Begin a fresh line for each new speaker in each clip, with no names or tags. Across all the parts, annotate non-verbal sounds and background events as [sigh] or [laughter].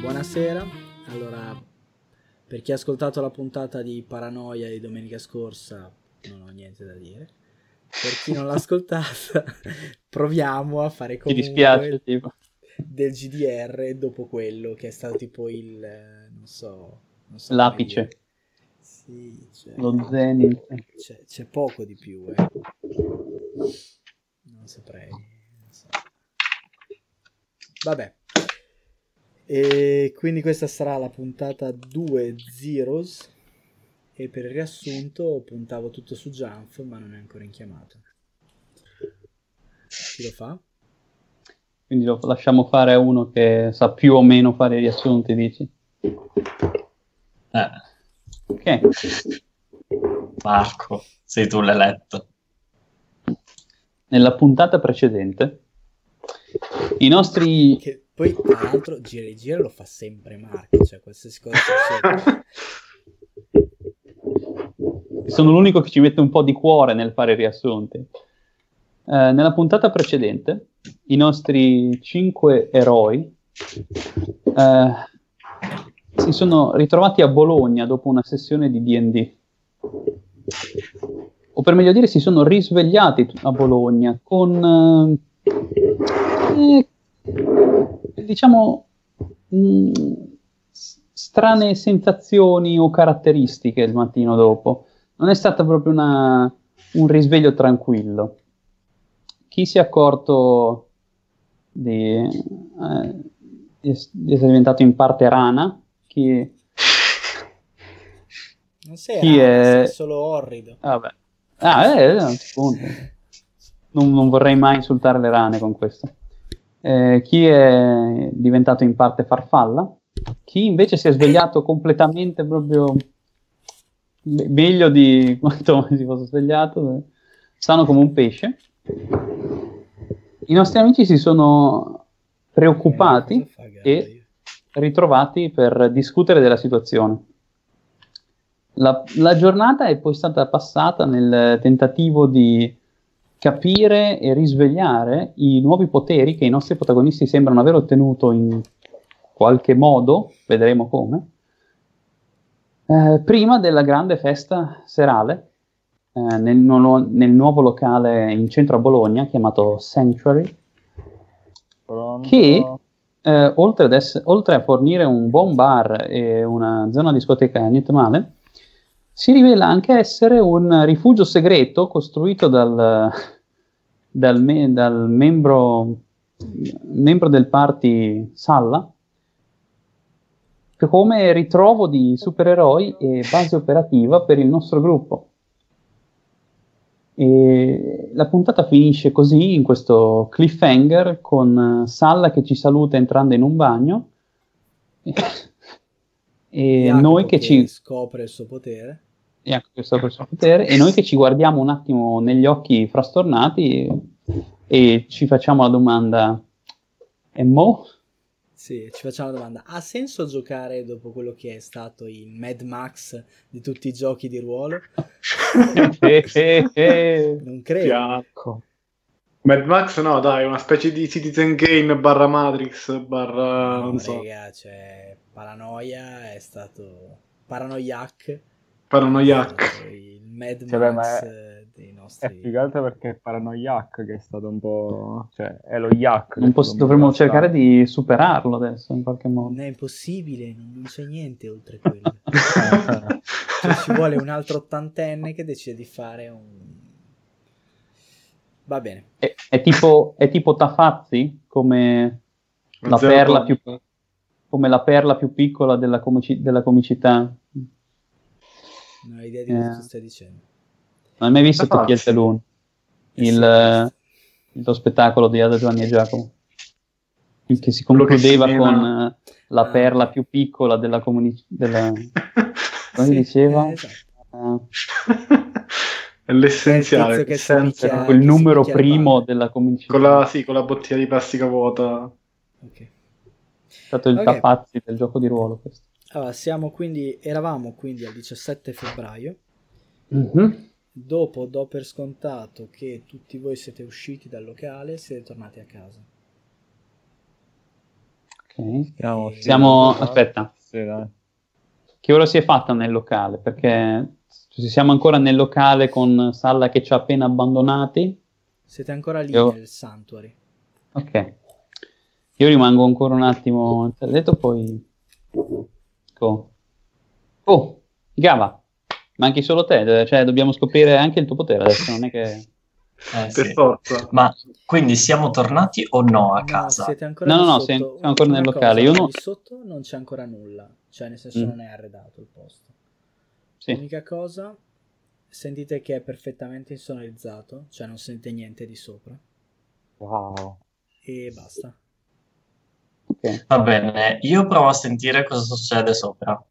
buonasera. Allora, per chi ha ascoltato la puntata di Paranoia di domenica scorsa, non ho niente da dire. Per chi
[laughs]
non l'ha ascoltata, proviamo a fare
Ti
comunque
dispiace, tipo.
del GDR dopo quello che è stato tipo il eh, non so, non so
L'apice.
come dire. Sì, cioè,
Lo Zenith.
c'è, c'è poco di più, eh. Non saprei. non so. Vabbè. E quindi questa sarà la puntata 2 Zeros. E per il riassunto puntavo tutto su Jump, ma non è ancora in chiamata. Chi lo fa?
Quindi lo lasciamo fare a uno che sa più o meno fare i riassunti, dici?
Eh,
Ok.
Marco, sei tu l'eletto.
Nella puntata precedente, i nostri...
Che poi, tra l'altro, gira e gira lo fa sempre Marco, cioè qualsiasi cosa
[laughs]
succede.
Sono l'unico che ci mette un po' di cuore nel fare i riassunti. Eh, nella puntata precedente, i nostri cinque eroi eh, si sono ritrovati a Bologna dopo una sessione di DD. O per meglio dire, si sono risvegliati t- a Bologna con eh, eh, diciamo mh, s- strane sensazioni o caratteristiche il mattino dopo. Non è stato proprio una- un risveglio tranquillo chi si è accorto di, eh, di es- di essere diventato in parte rana? Chi...
Non sei
Chi
raro, sei
è-
solo orrido.
Vabbè. Ah, eh, eh, non ti conto. Non, non vorrei mai insultare le rane con questo. Eh, chi è diventato in parte farfalla? Chi invece si è svegliato completamente proprio me- meglio di [laughs] quanto si fosse svegliato, eh, sano come un pesce. I nostri amici si sono preoccupati
Eh, Cosa fa Gaia?
e ritrovati per discutere della situazione. La, la giornata è poi stata passata nel tentativo di capire e risvegliare i nuovi poteri che i nostri protagonisti sembrano aver ottenuto in qualche modo, vedremo come, eh, prima della grande festa serale eh, nel, nuovo- nel nuovo locale in centro a Bologna chiamato Sanctuary che eh, oltre, ad ess- oltre a fornire un buon bar e una zona discoteca niente male, si rivela anche essere un rifugio segreto costruito dal, dal me- dal membro, membro del party Salla che come ritrovo di supereroi e base operativa per il nostro gruppo. E la puntata finisce così, in questo cliffhanger, con eh, Salla che ci saluta entrando in un bagno e, e
Jacopo
noi che ci...
scopre il suo potere.
Jacopo che sta per sorridere, e noi che ci guardiamo un attimo negli occhi frastornati e, e ci facciamo la domanda, e mo? [laughs]
Sì, ci facciamo la domanda. Ha senso giocare dopo quello che è stato il Mad Max di tutti i giochi di
[laughs]
ruolo?
Eh, eh, eh.
Non credo.
Bianco. Mad Max no, dai, una specie di Citizen Kane barra Matrix barra...
No,
non so,
eh.
raga, cioè, Paranoia è stato... Paranoiac.
paranoiac.
Il Mad
Cioè, beh,
Max
ma
eh, dei
È
nostri...
più che altro perché è paranoiac che è stato un po'... cioè è lo yak. che è
Non posso-
stato un po'
dovremmo
strano.
cercare di superarlo adesso in qualche modo.
Non è impossibile, non non c'è niente oltre quello.
Eh,
Cioè, ci vuole un altro ottantenne che decide di fare un... Va bene.
È, è tipo, è tipo Tafazzi, come la,
Zero
perla più,
punti.
come la perla più piccola della, comici- della comicità.
Non ho idea di cosa
Eh.
tu stai dicendo.
Non hai mai visto
Tafazzi?
Tafazzi e Telun, il, eh, il tuo spettacolo di Ada Giovanni e Giacomo, Il che si
Quello che
concludeva
scena.
con eh, la
Ah.
perla più piccola della comunità.
[laughs]
Della... eh, Come
Sì,
diceva?
eh, esatto.
Eh,
È l'essenziale.
Il tizio che si
sempre-
picchia-
era
Chiaro,
quel
chi si
numero
picchia le
primo
palle.
della comicità.
con, la, sì, con la bottiglia di plastica vuota.
Eh,
Ok.
È stato il
Ok.
Tafazzi del gioco di ruolo questo.
Allora, siamo quindi, eravamo quindi al 17 febbraio.
Mhm.
Dopo do per scontato che tutti voi siete usciti dal locale e siete tornati a casa.
Ok. Ok.
Siamo,
Siamo- aspetta.
Sì, dai.
Che ora si è fatta nel locale? Perché ci siamo ancora nel locale con Salla che ci ha appena abbandonati.
Siete ancora lì
Io-
nel Sanctuary.
Ok. Io rimango ancora un attimo in telletto, poi... Ecco. Oh, Gava, manchi solo te, cioè dobbiamo scoprire anche il tuo potere adesso, non è che...
Eh,
per
sì.
forza. [laughs]
Ma quindi siamo tornati o no a casa?
No, siete ancora
No,
lì
no, no,
sotto.
siamo ancora nel
Una cosa,
locale, io non-
Lì sotto non c'è ancora nulla, cioè nel senso
Mm.
non è arredato il posto.
Sì,
L'unica cosa, sentite che è perfettamente insonorizzato, cioè non sente niente di sopra.
Wow.
E basta.
ok.
Va bene, io provo a sentire cosa succede sopra.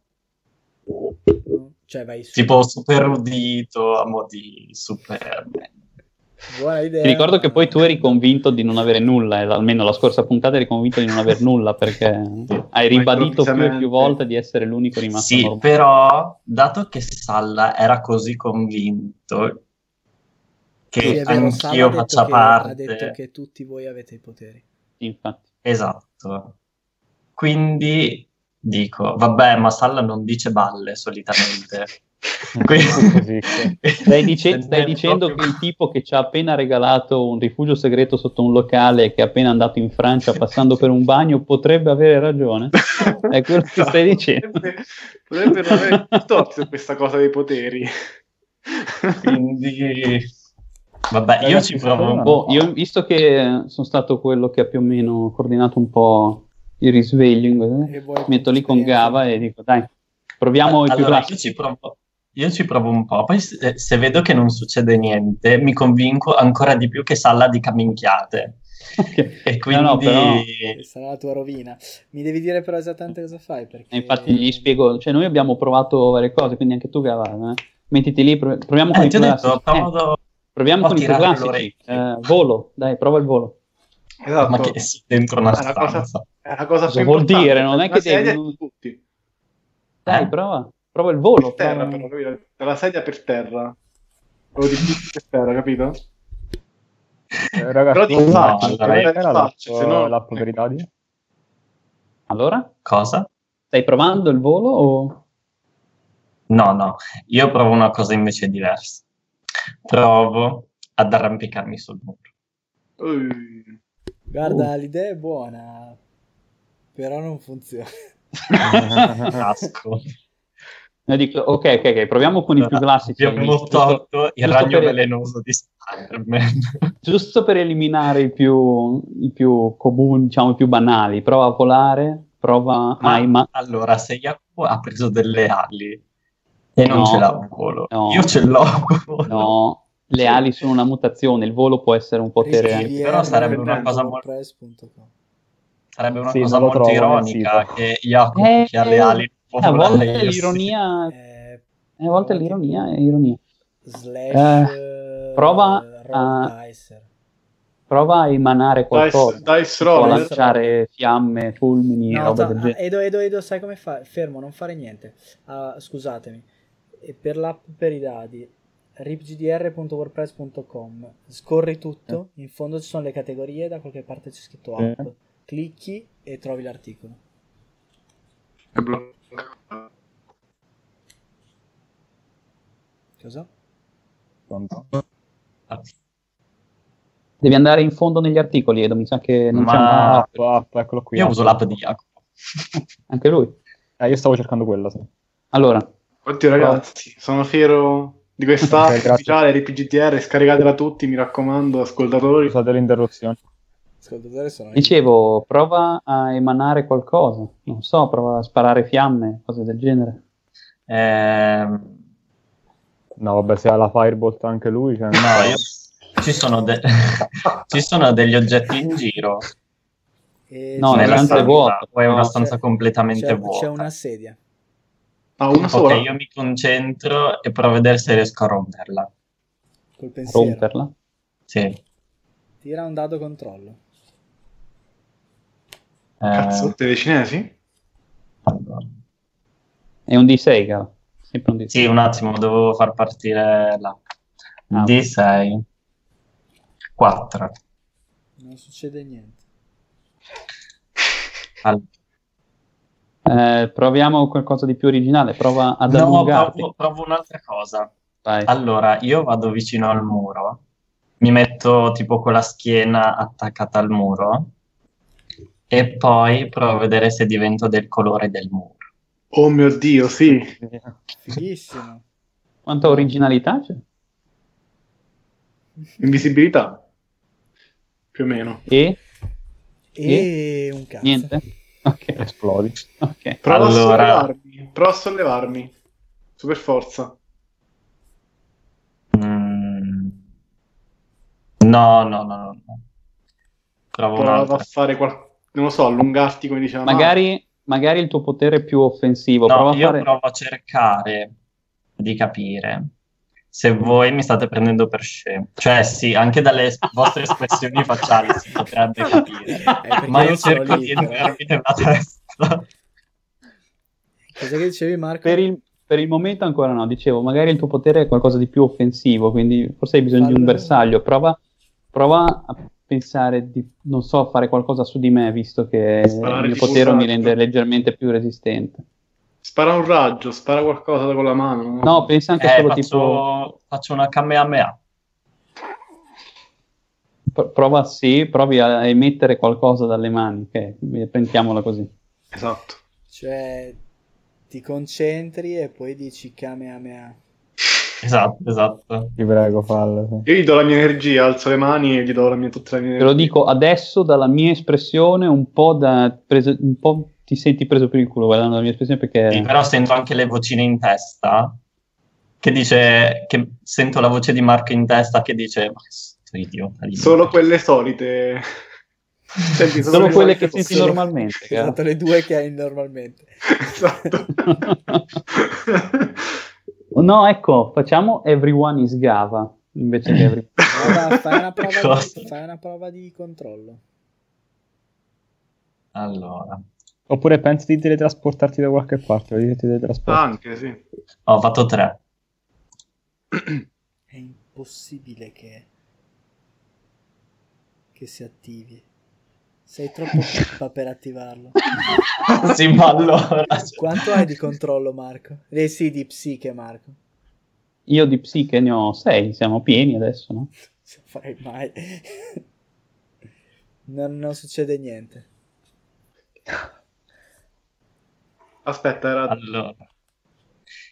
No? Cioè vai su.
Tipo super udito, a mo' di super...
Buona idea.
Ti ricordo che poi tu eri convinto di non avere nulla, eh, almeno la scorsa puntata eri convinto di non aver nulla perché
[laughs]
hai ribadito più e più volte di essere l'unico rimasto
Sì,
normale.
però, dato che Salla era così convinto che
Sì, è vero, Sara ha
anch'io
detto
faccia
che-
parte...
Ha detto che tutti voi avete i poteri.
Infatti.
Esatto. Quindi dico, vabbè, ma Salla non dice
[laughs]
balle solitamente.
Così,
Quindi-
sì.
Stai, dice-
Non
stai
è
dicendo che
proprio-
il tipo che ci ha appena regalato un rifugio segreto sotto un locale e che è appena andato in Francia passando per un bagno potrebbe avere
[laughs]
ragione? È quello che stai dicendo.
Potrebbe, potrebbe non avere torto questa cosa dei poteri.
Quindi... Vabbè, io
Ragazzi,
ci provo un
scusa,
po'.
Boh, io, visto che sono stato quello che ha più o meno coordinato un po' il risveglio, in questo-
Eh,
E voi-
metto lì con Gava e dico dai, proviamo i più
Allora, io
classici.
ci provo, io ci provo un po', poi se, se vedo che non succede niente, mi convinco ancora di più che Salla dica minchiate.
[laughs] Ok.
E
No,
quindi... Eh,
no, però-
Sarà la tua rovina. Mi devi dire però esattamente cosa fai perché...
E infatti gli spiego, cioè noi abbiamo provato varie cose, quindi anche tu Gava, eh, mettiti lì, pro- proviamo con
Eh,
i
ti ho
più classici.
detto,
Eh,
provo...
proviamo
ho
con i più
tirato le
classici.
orecchie.
Eh, volo, dai, prova il volo.
Esatto.
Ma che sì, dentro una
È una cosa-
stanza.
È una cosa
Cosa
più
vuol
importante,
dire? Non è
una
che
sedia
devi-
di tutti.
Dai,
Eh.
prova, prova il volo.
Per terra,
Ehm.
prova-
però, capito? Dalla sedia per terra. O di più per terra, capito?
Eh, Ragazzi,
Però di
no,
faccia,
allora,
dai,
era l'app,
faccia, se no-
l'app per i dadi?
Allora,
Cosa?
stai provando il volo
[laughs]
o...
No, no, io provo una cosa invece diversa. Provo ad arrampicarmi sul
[laughs]
muro.
Ui.
Guarda, l'idea è buona, però non funziona.
Casco.
No, dico, ok, ok, ok, proviamo con i più classici.
Abbiamo
Giusto,
tolto il
giusto
ragno
per-
velenoso di Spider-Man. [laughs]
giusto per eliminare i più, i più comuni, diciamo i più banali. Prova a volare, prova...
Ma,
ai ma...
[laughs] allora, se Jacopo ha preso delle ali e non
No.
ce l'ha un volo,
No.
io ce l'ho un volo.
No, le ali sono una mutazione, il volo può essere un potere anche.
Però sarebbe una cosa molto-
press.com.
Sarebbe una
Sì,
cosa
non lo
molto
trovo nel
ironica
sito.
che Jacopo
Eh,
che ha le ali non può
A volte
volare, io sì.
l'ironia,
Eh,
eh, a volte l'ironia è ironia.
slash eh,
prova
Rob
a-
Dicer.
Prova a emanare qualcosa,
Dice, dice
può
Roller.
roll.
lanciare fiamme, fulmini,
No, ta-
roba del genere.
Edo, Edo, Edo, sai come fa? Fermo, non fare niente. Ah, scusatemi. E Per l'app per i dadi, ripgdr.wordpress.com, scorri tutto,
Eh.
in fondo ci sono le categorie, da qualche parte c'è scritto
Sì.
app, clicchi e trovi l'articolo.
È bloccato.
Cosa?
Pronto?
Devi andare in fondo negli articoli, Edo, mi sa che non
Ma-
c'è una...
App, app, Ah, eccolo qui.
Io
app.
uso l'app di Jacopo.
Anche lui.
Eh, io stavo cercando quella, sì.
Allora,
Oddio ragazzi, sono fiero di questa
Ok, grazie.
ufficiale RPGTR, scaricatela tutti, mi raccomando, ascoltatori.
Scusate l'interruzione.
Ascoltatore sono io.
dicevo, prova a emanare qualcosa, non so, prova a sparare fiamme, cose del genere.
Ehm...
No, vabbè, se ha la Firebolt anche lui,
[laughs]
cioè...
No, io- ci, sono de- [laughs] ci sono degli oggetti in giro.
E
No,
c'è
nella
una
stanza è
sedia.
vuota.
o Cioè, è
No,
una stanza
c'è-
completamente
c'è,
vuota.
c'è una sedia.
Ah, una sola?
Ok, io eh, mi concentro e provo a vedere se riesco a romperla.
Col pensiero.
Romperla.
Sì. Eh,
Tira un dado controllo.
Cazzotte dei cinesi?
allora.
È un D6, cara. Sempre un D6.
Sì, un attimo, dovevo far partire la
Ah.
D6. 4.
Non succede niente.
Allora.
Eh, proviamo qualcosa di più originale, prova ad
No,
allungarti.
provo, provo un'altra cosa.
Vai.
Allora, io vado vicino al muro, mi metto tipo con la schiena attaccata al muro e poi provo a vedere se divento del colore del muro.
Oh mio Dio, sì.
Fighissimo.
Quanta originalità c'è?
Invisibilità. Più o meno.
E
E un cazzo.
niente? Ok, [laughs]
Esplodi.
ok.
Prova
Allora.
a sollevarmi. Prova a sollevarmi. Super forza.
Mm. No, no, no, no. no. Provo
Prova a
un'altra.
fare qualcosa. Non lo so, allungarti come diceva Marco.
Magari, magari il tuo potere è più offensivo.
No,
prova a
io
fare...
provo a cercare di capire se voi mi state prendendo per scemo. Cioè, sì, anche dalle es- vostre espressioni facciali si potrebbe [laughs] capire.
Eh, perché
Ma
non
io
sono
cerco
lì,
di
però.
entrarmi nella testa.
[laughs] Cosa che dicevi Marco?
per, il, per il momento ancora no, dicevo, magari il tuo potere è qualcosa di più offensivo, quindi forse hai bisogno di un
Allora-
bersaglio. Prova, prova a pensare di, non so, fare qualcosa su di me, visto che
Sparare
il mio
tipo un
potere mi
raggio.
rende leggermente più resistente.
Spara un raggio, spara qualcosa con la mano. non lo
No,
so.
pensa anche
Eh,
solo tipo...
faccio, faccio una kamehameha.
pr- Prova sì, provi a emettere qualcosa dalle mani, ok? Prendiamola così.
Esatto.
Cioè, ti concentri e poi dici Kamehameha.
Esatto, esatto.
Ti prego, fallo. sì.
Io gli do la mia energia, alzo le mani e gli do la mia, tutta la mia
Te lo
energia.
dico adesso dalla mia espressione, un po', da, preso, un po' ti senti preso per il culo guardando la mia espressione perché...
Sì, però sento anche le vocine in testa che dice che sento la voce di Marco in testa che dice ma che sto idiota lì".
Solo quelle
[laughs]
solite. Senti,
Sono
le
quelle
solite
che
voci.
senti normalmente, chiaro.
Esatto, le due che hai normalmente.
Esatto. [laughs]
No, ecco, facciamo Everyone is Gava invece che Everyone.
Prova- fai, una prova
Cosa?
di, fai una prova di controllo.
Allora,
Oppure pensi di teletrasportarti da qualche parte, vedi che ti teletrasporti.
Anche, sì.
ho fatto tre. [laughs]
È impossibile che, che si attivi. Sei troppo pippa per attivarlo.
sì, ma allora...
Quanto hai di controllo, Marco? Eh sì, di psiche, Marco.
Io di psiche ne ho sei, siamo pieni adesso, no?
Se fai mai. Non, non succede niente.
Aspetta, era...
Allora,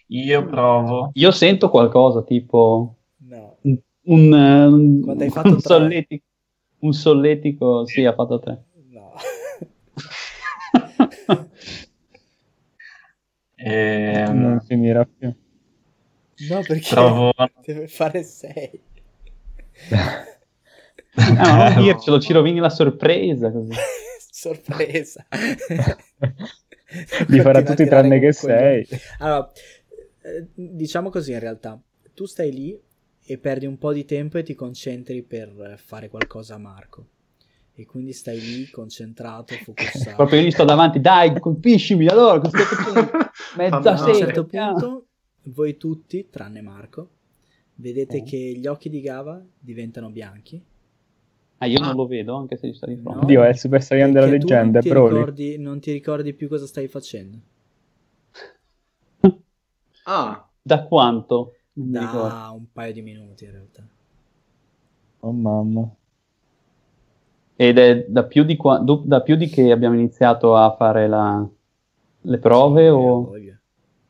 io provo...
Io sento qualcosa tipo
No.
un, un, eh, un-
Quando hai fatto
un
tre.
solletico, un solletico, sì, ha fatto tre. [laughs]
No. Ah, eh,
ehm,
Mm.
Non finirà più.
No, perché
Trovo-
deve fare
[laughs]
6.
Ah, ma non
Eh,
dircelo, ci rovini la sorpresa così.
Sorpresa.
Li farà
Continua a
tutti
tirare con
tranne che
coglioni.
sei.
Allora, eh, diciamo così in realtà, tu stai lì e perdi un po' di tempo e ti concentri per eh, fare qualcosa a Marco. E quindi stai lì
[laughs]
concentrato, focussato.
Proprio io gli sto davanti, dai, colpiscimi allora, cosa stai
[laughs]
facendo? Mezza
Vabbè,
a un
sera.
no.
certo punto voi tutti, tranne Marco, vedete che gli occhi di Gava diventano bianchi.
Ah, io non lo vedo, anche se gli sto di fronte.
No.
Dio, è il Super Saiyan della
perché tu non
leggenda, è
ti,
Broly.
ricordi, non ti ricordi più cosa stai facendo.
Ah,
Da quanto? Non mi ricordo.
Da un paio di minuti in realtà.
Oh mamma.
Ed è da più di, qua- du- da più di che abbiamo iniziato a fare la- le prove
Eh,
o...
voglio.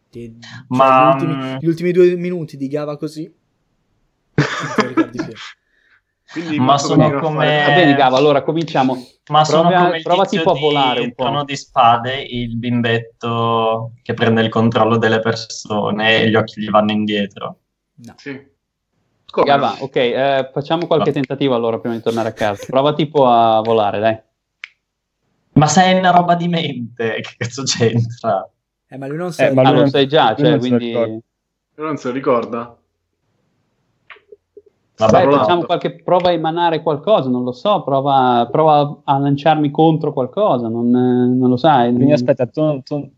Ti-
Ma-
cioè, gli, ultimi, gli ultimi due minuti di Gava così. Non te lo ricordi più.
quindi
Ma
Marco
sono
continua a
come-
fare-
Va bene, Gava, allora cominciamo.
Ma sono
Prova-
come il
prova
tizio
tipo a
di
volare un po'.
Trono di spade, il bimbetto che prende il controllo delle persone e gli occhi gli vanno indietro.
No.
Sì. Come?
Gava, ok, eh, facciamo qualche
No.
tentativo allora prima di tornare a casa. Prova tipo a volare, dai. Ah,
Ma sei una roba di mente, [laughs] che cazzo c'entra?
Eh, ma lui non sa.
ma
Ah,
lui
lo
non-
sai già,
lui
cioè,
non se lo
quindi...
ricorda.
Però non se lo ricorda.
Vabbè,
Dai,
Parolato.
facciamo qualche prova a emanare qualcosa, non lo so, prova, prova a lanciarmi contro qualcosa, non, eh, non lo sai.
Quindi
non-
aspetta, tu, tu-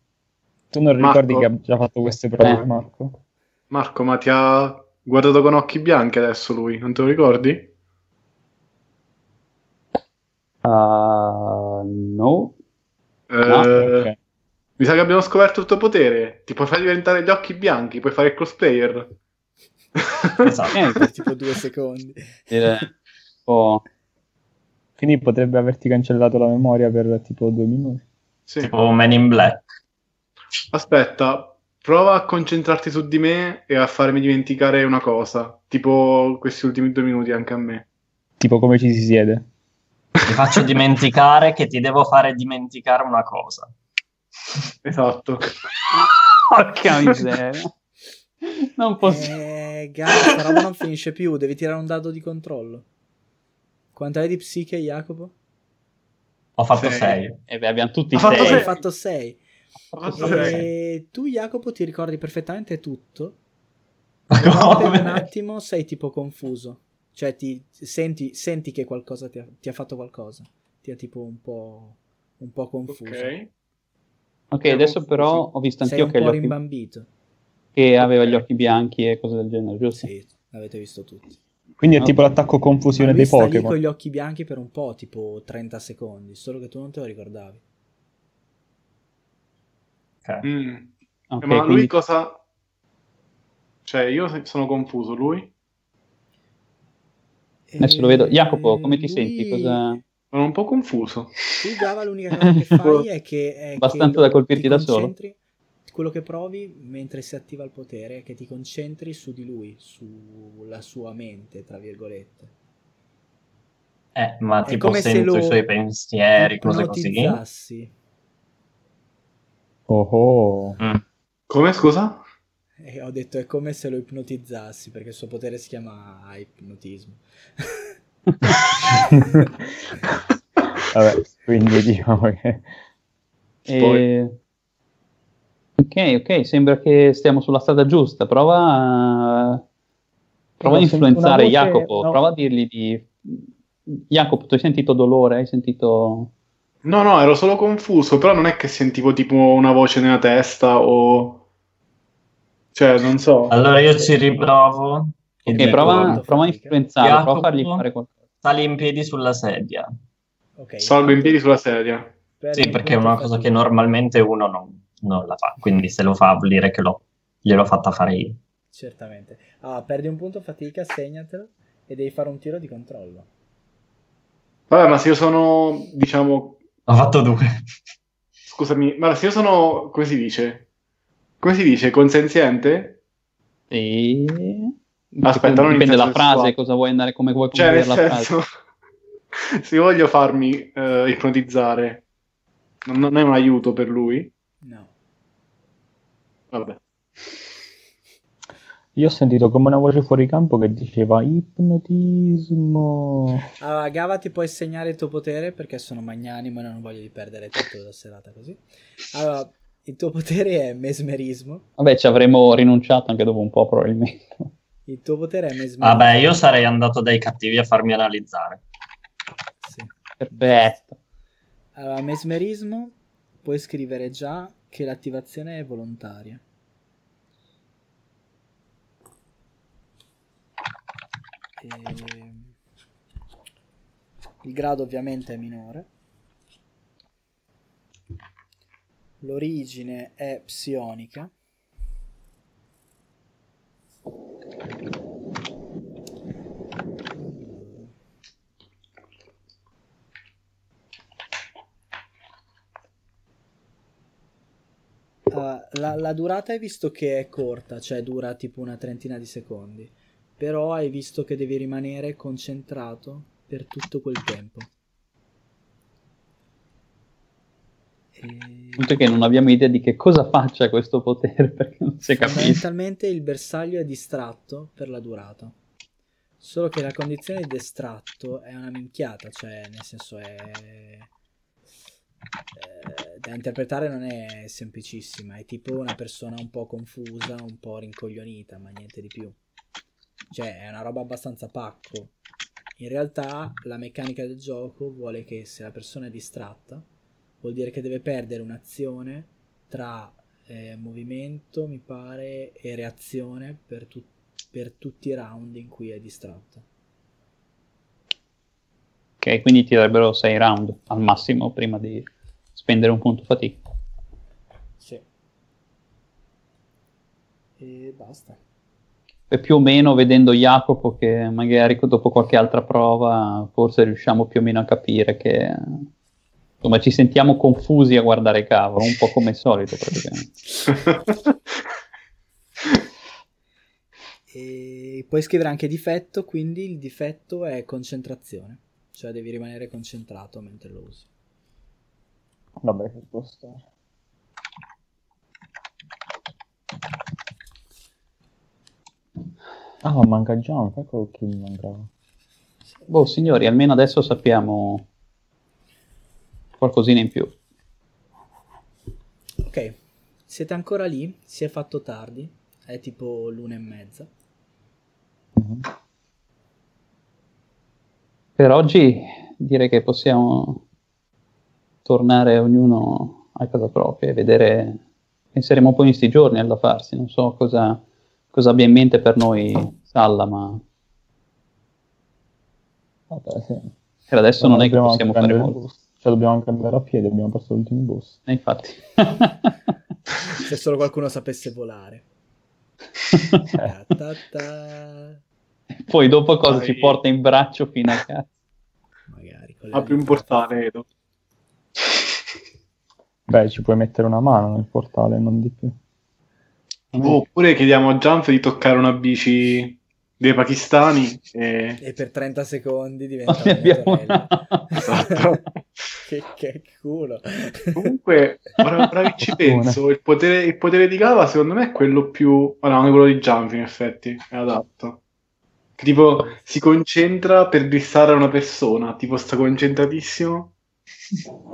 tu non
Marco?
ricordi che abbia già fatto queste prove,
Eh.
Marco?
Marco, ma ti ha guardato con occhi bianchi adesso lui, non te lo ricordi?
Ah, no.
Eh,
Ah,
Ok.
Mi sa che abbiamo scoperto il tuo potere. Ti puoi far diventare gli occhi bianchi, puoi fare il cosplayer. [laughs]
Esatto.
Eh,
Per tipo due secondi.
Eh.
dire, un po'...
Quindi potrebbe averti cancellato la memoria per tipo due minuti.
Sì.
tipo Man in Black.
Aspetta, prova a concentrarti su di me e a farmi dimenticare una cosa. Tipo questi ultimi due minuti anche
[laughs]
a me.
Tipo come ci si siede.
Ti
[laughs]
faccio dimenticare che ti devo fare dimenticare una cosa.
Esatto.
[laughs]
[laughs]
Porca miseria. Non posso...
Eh, gara, sta roba non finisce più, devi tirare un dado di controllo. Quanto hai di psiche, Jacopo?
Ho fatto
Sei.
6.
Eh beh, abbiamo tutti
Ha fatto
sei.
Hai
sei.
fatto 6. E tu, Jacopo, ti ricordi perfettamente tutto.
[laughs]
Però per un attimo sei tipo confuso. Cioè, ti senti, senti che qualcosa ti ha, ti ha fatto qualcosa. Ti ha tipo un po', un po' confuso.
Ok.
Ok, adesso però ho visto
Sei
anch'io
un
che, gli
po'
occhi-
rimbambito.
che aveva gli occhi bianchi e cose del genere, giusto?
Sì, l'avete visto tutti.
Quindi è
Ah.
tipo l'attacco
Ma
confusione
lui
dei
sta lì
Pokémon.
con gli occhi bianchi per un po', tipo 30 secondi, solo che tu non te lo ricordavi.
Ok.
Mm.
Ok,
Ma lui
quindi-
cosa... Cioè, io se- sono confuso, lui?
Adesso lo vedo. Jacopo, come ti
Lui-
senti? Cosa...
Sono un po' confuso.
Tu Gava l'unica cosa
[laughs]
che fai è che... È
Abbastanza
che
da colpirti
ti
da solo.
concentri- Quello che provi mentre si attiva il potere è che ti concentri su di lui, sulla sua mente, tra virgolette.
Eh, ma
È
tipo
come se
sento
lo
i suoi pensieri, Eh, cose così.
ipnotizzassi.
Oh oh.
Mm.
Come, scusa?
E ho detto è come se lo ipnotizzassi, perché il suo potere si chiama
[laughs]
ipnotismo.
Vabbè, quindi [laughs] diciamo che...
Eh, Ok, ok, sembra che stiamo sulla strada giusta. Prova a, prova a
ho sentito
influenzare
una voce-
Jacopo,
no.
prova a dirgli di... Jacopo, tu hai sentito dolore? Hai sentito...
No, no, ero solo confuso, però non è che sentivo tipo una voce nella testa o... Cioè, non so.
Allora io ci riprovo. e
Ok,
dico,
prova,
tanto
prova a
fatica.
influenzarlo, prova a
Jacopo?
fargli fare qualcosa.
Sali in piedi sulla sedia.
Ok.
Salgo in piedi sulla sedia.
perdi
Sì,
un
perché è
punto
una cosa che
fatica.
normalmente uno non, non la fa, quindi se lo fa vuol dire che l'ho, gliel'ho fatta fare io.
Certamente. Ah, perdi un punto fatica, segnatelo e devi fare un tiro di controllo.
Vabbè, ma se io sono, diciamo,
Ho fatto
[laughs]
due.
scusami, ma se io sono, come si dice? Come si dice? Consenziente?
Sì.
Aspetta, non in
dipende dalla
senso sessuale.
frase, cosa vuoi andare, come vuoi
Cioè,
costruire
nel
la frase.
senso, [laughs] se voglio farmi eh, ipnotizzare, non, non è un aiuto per lui?
No.
Vabbè.
Io ho sentito come una voce fuori campo che diceva ipnotismo.
Allora, Gava, ti puoi segnare il tuo potere perché sono magnanimo e non voglio di perdere tutta la serata così. Allora, il tuo potere è mesmerismo.
Vabbè, ci avremmo rinunciato anche dopo un po' probabilmente.
[laughs]
Il tuo potere è mesmerismo.
Vabbè, Ah, io sarei andato dai cattivi a farmi analizzare. [clears throat]
Sì.
Perfetto.
Allora, mesmerismo, puoi scrivere già che l'attivazione è volontaria. Ehm, Il grado ovviamente è minore. L'origine è psionica. Ah, la, la durata hai visto che è corta, cioè dura tipo una trentina di secondi. Però hai visto che devi rimanere concentrato per tutto quel tempo. E...
Il punto è che non abbiamo idea di che cosa faccia questo potere [laughs] perché non si è capito.
Fondamentalmente il bersaglio è distratto per la durata. Solo che la condizione di distratto è una minchiata, cioè nel senso è... eh, Da interpretare non è semplicissima, è tipo una persona un po' confusa, un po' rincoglionita, ma niente di più. Cioè è una roba abbastanza pacco. In realtà la meccanica del gioco vuole che se la persona è distratta, vuol dire che deve perdere un'azione tra eh, movimento, mi pare, e reazione per, tu- per tutti i round in cui è distratta.
Ok, quindi ti darebbero 6 round al massimo prima di spendere un punto fatica.
E basta.
E più o meno vedendo Jacopo che magari dopo qualche altra prova forse riusciamo più o meno a capire che insomma ci sentiamo confusi a guardare Cava, un po' come al solito praticamente.
E puoi scrivere anche difetto, quindi il difetto è concentrazione, cioè devi rimanere concentrato mentre lo usi.
Vabbè, che posto. Ah, manca John, ecco chi mi mancava.
Boh signori, almeno adesso sappiamo qualcosina in più.
Ok, siete ancora lì, si è fatto tardi, è tipo l'una e mezza.
Per oggi direi che possiamo tornare ognuno a casa propria e vedere, penseremo poi in questi giorni alla farsi, non so cosa, cosa abbia in mente per noi Salla, ma
Vabbè, sì.
per adesso non è che
Dobbiamo
possiamo
anche
fare
prendere il
molto.
bus. Cioè, dobbiamo anche andare a piedi, abbiamo passato l'ultimo bus.
Eh,
[laughs]
Infatti.
Se solo qualcuno sapesse volare.
[laughs]
Ta ta ta.
Poi dopo cosa
Dai.
ci porta in braccio fino a casa?
Magari. con le
[laughs] Apri un
dita.
portale, Edo.
Beh, ci puoi mettere una mano nel portale, non di più.
Oppure chiediamo a Gianfe di toccare una bici dei pakistani
[laughs]
e...
E per 30 secondi diventa una
Ne abbiamo
motorella.
una. [laughs]
Esatto.
[laughs] che, che culo.
Comunque, ora, ora che ci penso, il potere, il potere di Gava secondo me è quello più... Ah no, è quello di Gianfi in effetti, è adatto. Che tipo si concentra per dissare una persona, tipo sta concentratissimo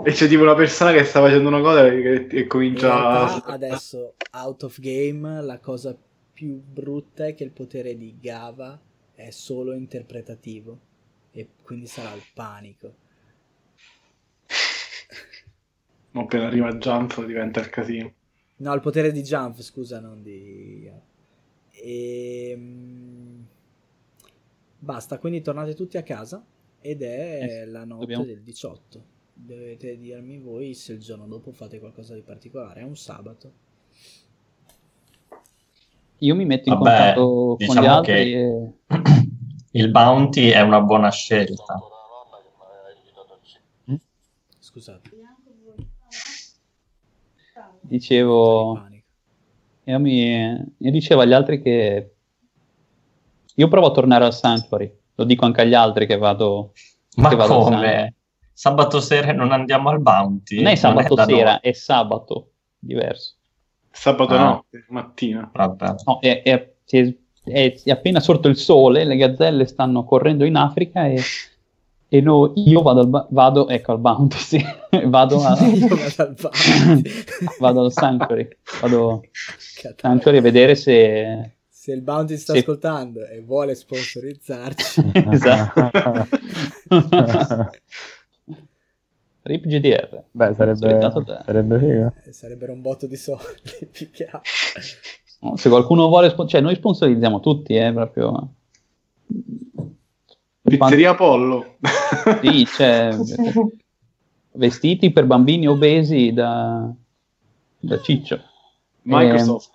e c'è tipo una persona che sta facendo una cosa e, e
In
comincia...
realtà, adesso, out of game, la cosa più brutta è che il potere di Gava è solo interpretativo e quindi sarà il panico.
Ma appena arriva Gianfo diventa il casino.
No, il potere di Jump, scusa, non di... Ehm, Basta, quindi tornate tutti a casa ed è
Eh,
la notte
dobbiamo-
del 18. Dovete dirmi voi se il giorno dopo fate qualcosa di particolare. È un sabato.
Io mi metto in
Vabbè,
contatto con gli
diciamo
altri
che-
e...
Il bounty è una buona scelta.
Scusate. per il
dicevo,
panico.
io, mi, io dicevo agli altri che io provo a tornare al Sanctuary, lo dico anche agli altri che vado,
Ma
che vado al Sanctuary.
come? Sabato sera non andiamo al bounty?
Non è sabato
da
sera,
noi.
è sabato, diverso.
Sabato
Ah.
notte, mattina.
Vabbè.
No, è, è- si è- è- è appena sorto il sole, le gazzelle stanno correndo in Africa e, e no- io vado al, ba- vado, ecco, al bounty, [laughs] sì. vado, a-
[laughs] Io vado al panico.
[laughs] vado al Sanctuary, vado al
Cazzo.
Sanctuary a vedere se...
Se il Bounty sta
Sì.
ascoltando e vuole sponsorizzarci,
[laughs] [laughs] esatto. [laughs] Rip GDR.
[laughs] Beh,
Solitato
sarebbe,
te.
sarebbe figo.
eh, sarebbero un botto di soldi [laughs] più che altro.
No, Se qualcuno vuole, spo- cioè noi sponsorizziamo tutti, eh, proprio.
Pizzeria Apollo.
Sì, cioè, vestiti per bambini obesi da, da ciccio.
Microsoft.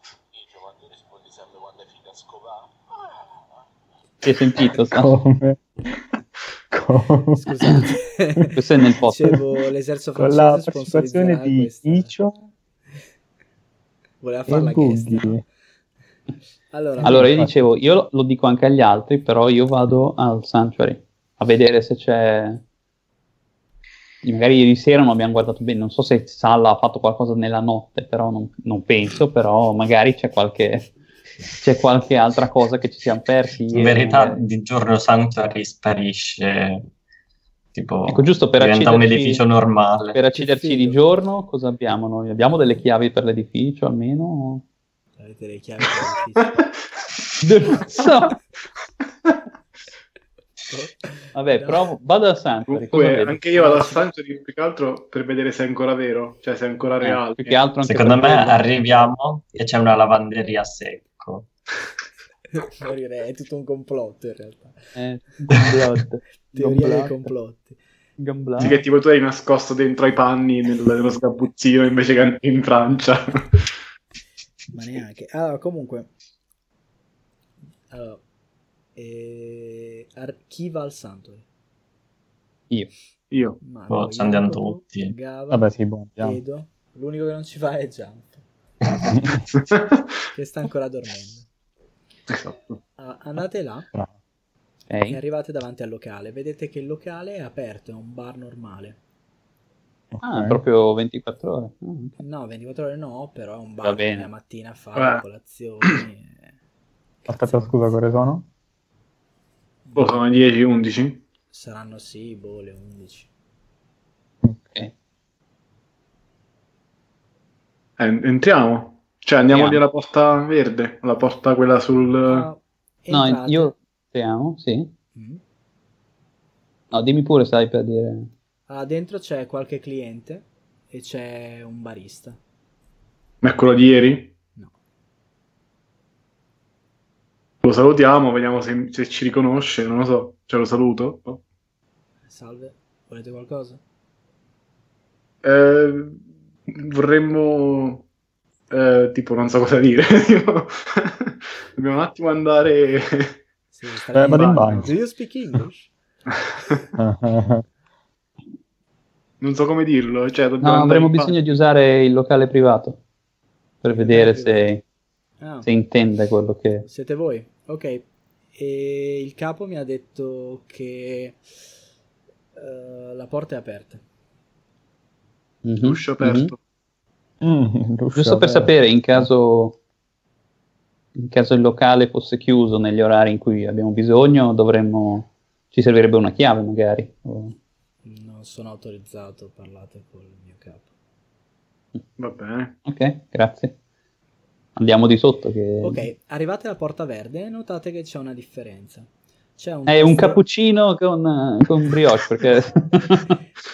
Si è sentito, sa? [laughs]
Come? Come?
Scusate.
Questo è nel posto.
Dicevo, l'esercito
Con la
francese
partecipazione
sponsorizzerà
di
questa.
Icio
Voleva
e
farla chiesta.
Buggy.
Allora,
Allora io dicevo, io lo- lo dico anche agli altri, però io vado al Sanctuary a vedere se c'è... Magari ieri sera non abbiamo guardato bene, non so se Salla ha fatto qualcosa nella notte, però non, non penso, però magari c'è qualche, c'è qualche altra cosa che ci siamo persi. eh,
In
ieri,
verità
magari.
di giorno Sanctuary sparisce, tipo
Ecco, giusto per
diventa un
accederci-
edificio normale.
Per accederci di giorno cosa abbiamo noi? Abbiamo delle chiavi per l'edificio almeno? [laughs]
avete le chiavi dell'ufficio.
[laughs]
Non so. Vabbè, [laughs]
No.
provo, vado al Sanctuary. cosa
Comunque,
vedo?
anche io vado a Sancho di più che altro per vedere se è ancora vero, cioè se è ancora
Eh,
reale.
più che altro anche
Secondo me
per quello.
arriviamo e c'è una lavanderia
[laughs]
a secco.
[laughs] Morirei, è tutto un complotto in realtà.
Eh,
[laughs]
Gamblot.
Teoria dei
Complotto.
complotti.
Gamblot.
Sì, che tipo tu eri nascosto dentro ai panni nel- nello sgabuzzino invece che in Francia.
ma neanche. Allora, comunque, allora, eh, archiva al Santori.
Io.
Io.
Marco,
Oh, ci andiamo
Jacopo,
tutti.
Gava,
Vabbè, sì, buono. andiamo.
Edo. L'unico che non ci fa è Jump, che sta ancora dormendo.
esatto.
Ah, andate là
Bravo.
e
Ok.
arrivate davanti al locale. Vedete che il locale è aperto, è un bar normale.
Ah,
Ok.
proprio 24 ore. Ah, ok.
No, 24 ore no, però è un
Va
bar che
bene.
la mattina fa
Vabbè.
colazioni. eh, e-
Aspetta, scusa,
[laughs]
cosa sono?
Boh, sono Eh, 10, 11.
Saranno sì, boh, le 11.
Ah, Ok.
Eh, entriamo. Cioè, andiamo
Andiamo.
lì alla porta verde, alla porta quella sul...
Ah,
No,
entrate-
io speriamo, sì.
Mm.
No, dimmi pure, sai, per dire...
Ah, dentro c'è qualche cliente e c'è un barista.
Ma è quello di ieri?
No.
Lo salutiamo, vediamo se, se ci riconosce, non lo so. Cioè, lo saluto.
Salve, volete qualcosa?
Eh, vorremmo... eh, tipo, non so cosa dire. [laughs] tipo, Dobbiamo un attimo andare...
Sì, stai
Eh, vado
in
bagno.
Do you speak English?
non so come dirlo. Cioè, dobbiamo
No,
andare
avremo
in
bisogno di usare il locale privato per
Il
vedere
locale
se,
Ah,
se intende quello che...
siete voi. Ok. E il capo mi ha detto che eh, la porta è aperta.
Mhm,
L'uscio
mhm.
aperto.
Mm, l'uscio
Giusto per
aperto.
sapere, in caso, in caso il locale fosse chiuso negli orari in cui abbiamo bisogno, dovremmo... ci servirebbe una chiave magari. o-
Non sono autorizzato, parlate col mio capo.
Mhm.
Va bene. [laughs]
Ok, grazie. Andiamo di sotto che...
Ok, arrivate alla porta verde e notate che c'è una differenza. C'è un,
È
tastierino-
un cappuccino con, con brioche
[laughs]
perché...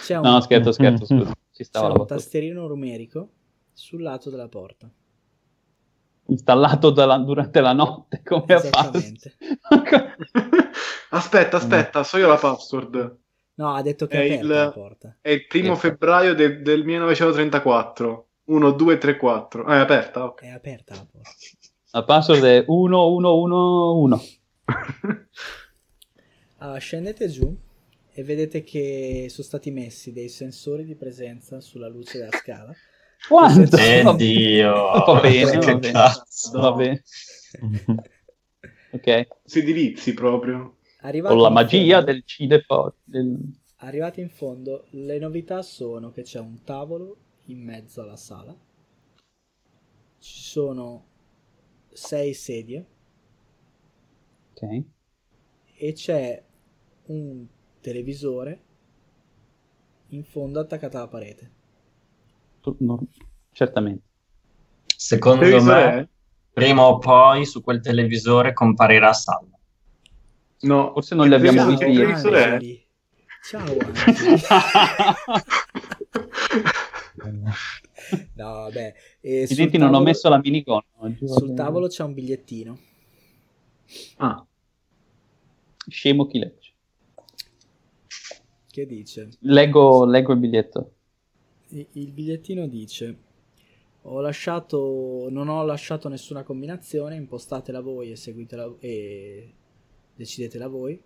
C'è un-
no, scherzo, scherzo, scusa. Ci stava
c'è un
la battuta.
tastierino numerico sul lato della porta.
installato dalla- durante la notte come ha fatto
Esattamente.
Mm.
aspetta, aspetta, so io la password.
No, ha detto che
È
è aperta
il-
la porta.
È il primo
Ecco.
febbraio de- del 1934. 1, 2, 3, 4. Ah, è aperta, ok.
È aperta la porta.
[laughs] la password è 1111
[laughs]
Ah, scendete giù e vedete che sono stati messi dei sensori di presenza sulla luce della
[laughs]
scala.
quanto
Eh,
va,
Dio.
[laughs] va bene
[laughs] Che
va bene.
cazzo.
Va bene. ok
Si dirizi proprio.
Arrivati
con la
in
magia
fondo-
del cinepo del...
Arrivati in fondo, le novità sono che c'è un tavolo in mezzo alla sala, ci sono sei sedie
ok
e c'è un televisore in fondo attaccato alla parete.
Tu- no, certamente
Secondo me,
Televisore?
prima o poi su quel televisore comparirà Salvo.
No.
forse non li abbiamo visti
Televisore- il
io.
televisore è-
Angeli. Ciao [laughs]
[laughs]
Angeli.
[laughs]
eh?
No, vabbè. E sul
Accidenti, non ho
tavolo-
messo la minigonna oggi, va
Sul
bene.
tavolo c'è un bigliettino.
Ah,
scemo chi legge
Che dice?
leggo, leggo il biglietto
I- Il bigliettino dice: Ho lasciato. Non ho lasciato nessuna combinazione. Impostatela voi e seguitela. E decidetela voi.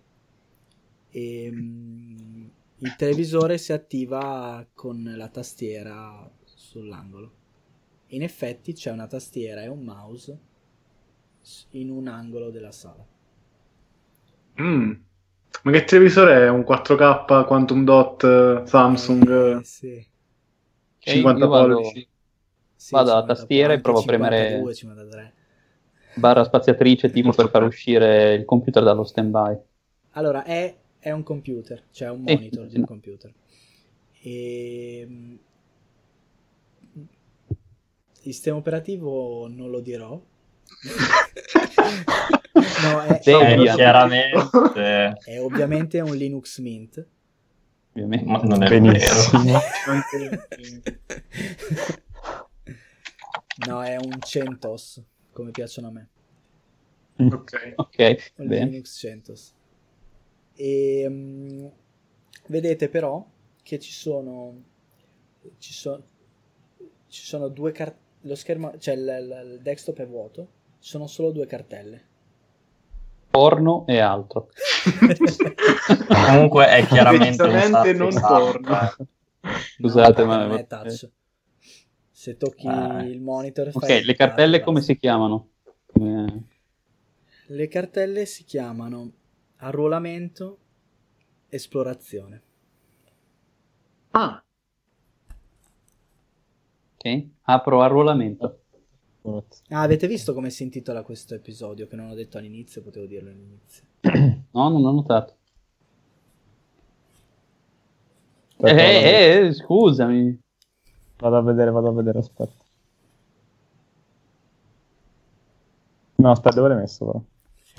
E, mm, il televisore si attiva con la tastiera sull'angolo. In effetti c'è una tastiera e un mouse s- in un angolo della sala.
mm. Ma che televisore è? Un 4K Quantum Dot eh, Samsung?
Eh, sì.
Ok,
50
io vado-
pollici.
Sì,
Vado alla
50,
tastiera e provo a
52,
premere-
53.
barra spaziatrice tipo per far uscire il computer dallo stand by
Allora, è, è un computer, cioè un
Sì,
monitor di un
no.
computer. Ehm, Il sistema operativo non lo dirò. no, è,
Sì,
Eh,
ovvio.
chiaramente.
è ovviamente un Linux Mint.
ovviamente
Ma non è
Benissimo.
[laughs] no, è un CentOS, come piacciono a me.
ok.
Ok,
Con
bene.
Linux CentOS. E, mm, vedete però che ci sono, ci so- ci sono due, car- lo schermo, cioè il, il- il desktop è vuoto, ci sono solo due cartelle.
Porno e altro.
Comunque
[laughs]
è [laughs] chiaramente un
Decisamente
sacco,
non
sacco.
torna.
Scusate,
No,
ma- eh.
non è touch. Se tocchi
Ah.
il monitor
Ok,
fai-
le cartelle
basta.
come si chiamano? Eh, Come-
Le cartelle si chiamano arruolamento, esplorazione.
Ah,
Ok, apro arruolamento.
Ah, avete visto come si intitola questo episodio? Che non ho detto all'inizio, potevo dirlo all'inizio.
No, non ho notato. Eh,
Aspetta, vado, a-
eh, eh, scusami.
vado a vedere, vado a vedere, aspetta. No, aspetta, dove l'hai messo però?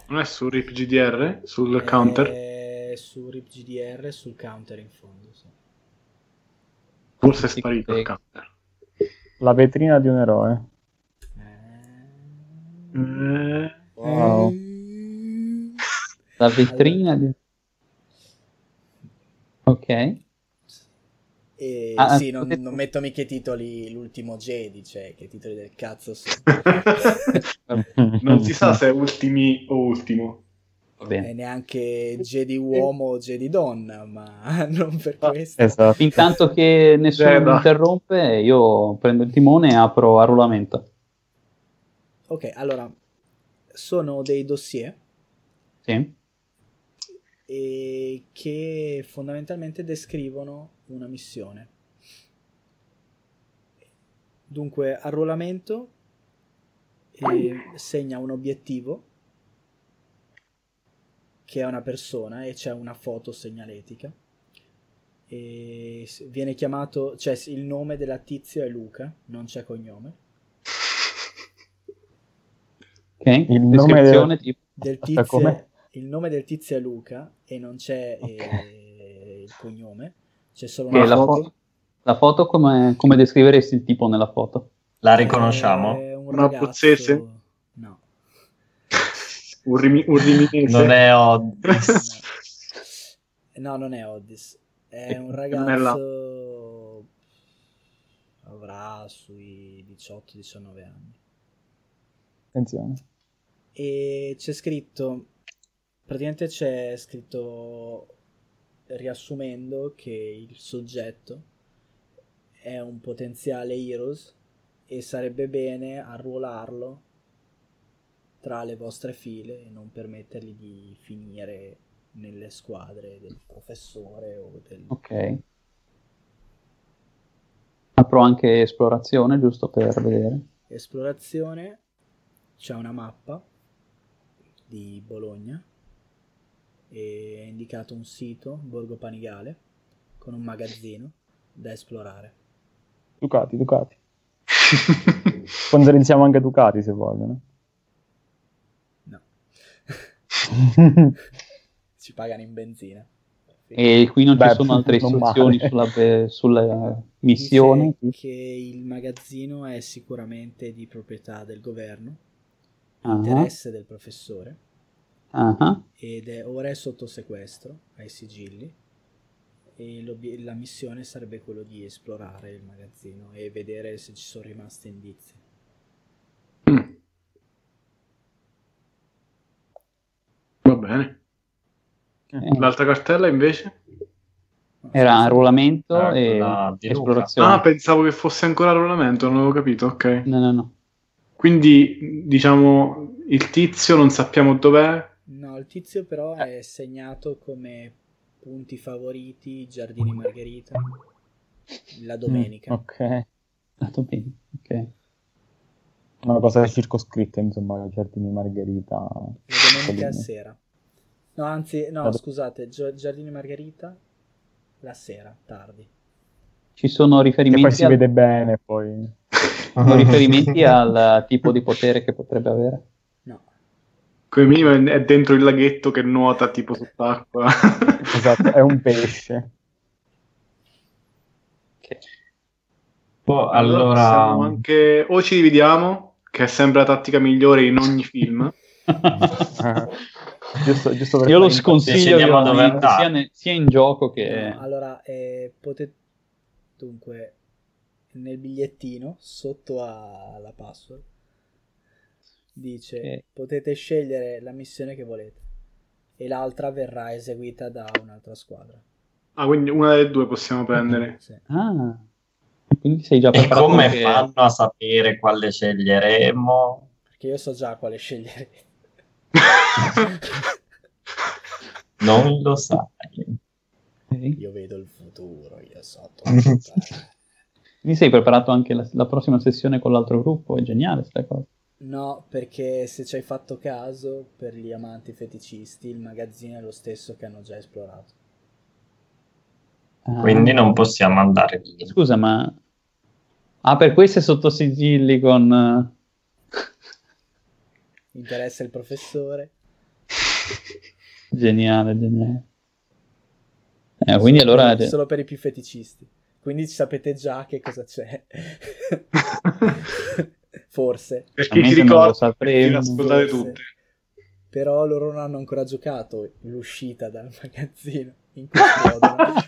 non è su RIP GDR? Sul
Eh,
counter?
su RIP GDR e sul counter in fondo. sì.
Forse è
sì,
sparito
sì.
il counter.
La vetrina di un eroe.
Eh.
Eh,
Wow.
Mm.
La vetrina di... Ok.
E
Ah,
Eh, sì, non,
potete-
non metto mica i titoli l'ultimo Jedi, cioè che titoli del cazzo sono.
Mm.
non si sa se è ultimi o ultimo.
Va
E
bene.
neanche Jedi uomo o Jedi donna, ma [laughs] non per questo.
Esatto.
Intanto che nessuno
Zero.
mi interrompe, io prendo il timone e apro arruolamento.
Ok, allora, sono dei dossier
Sì.
e che fondamentalmente descrivono una missione. Dunque, arruolamento eh, segna un obiettivo che è una persona e c'è una foto segnaletica. E s- viene chiamato, cioè s- il nome della tizia è Luca, non c'è cognome.
Ok. Il
nome
Descrizione
del-
tipo...
del
Aspetta, com'è?
tizio, il nome del tizio è Luca e non c'è eh, il cognome, c'è solo
ok,
una
la,
foto.
foto, la foto come, come descriveresti il tipo nella foto?
La riconosciamo?
È un
Una
ragazzo-
puzzese?
No.
Un, rimi- un riminese.
Non è Oddis.
Eh, No, non è Oddis. È un ragazzo...
non è là.
Avrà sui 18-19 anni.
Attenzione.
e c'è scritto praticamente c'è scritto riassumendo che il soggetto è un potenziale Heroes e sarebbe bene arruolarlo tra le vostre file e non permettergli di finire nelle squadre del professore o del...
Ok. Apro anche esplorazione, giusto per vedere.
esplorazione c'è una mappa di Bologna e è indicato un sito, Borgo Panigale, con un magazzino da esplorare.
Ducati,
[laughs]
Ducati. Sponsorizziamo anche Ducati se vogliono.
No, [laughs] ci pagano in benzina.
E qui non
Beh,
ci sono altre
non
istruzioni
male.
sulla, be- sulla
Dice
missione.
che il magazzino è sicuramente di proprietà del governo,
Ah,
interesse del professore
ah.
ed è ora è sotto sequestro ai sigilli e l'obi- la missione sarebbe quello di esplorare il magazzino e vedere se ci sono rimasti indizi.
[laughs] Mm. Va bene.
Eh,
L'altra cartella invece?
No,
Era
senza-
arruolamento
Ah,
e
quella di Luca.
esplorazione.
Ah, pensavo che fosse ancora arruolamento, non avevo capito, ok.
no, no, no.
Quindi, diciamo, il tizio non sappiamo dov'è.
No, il tizio però
Eh.
è segnato come punti favoriti Giardini Margherita la [laughs] domenica.
Mm, ok.
Dato bene, ok.
Una cosa circoscritta, insomma, la Giardini Margherita.
La domenica sera. No, anzi, no,
Vabbè.
scusate, Gio- Giardini Margherita la sera, tardi.
Ci sono
Che poi
riferimenti,
si
al,
vede bene, poi.
sono riferimenti al tipo di potere che potrebbe avere.
No.
Come minimo è- è dentro il laghetto che nuota tipo sott'acqua.
Esatto, è un
[laughs]
pesce.
Ok.
Boh,
possiamo
allora,
anche... O ci dividiamo, che è sempre la tattica migliore in ogni film.
[laughs]
[laughs]
Ah. Giusto, giusto per
Io lo
fare
sconsiglio
Decidiamo
io-
dove andare.
sia, ne- sia in gioco che...
No, allora, eh, pote- eh, dunque, nel bigliettino sotto a- alla password dice
Ok.
potete scegliere la missione che volete e l'altra verrà eseguita da un'altra squadra.
Ah, quindi una delle due
[laughs]
possiamo prendere.
Sì.
Ah, quindi sei già
E
preparato.
come
che-
fanno a sapere quale sceglieremo?
Perché io so già quale scegliere.
Non lo sai.
Ok.
Io vedo il futuro, io so
Quindi sei preparato anche la, la prossima sessione con l'altro gruppo, è geniale sta cosa.
No, perché se ci hai fatto caso, per gli amanti feticisti, il magazzino è lo stesso che hanno già esplorato.
Ah.
Quindi non possiamo andare
[laughs]
lì.
Scusa, ma... Ah, per questo è sotto sigilli con... eh,
Interessa il professore.
geniale, geniale. Eh, quindi
Solo
allora...
per- Solo per i più feticisti. Quindi sapete già che cosa
[laughs]
c'è. Forse.
Perché chi
Veramente non lo
ricorda
sapremo.
chi le ascoltate
Forse.
[laughs]
tutte.
Però loro non hanno ancora giocato l'uscita dal magazzino. In questo
[laughs]
modo.
[laughs]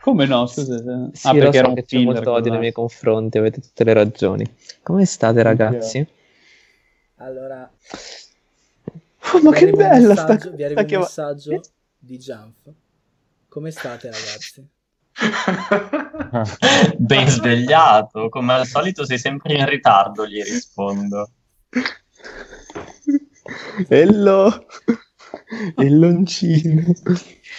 Come no? Scusa, se- Ah,
Sì, lo so che c'è
filler,
molto odio nei
scusate.
miei confronti, avete tutte le ragioni. Come state, ragazzi?
Allora,
Oh, ma
vi
che
arriva un
bella sta,
messaggio- Vi arriva
sta
un
chiamata.
messaggio di Jump. Come state ragazzi?
Ben svegliato, come al solito sei sempre in ritardo, gli rispondo.
[laughs] Ello! Il loncino.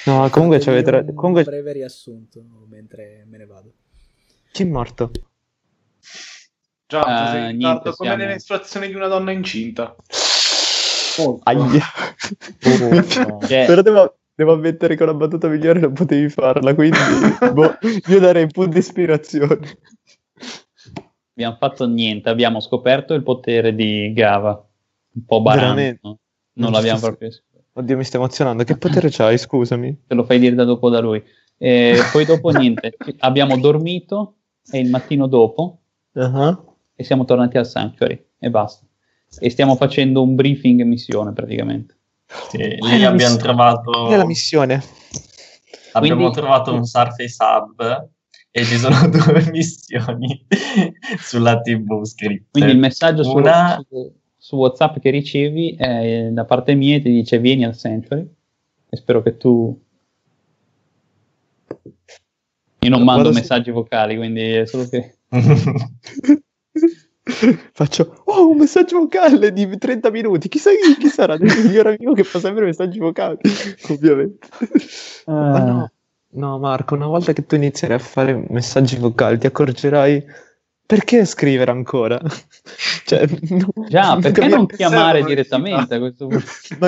No, comunque ci
Fatemi
avete... ra-
un
Comunque...
breve riassunto mentre me ne vado.
Chi è morto?
Già,
Ah,
sei
niente,
in ritardo come
siamo-
le mestruazioni di una donna incinta.
Aia.
Oh.
[laughs]
Cioè,
Però devo, devo ammettere che una battuta migliore non potevi farla, [laughs] quindi boh, io darei un punto di ispirazione.
abbiamo fatto niente, abbiamo scoperto il potere di Gava. Un po' barano.
Veramente?
no? Non
Non
l'abbiamo
so se-
proprio...
Oddio, mi sto emozionando. Che potere c'hai, scusami?
te lo fai dire da dopo da lui.
[laughs]
E poi dopo niente, abbiamo dormito e il mattino dopo
Ah.
e siamo tornati al Sanctuary e basta. E stiamo facendo un briefing missione praticamente.
Sì,
Qual è
lì
la
abbiamo
missione?
trovato,
Qual è la missione?
abbiamo
Quindi-
trovato un Surface Hub e ci sono [laughs] due missioni sulla TV scritte.
Eh,
Quindi il messaggio su,
Una-
su- su WhatsApp che ricevi è da parte mia e ti dice vieni al Sanctuary e spero che tu... Io non
Guarda
mando
se-
messaggi vocali, quindi è solo
[laughs]
che...
[laughs] Faccio oh, un messaggio vocale di 30 minuti. Chissà chi, chi sarà il miglior amico che fa sempre messaggi vocali. Ovviamente. Ah, Ma no. No, Marco, una volta che tu inizierai a fare messaggi vocali, ti accorgerai perché scrivere ancora? [laughs] cioè, no-
Già, perché
capirai-
non chiamare
servono,
direttamente a questo punto?
No,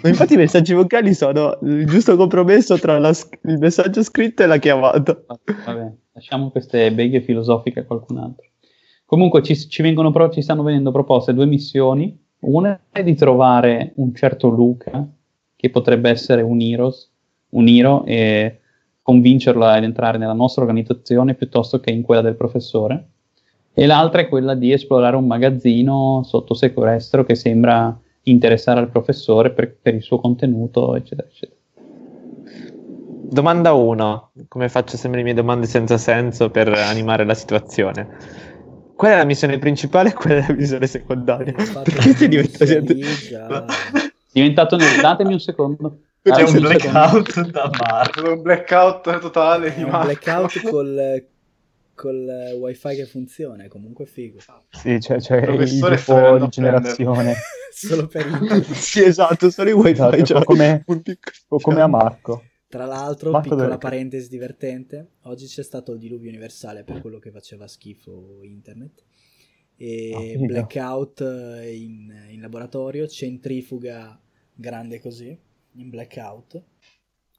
[laughs]
ma infatti i messaggi vocali sono il giusto compromesso tra la sc- il messaggio scritto e la chiamata.
Vabbè, lasciamo queste beghe filosofiche a qualcun altro. Comunque ci, ci vengono pro- ci stanno venendo proposte due missioni. Una è di trovare un certo Luca, che potrebbe essere un Heroes, un hero, e convincerlo ad entrare nella nostra organizzazione piuttosto che in quella del professore. E l'altra è quella di esplorare un magazzino sotto sequestro che sembra interessare al professore per- per il suo contenuto, eccetera, eccetera.
Domanda 1, come faccio sempre le mie domande senza senso per animare la situazione. Qual è la missione principale e qual è la missione secondaria?
Infatti,
[laughs] Perché ti diventa
lì
[laughs]
già-
diventato nel... datemi un secondo
C'è
Datemi
un
un secondo.
blackout da
È
Marco.
stato un blackout totale
È
di
un
Marco.
blackout col, col eh, wifi che funziona, è comunque figo.
Sì, c'è, c'è il
professore sta
gruppo
venendo
di
a prendere.
generazione.
Solo per internet.
Sì, esatto, sono i wifi.
Esatto, un po'
cioè, [laughs]
come-
un piccolo- cioè.
O come a Marco.
Tra l'altro,
Basta
piccola
delle-
parentesi divertente, oggi c'è stato il diluvio universale per quello che faceva schifo internet.
Ah,
E
figa.
blackout eh, in, in laboratorio, centrifuga grande così, in blackout.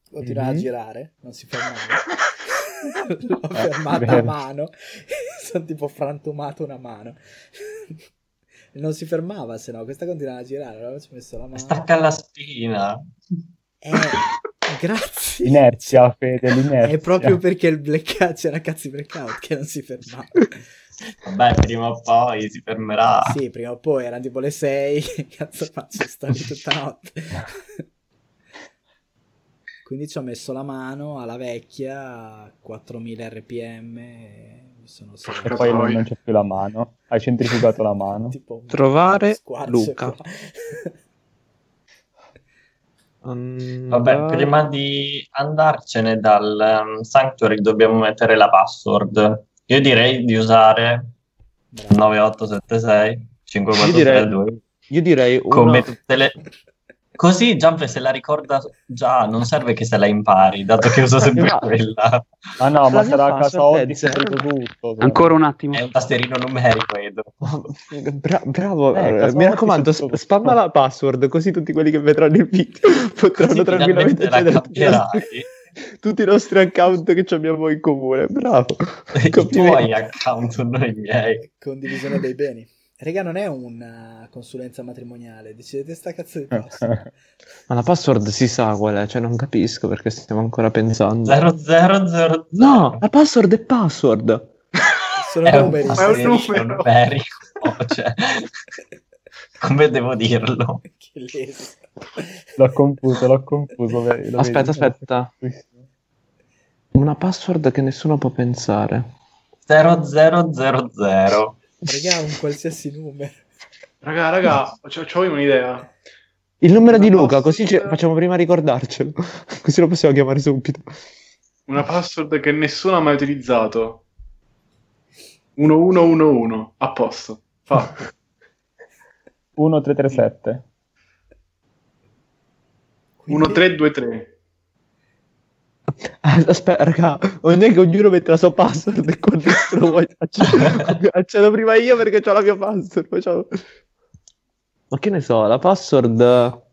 Continua a
Mhm.
girare, non si fermava.
[laughs]
L'ho
Eh,
fermata a
vero.
mano, [laughs] sono tipo frantumato una mano. [laughs] Non si fermava, se no questa continuava a girare. Allora ci ho messo la mano.
Stacca la spina.
Eh, grazie.
Inerzia, Fede, l'inerzia.
È proprio perché il blackout c'era cazzi blackout che non si fermava.
Vabbè, prima o poi si fermerà.
Ah.
Sì, prima o poi erano tipo le [laughs]
[laughs]
6. Cazzo faccio stare tutta notte. Quindi ci ho messo la mano alla vecchia a 4000 rpm e mi sono
E
salvato.
poi
Poi-
non c'è più la mano. Hai centrifugato la mano.
Tipo un
Trovare
squarcio
Luca.
qua.
Mm,
Vabbè, prima di andarcene dal um, Sanctuary dobbiamo mettere la password. Io direi di usare
Bravo.
9876 5432
Io direi una...
come tutte le... Eh, Così Giampe se la ricorda già, non serve che se la impari, dato che uso sempre
Esatto.
quella.
Ah no,
La
ma
mia
sarà a casa
password è
oggi scoprito tutto. [laughs]
Ancora un attimo.
È un tasterino numerico, Edo.
[laughs] Bra- bravo,
Eh,
eh,
casomai
mi raccomando,
tutto-
sp- spamma la password così tutti quelli che vedranno il [laughs] video potranno
Così
tranquillamente
finalmente la
accedere a tutti i nostri-
cambierai.
tutti i nostri account che abbiamo in comune. Bravo,
I
complimenti.
tuoi account, non i miei.
Condivisione dei beni. Raga, non è una consulenza matrimoniale, decidete sta cazzo di
[laughs]
passo.
Ma la password si sa qual è, cioè non capisco perché stiamo ancora pensando.
0000.
No, la password è password.
Sono
è un
numeri.
È un
tasterino
numero.
numerico, cioè, come devo dirlo?
che lesa.
L'ho confuso, l'ho confuso. ve- lo vedi?
Aspetta, aspetta. Una password che nessuno può pensare.
0000.
Raga, un qualsiasi numero.
Raga, raga, c'ho, c'ho io un'idea.
Il numero di
Una
Luca, così ci-
password-
facciamo prima a ricordarcelo. [laughs] Così lo possiamo chiamare subito.
Una password che nessuno ha mai utilizzato. 1111, a posto. Fatto.
1337.
Quindi-
1323.
[laughs] Aspetta, raga, non è che ognuno mette la sua password e con nessuno [laughs] vuoi accedo, accedo prima io perché ho la mia password. poi c'ho- Ma che ne so, la password...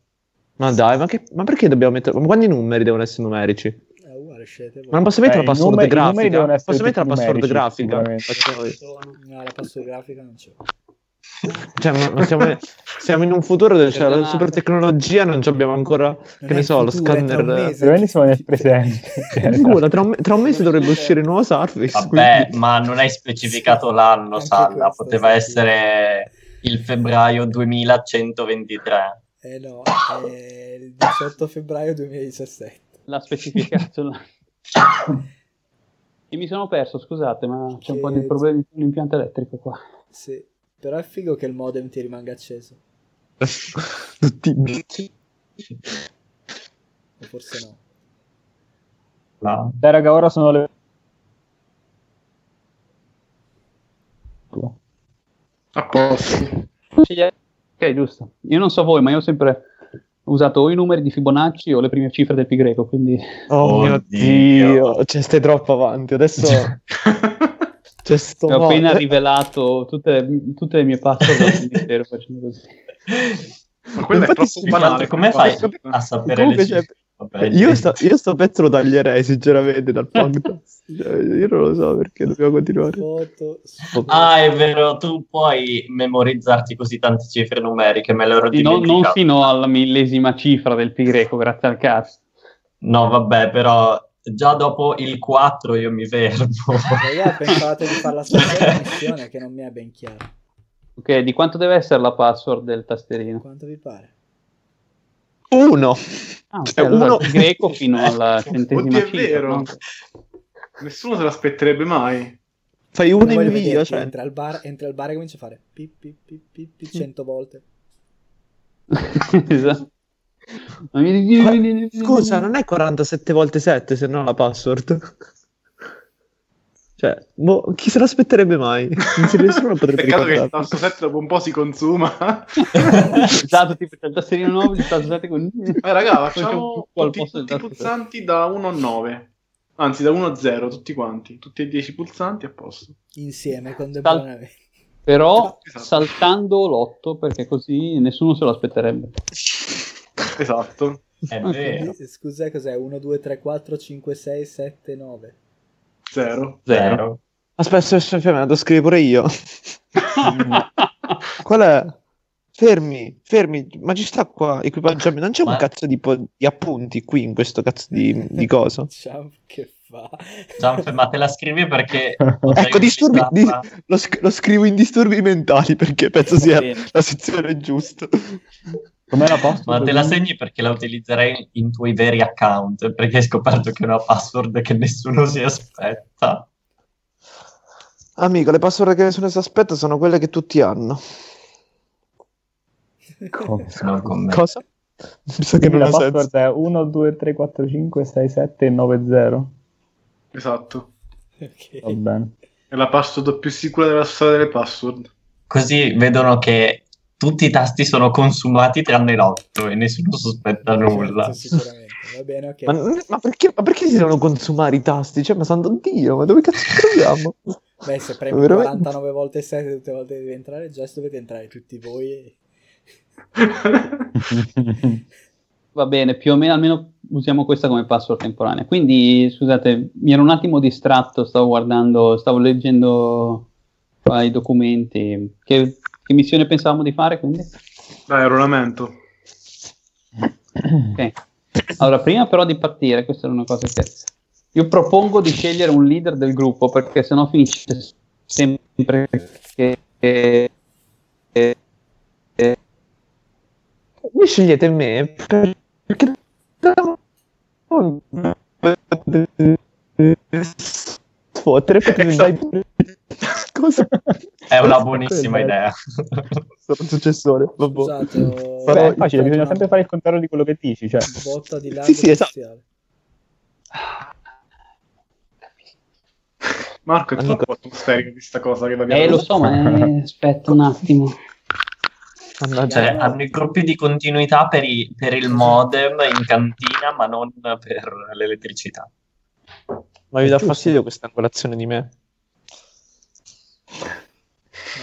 Ma dai, ma, che- ma perché dobbiamo mettere... Ma quanti numeri devono essere numerici?
È ah, uguale, scegliete voi.
Ma non posso mettere
Eh,
la
i
password
numeri- i numeri devono
grafica?
essere
Posso mettere la
tutti numerici,
password grafica?
sicuramente.
Facciamo-
No, la passo grafica non c'è.
Cioè, ma- ma siamo, siamo in un futuro dove c'è la
Perdonate.
super tecnologia, non ci abbiamo ancora...
Non
Che
è
ne
il
so, lo
futuro, è tra un
scanner...
mese.
Giovanni sono nel
[laughs]
presente.
Scusa, tra, un me- tra un mese dovrebbe uscire il nuovo Surface.
Vabbè,
quindi-
ma non hai specificato
Sì,
l'anno,
anche
Salla,
questo,
poteva
sì.
essere il febbraio 2123.
Eh no, è il 18 febbraio 2017.
L'ha [laughs] specificato. la- e mi sono perso, scusate, ma c'è un po' di
Che-
problemi con l'impianto elettrico qua.
Sì, però è figo che il modem ti rimanga acceso.
Tutti-
O forse no.
No.
Dai raga, ora sono le...
A posto.
Sì, eh, Ok, giusto. Io non so voi, ma io ho sempre usato o i numeri di Fibonacci o le prime cifre del pi greco, quindi
Oh mio
Oddio.
dio, cioè stai troppo avanti. Adesso
[laughs]
c'è
Oh,
sto eh,
ho appena
eh.
modo.
rivelato tutte, tutte le mie password al
[laughs]
cimitero facendo così.
Ma quello
Infatti
è
sì,
troppo banale.
come fai Ah,
questa
a
cosa.
sapere
Comunque,
le
cioè,
cifre? Vabbè,
Io sto, io sto pezzo lo taglierei sinceramente dal
[laughs]
podcast. Cioè, Io non lo so perché dobbiamo continuare.
Oh. Foto su-
Ah, è vero, tu puoi memorizzarti così tante cifre numeriche, me le ero
Sì, no- non
dimenticato.
fino alla millesima cifra del pi greco, grazie al cazzo.
No, vabbè, però già dopo il 4 io mi
[laughs]
fermo.
Raga, Eh, pensavate di
[laughs]
farla
[laughs]
stasera la missione che non mi è ben chiaro.
Ok, di quanto deve essere la password del tasterino?
Quanto vi pare?
Uno.
Ah, ok,
Cioè,
allora,
uno-
pi greco fino alla centesima
Eh, [laughs] Oddio, è
cifra.
vero.
no?
Nessuno se l'aspetterebbe mai.
Fai uno in
Voglio
invio,
vederti,
cioè.
entra, al bar, entra al bar e comincia a fare pi pi pi pi pi cento volte.
[laughs] esatto.
Ma- Scusa, non è 47 volte 7 se no la password. [laughs] Cioè, boh, chi se l'aspetterebbe mai? Non si- Nessuno lo potrebbe
Peccato che il
ricordare.
tasto 7 dopo un po' si consuma.
esatto, tipo c'è il tasterino nuovo, il tasto sette
[laughs]
con...
Eh, raga,
Poi c'è un
facciamo
puppo al
tutti,
posto del
tutti i
tasto
pulsanti da 1 a 9. Anzi, da 1 a 0, tutti quanti. Tutti e 10 pulsanti a posto.
Insieme, contemporaneamente.
Però
Esatto.
saltando l'otto, perché così nessuno se lo
[laughs]
aspetterebbe.
Esatto.
È [laughs]
Ok.
vero.
Quindi, Scusa, cos'è? 1, 2, 3, 4, 5, 6, 7, 9.
0.
Zero.
Aspetta, aspetta, aspetta, aspetta, me la devo scrivere pure io. Qual è? Fermi, fermi, ma ci sta qua equipaggiamento. Non c'è un
Ma-
cazzo di, po- di appunti qui in questo cazzo di,
[laughs]
[laughs]
di cosa.
Jump che fa?
Gianfe, ma te la scrivi
[laughs]
perché...
Ecco, disturbi, di- lo, sc- lo scrivo in disturbi mentali perché penso
Va
sia
bene.
la sezione giusta.
Come la posto?
Ma te la segni perché la utilizzerei in tuoi veri account, perché hai scoperto che è una password che nessuno si aspetta.
Amico, le password che nessuno si aspetta sono quelle che tutti hanno.
[laughs] Sono con me.
Cosa? Mi sa che non
la
ha senso.
password è 1, 2, 3, 4, 5, 6, 7, 9, 0.
Esatto.
Va
[laughs] Ok.
bene.
È la password più sicura della storia delle password.
[laughs]
Così vedono che tutti i tasti sono consumati tranne l'otto e nessuno sospetta nulla.
Certo, Sicuramente. Va bene, ok.
Ma, ma perché, ma perché si devono consumare i tasti? Cioè, ma santo Dio, ma dove cazzo ci troviamo?
Beh, se premi
Veramente.
49 volte 7 tutte le volte che devi entrare, già se dovete entrare tutti voi. e-
Va bene, più o meno, almeno usiamo questa come password temporanea. Quindi, scusate, mi ero un attimo distratto, stavo guardando, stavo leggendo qua i documenti. Che, che missione pensavamo di fare, quindi?
Dai, aeronamento.
Ok. Allora, prima però di partire, questa era una cosa che... Io propongo di scegliere un leader del gruppo, perché sennò finisce sempre che... che- che- che-
Voi scegliete me per- perché sfottere per dai cosa
Esatto. È una buonissima idea.
sono un successore vabbè.
Scusate, ho...
Però
Vabbè,
ho
è facile,
buttato
bisogna
una
sempre fare il contrario di quello che dici. Cioè,
Botta di lago
Sì, sì, esatto.
industriale.
Marco, è
Amico.
troppo atmosferica questa cosa che l'abbiamo
Eh, lo so,
[laughs]
ma eh, aspetta un attimo.
Mannaggia.
Cioè, hanno i gruppi di continuità per, i- per il modem in cantina, ma non per l'elettricità.
ma vi dà fastidio questa angolazione di me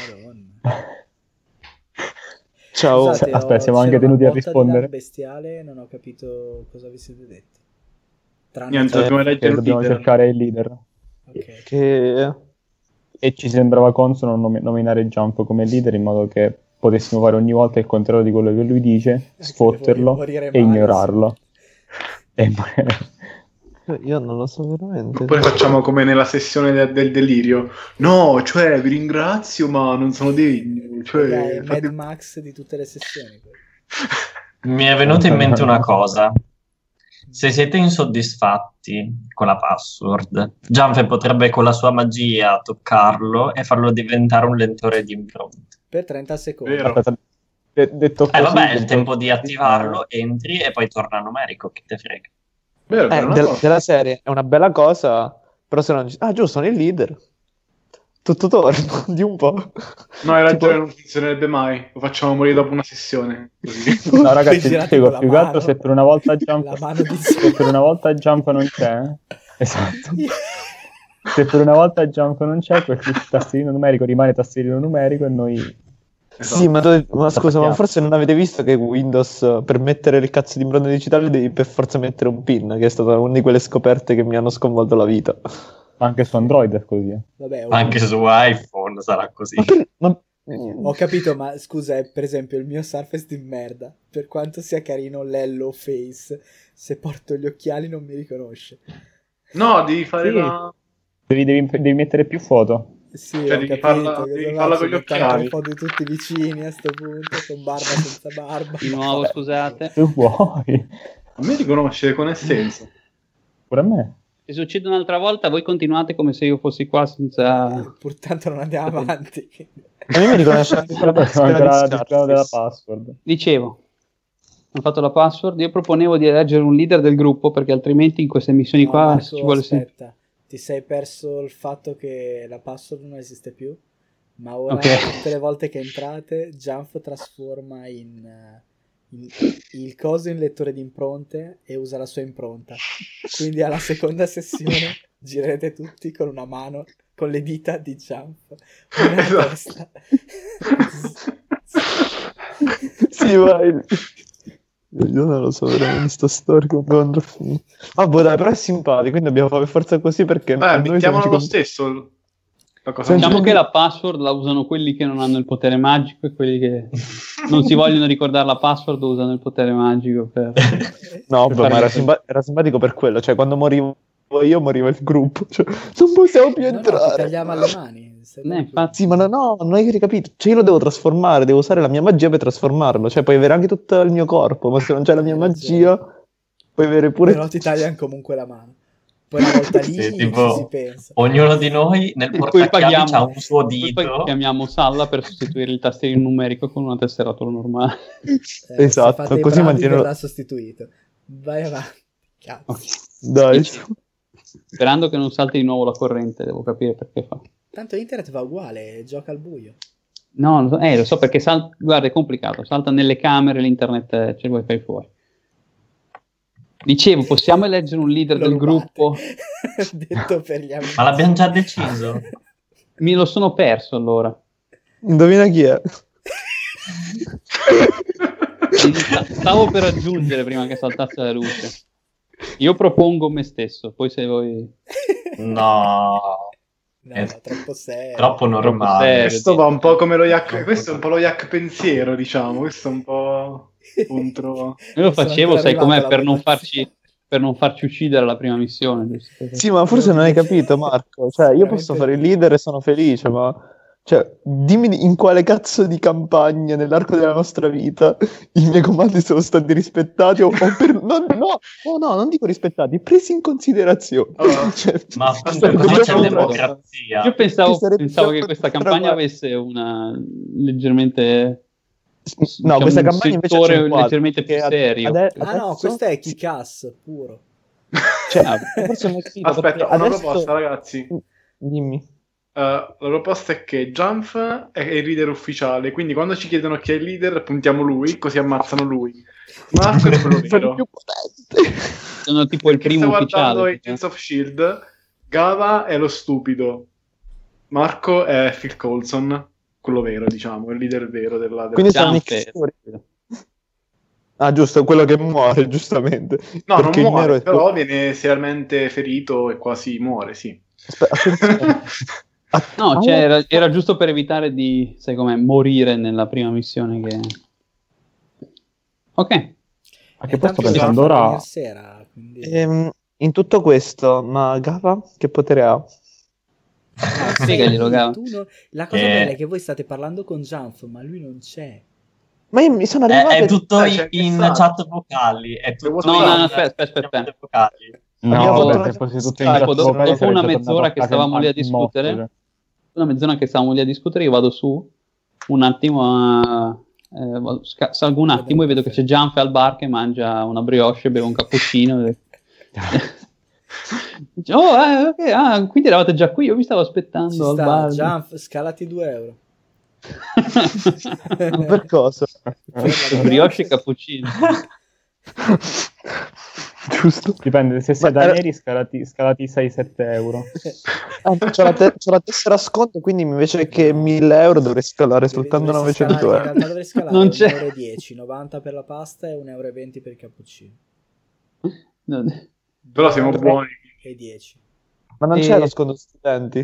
Madonna.
ciao
Scusate,
Aspetta,
ho-
siamo anche
c'era
tenuti
una
a
botta di
rispondere.
lago bestiale, non ho capito cosa vi siete detti. Tranne
Niente,
che-
dobbiamo
che
leggere il
dobbiamo
leader.
cercare il leader.
ok.
che
E ci sembrava consono nom- nominare Jump come leader in modo che potessimo fare ogni volta il contrario di quello che lui dice, sfotterlo
Morire male,
e ignorarlo. E [laughs] morire-
io non lo so veramente
Oppure facciamo come nella sessione de- del delirio. No, cioè, vi ringrazio, ma non sono degno.
sì. Dai,
Cioè,
è Mad
fate-
Max di tutte le sessioni.
Mi è venuta in mente una cosa. Se siete insoddisfatti con la password, Gianfe potrebbe con la sua magia toccarlo e farlo diventare un lentore di impronte.
Per 30 secondi.
Vero.
Aspetta, de- detto
Eh
così,
vabbè, è il
detto-
tempo di attivarlo, entri e poi torna numerico, che te frega.
Vero,
Eh,
vero, no?
del- della serie è una bella cosa però se non ah giusto sono il leader tutto torno [laughs] di un po'
No, hai
Tipo-
ragione, non funzionerebbe mai. Lo facciamo morire dopo una sessione. Così.
No,
Sei
ragazzi, vi
girato con
spiego
la
più che altro
mano.
se per una volta Jump
La mano di
se per una volta Jump non c'è. [laughs] Esatto. Se per una volta Jump non c'è, quel tastierino numerico rimane tastierino numerico e noi
Sì, ma, dove- ma scusa, ma
sappiamo.
forse non avete visto che Windows eh, per mettere il cazzo di impronta digitale devi per forza mettere un PIN, che è stata una di quelle scoperte che mi hanno sconvolto la vita.
anche su Android è così.
[laughs]
eh.
Vabbè, ho-
Anche su iPhone sarà così.
Ma, per- ma-
Ho capito, ma scusa, eh, per esempio il mio Surface di merda, per quanto sia carino l'Hello Face, se porto gli occhiali non mi riconosce.
No, devi fare
Sì.
la...
Devi, devi- devi mettere più foto.
Sì,
Cioè,
ho
devi
capito,
farla-
cosa
devi
faccio?
farla con gli
Mettere
occhiali.
Un po' di tutti vicini a sto punto, con barba senza barba.
Di nuovo, scusate.
Se vuoi.
A me riconoscere con [laughs] essenza.
[laughs] Pure a me.
Se succede un'altra volta, voi continuate come se io fossi qua senza...
Eh, Purtanto non andiamo avanti.
a me
[laughs]
mi riconosce anche
Ancora
la maschera di
ancora
Scarface.
discorso della password.
Dicevo, ho fatto la password, io proponevo di eleggere un leader del gruppo, perché altrimenti in queste missioni
No,
qua
Marco,
ci vuole sempre...
aspetta, ti sei perso il fatto che la password non esiste più, ma ora
Ok.
tutte le volte che entrate, Jump trasforma in, eh, in- il coso in lettore di impronte e usa la sua impronta. Quindi alla seconda
[laughs]
sessione girerete tutti con una mano, con le dita di Jump, una a
Esatto.
testa.
Sì, ma il- Io non lo so veramente, sto storico. come andrà a finire. Ah, boh, dai, però è simpatico, quindi dobbiamo fare forza così perché...
Beh,
noi
mettiamolo
siamo-
lo stesso. La cosa
Senti-
Diciamo
non-
che la password la usano quelli che non hanno il potere magico e quelli che non si vogliono ricordare la password usano il potere magico per...
No,
Per
beh, ma
farlo.
era, simpa- era simpatico per quello, cioè quando morivo io moriva il gruppo, cioè, non possiamo più
No, no, ti
entrare.
tagliamo alle mani. Stai
Eh,
tranquillo.
infatti.
Sì, ma no, no, non avete capito. Cioè, io lo devo trasformare, devo usare la mia magia per trasformarlo. Cioè, puoi avere anche tutto il mio corpo, ma se non c'è la mia magia, puoi avere pure.
Però ti tagliano comunque la mano. Poi una
[laughs]
volta lì
Sì,
ci
tipo-
si pensa. Eh,
Ognuno di noi nel
E poi
portachiavi
paghiamo-
ha un suo
Poi poi
dito.
chiamiamo Salla per sostituire il tastierino numerico con una tesseratura normale.
Eh,
esatto,
se fate i
così
bravi
mantiene-
verrà sostituito. Vai avanti. Cazzo.
Dai,
Dici. Sperando che non salti di nuovo la corrente, devo capire perché fa.
Tanto internet va uguale, gioca al buio.
No, lo so- eh, lo so perché sal- guarda, è complicato. Salta nelle camere, l'internet eh, c'è il wifi fuori. Dicevo, possiamo eleggere un leader
Lo
del
rubate.
gruppo?
[laughs] Detto per gli amici.
Ma l'abbiamo
[laughs]
già deciso.
Mi lo sono perso allora.
indovina chi è.
Stavo per aggiungere prima che saltasse la luce. Io propongo me stesso, poi se voi...
No,
No,
Eh,
troppo serio.
troppo normale.
serio.
Questo va un po' come lo yak,
Troppo
questo è un po' lo yak pensiero, diciamo, questo è un po'
[laughs]
contro...
Io
Sono
lo facevo,
ancora
sai
arrivato
com'è,
alla
per non,
votazione.
farci, per non farci uccidere la prima missione. giusto?
Sì, ma forse non hai capito, Marco. Cioè, io posso
Sicuramente
fare il
no.
leader e sono felice, ma. Cioè, dimmi di- in quale cazzo di campagna nell'arco della nostra vita i miei comandi sono stati rispettati o, o per... no, no, no, no, non dico rispettati, presi in considerazione.
Allora,
[laughs] Cioè,
Ma appunto
sto-
diciamo
Aspetta,
così
dobbiamo
c'è
facciamo
trovare-
una cosa.
democrazia.
Io pensavo,
ah, Ci sarebbe
pensavo
già
che questa
potuto
campagna
trovare-
avesse una leggermente...
No,
diciamo,
questa
un
campagna invece
settore
c'è un quadro,
leggermente più
perché ad-
serio.
ade-
Ah no,
adesso-
questo è Kikas puro.
cioè,
Ah,
forse non è finito,
Aspetta,
perché
una
adesso-
proposta, ragazzi.
Dimmi.
Eh, la proposta è che Jump è il leader ufficiale, quindi quando ci chiedono chi è il leader, puntiamo lui, così ammazzano lui. Marco è quello
Sono
vero.
più potente.
Sono tipo il
Perché
primo
sta guardando
ufficiale.
Agents of Shield, Gava è lo stupido, Marco è Phil Coulson, quello vero, diciamo, il leader vero della... della-
Quindi sono
Jumper.
Nick Fury. Ah, giusto, quello che muore, giustamente.
No, non
perché il nero
muore,
è-
però viene seriamente ferito e quasi muore, sì.
Aspe- attenzione. Att-
No,
Ah,
cioè, era, era giusto per evitare di, sai com'è, morire nella prima missione che... Ok,
Ma
Eh,
che poi
tanto
sto
io
pensando
l'ho fatto
ora...
ieri sera, quindi-
Eh,
ehm, in tutto questo, ma Gava che potere ha?
Ah, sei
spiegaglielo,
lì,
Gava.
tu non- La cosa
Eh.
bella è che voi state parlando con Janf, ma lui non c'è.
Ma io mi sono
È,
arrivato...
è tutto
Eh, c'è il
in
messaggio.
chat vocali. È tutto
No,
in-
no, no,
aspetta, aspetta, aspetta.
chiamate vocali.
Abbiamo
No,
fatto
vabbè, se fosse tutto in
Ah,
chat
dopo- dopo
vocale sarei
una
già tornato
mezz'ora
a
che
casa
stavamo lì a
in morte.
discutere. una mezz'ora che stavamo lì a discutere, io vado su un attimo a... eh, vado- sca- salgo un attimo e vedo che c'è Gianfe al bar che mangia una brioche, beve un cappuccino. e- Dice, oh, eh, ok, ah, quindi eravate già qui, io vi stavo aspettando
Ci
al
sta,
bar.
Janf, scalati 2 euro.
Ma Per cosa?
[laughs] brioche e cappuccino.
Giusto.
Dipende, se sei
Ma
da
era-
neri scalati, scalati 6-7
[laughs]
euro.
Ah, c'ho, la te- c'ho la tessera a sconto, quindi invece che 1000 euro dovrei scalare soltanto
Dovresti
900
scalare, In
euro.
realtà dovrei scalare
Non
non
c'è.
10, 90 per la pasta e 1,20 euro per il cappuccino.
Non-
Però siamo buoni.
E 10.
Ma non
E-
c'è lo sconto studenti?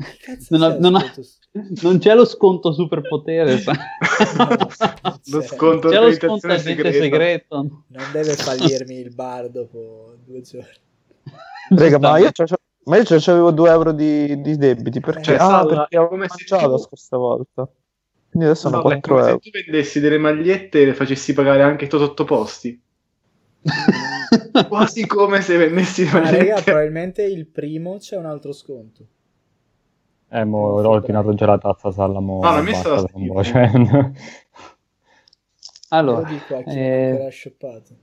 Che Cazzo
Non ho-
c'è
non ho-
Scotus?
Non c'è lo sconto superpotere, sa.
[laughs]
[laughs]
No,
Lo
c'è.
sconto
c'è lo sconto
organizzazione
agente
segreta.
segreto.
Non deve fallirmi il bar dopo due
[laughs]
giorni.
Raga, ma io, c'ho- ma io c'ho- c'avevo 2 euro di, di debiti perché,
Cioè,
Eh,
ah,
Salla,
perché avevo
come se
mangiato la
tu-
scorsa volta. Quindi adesso sono
No, beh,
4
come
euro.
Se tu vendessi delle magliette e le facessi pagare anche i tuoi
[laughs]
sottoposti. Quasi come se vendessi
Eh,
le
Ma raga,
magliette.
probabilmente il primo c'è un altro sconto.
Eh, mo, ho ordinato già la tazza salla, mo,
No, non mi stava
non
sentendo.
boh, cioè,
[laughs] allora,
Lo dico a chi non
eh,
è ancora shoppato.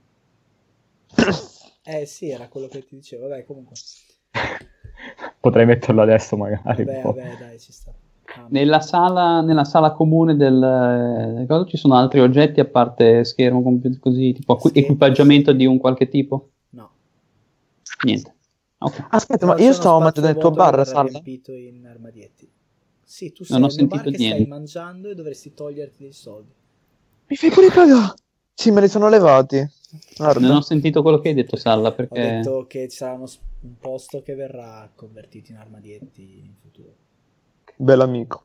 Eh sì, era quello che ti dicevo. Vabbè, comunque.
[laughs] potrei metterlo adesso magari.
Vabbè,
boh.
vabbè, dai, ci sta. Ah,
Nella sala, nella sala comune del eh, cosa, ci sono altri oggetti a parte schermo, computer, così, tipo acqui-
Schermo,
equipaggiamento
sì.
di un qualche tipo?
No.
Niente. Ok.
Aspetta,
No,
ma
c'è
io
uno
stavo
spazio
mangiando il tuo
vuoto che
bar,
verrà
Salla.
riempito in armadietti. Sì, tu sei
Non ho
nel mio bar
sentito
che stai
niente.
mangiando e dovresti toglierti dei soldi.
Mi fai pure cagare. Sì, me li sono levati. Guarda.
Non ho sentito quello che hai detto, Salla,
Ho
perché
detto che ci sarà uno s- un posto che verrà convertito in armadietti in futuro.
Bell'amico.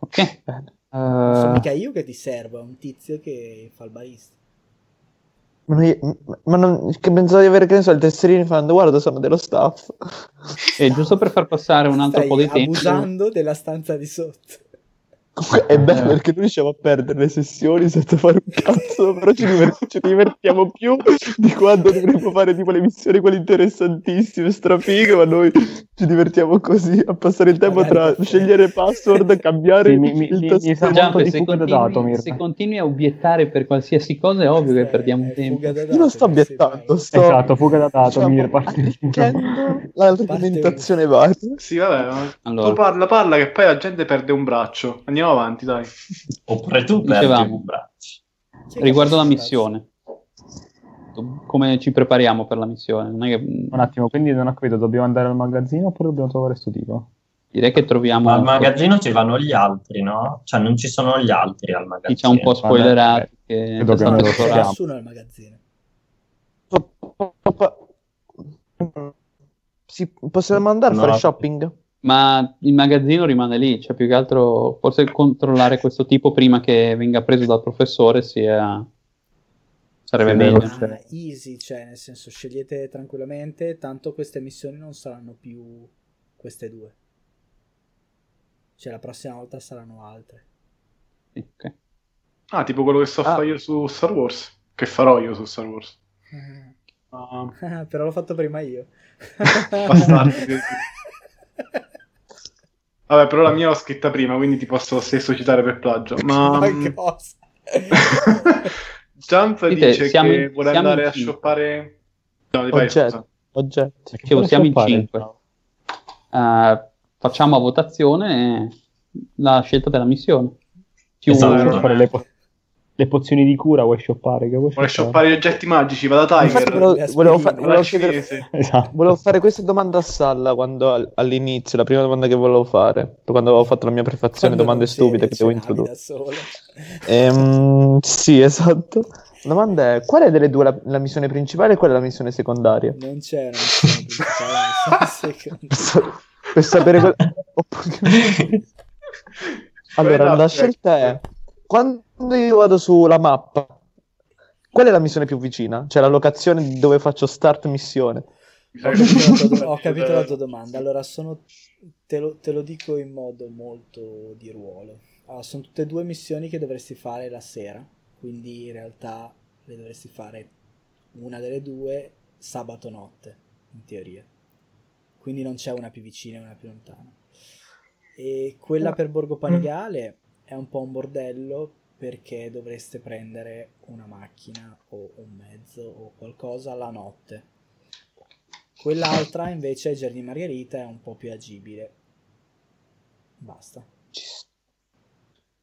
Ok.
Bene.
Eh,
Non sono mica io che ti servo, è un tizio che fa il barista.
Ma non, ma non- che pensavo di avere, che ne so, il tesserino fanno, guarda, sono dello staff. [laughs]
E Eh, giusto per far passare un altro
Stai
po' di tempo,
abusando della stanza di sotto.
Comunque è bello
Eh.
perché noi riusciamo a perdere le sessioni senza fare un cazzo, però ci, diver- ci divertiamo più di quando dovremmo fare tipo le missioni quelle interessantissime, strafighe, ma noi ci divertiamo così a passare il tempo tra scegliere password, cambiare
Sì, mi- mi-
il
mi- mi
tasto.
sa-
Giamp,
molto di
se,
fuga da
continui,
dato, Mirko.
se continui a obiettare per qualsiasi cosa è ovvio che
Questa è-
perdiamo
è
tempo.
eh, fuga da
Io non
date,
sto
perché si
obiettando,
parla-
sto...
Esatto, fuga da dato,
diciamo,
Mir, parti.
arricchendo l'argomentazione varia.
Sì, vabbè, ma...
Allora.
tu parla, parla che poi la gente perde un braccio. Andiamo avanti, dai.
Oppure tu perdi
Dicevamo.
un braccio.
Chi è che
Riguardo la
fa sta-
missione, come ci prepariamo per la missione? Non è che-
[laughs]
mm,
Un attimo, quindi non ho capito, dobbiamo andare al magazzino oppure dobbiamo trovare sto tipo?
direi che troviamo
Ma al magazzino ci vanno gli altri, no? Cioè non ci sono gli altri al magazzino.
chi ci ha un po'
[laughs]
Vabbè,
spoilerato.
beh,
Che
che dobbiamo
pensavo
lo
Non
fosse-
c'è
sappiamo.
nessuno al magazzino.
Si, possiamo andare a
No.
fare shopping?
Ma il magazzino rimane lì, cioè più che altro forse controllare questo tipo prima che venga preso dal professore sia... sarebbe
Sì,
meglio.
vero.
Ah, easy, cioè nel senso scegliete tranquillamente, tanto queste missioni non saranno più queste due. Cioè la prossima volta saranno altre.
Sì, ok.
Ah, tipo quello che so
Ah.
fare io su Star Wars. Che farò io su Star Wars.
Mm.
Ah,
Ah, [laughs] Però l'ho fatto prima io.
Bastardo,
[laughs]
sì, Vabbè, però la mia l'ho scritta prima, quindi ti posso lo stesso citare per plagio.
[laughs]
Ma
Um.
mm,
Ma
[laughs]
[laughs]
cosa?
Jump
Dite,
dice
siamo
che
in-
vuole
siamo
andare
in
a
cinque.
shoppare. No, di
Oggetti, oggetti.
Che
Cioè,
cosa
siamo in
fare?
5. facciamo a votazione la scelta della missione. Più
Esatto.
Vuoi
no,
fare
no.
le, po- le pozioni di cura, vuoi shoppare? Che vuoi
Vuole
shoppare?
shoppare gli oggetti magici, va da
Infatti
Tiger.
volevo,
aspirine,
volevo fa-
la
va
volevo
da
chiedere-
[laughs] cinese.
Esatto.
volevo fare questa domanda a Salla quando al- all'inizio, la prima domanda che volevo fare, quando avevo fatto la mia prefazione,
Quando
domande
non c'eri,
stupide che devo
cenavi
introdurre.
da solo.
[laughs] Ehm, sì, esatto. La domanda è, qual è delle due la, la missione principale e qual è la missione
[laughs]
secondaria?
Non c'era una missione principale, una missione secondaria.
Per, sa- per sapere... qual- Oppure- Allora,
Quella-
la scelta è quando io vado sulla mappa, qual è la missione più vicina? Cioè la locazione dove faccio start missione.
Mi sa
Ho
che-
capito
[laughs]
la tua do- [laughs] ho capito la tua domanda. Eh, Allora, sono, te, lo, te lo dico in modo molto di ruolo. Allora, sono tutte e due missioni che dovresti fare la sera, quindi in realtà le dovresti fare una delle due sabato notte, in teoria. Quindi non c'è una più vicina e una più lontana. E quella per Borgo Panigale è un po' un bordello perché dovreste prendere una macchina o un mezzo o qualcosa la notte. Quell'altra invece, Giardini Margherita, è un po' più agibile. Basta.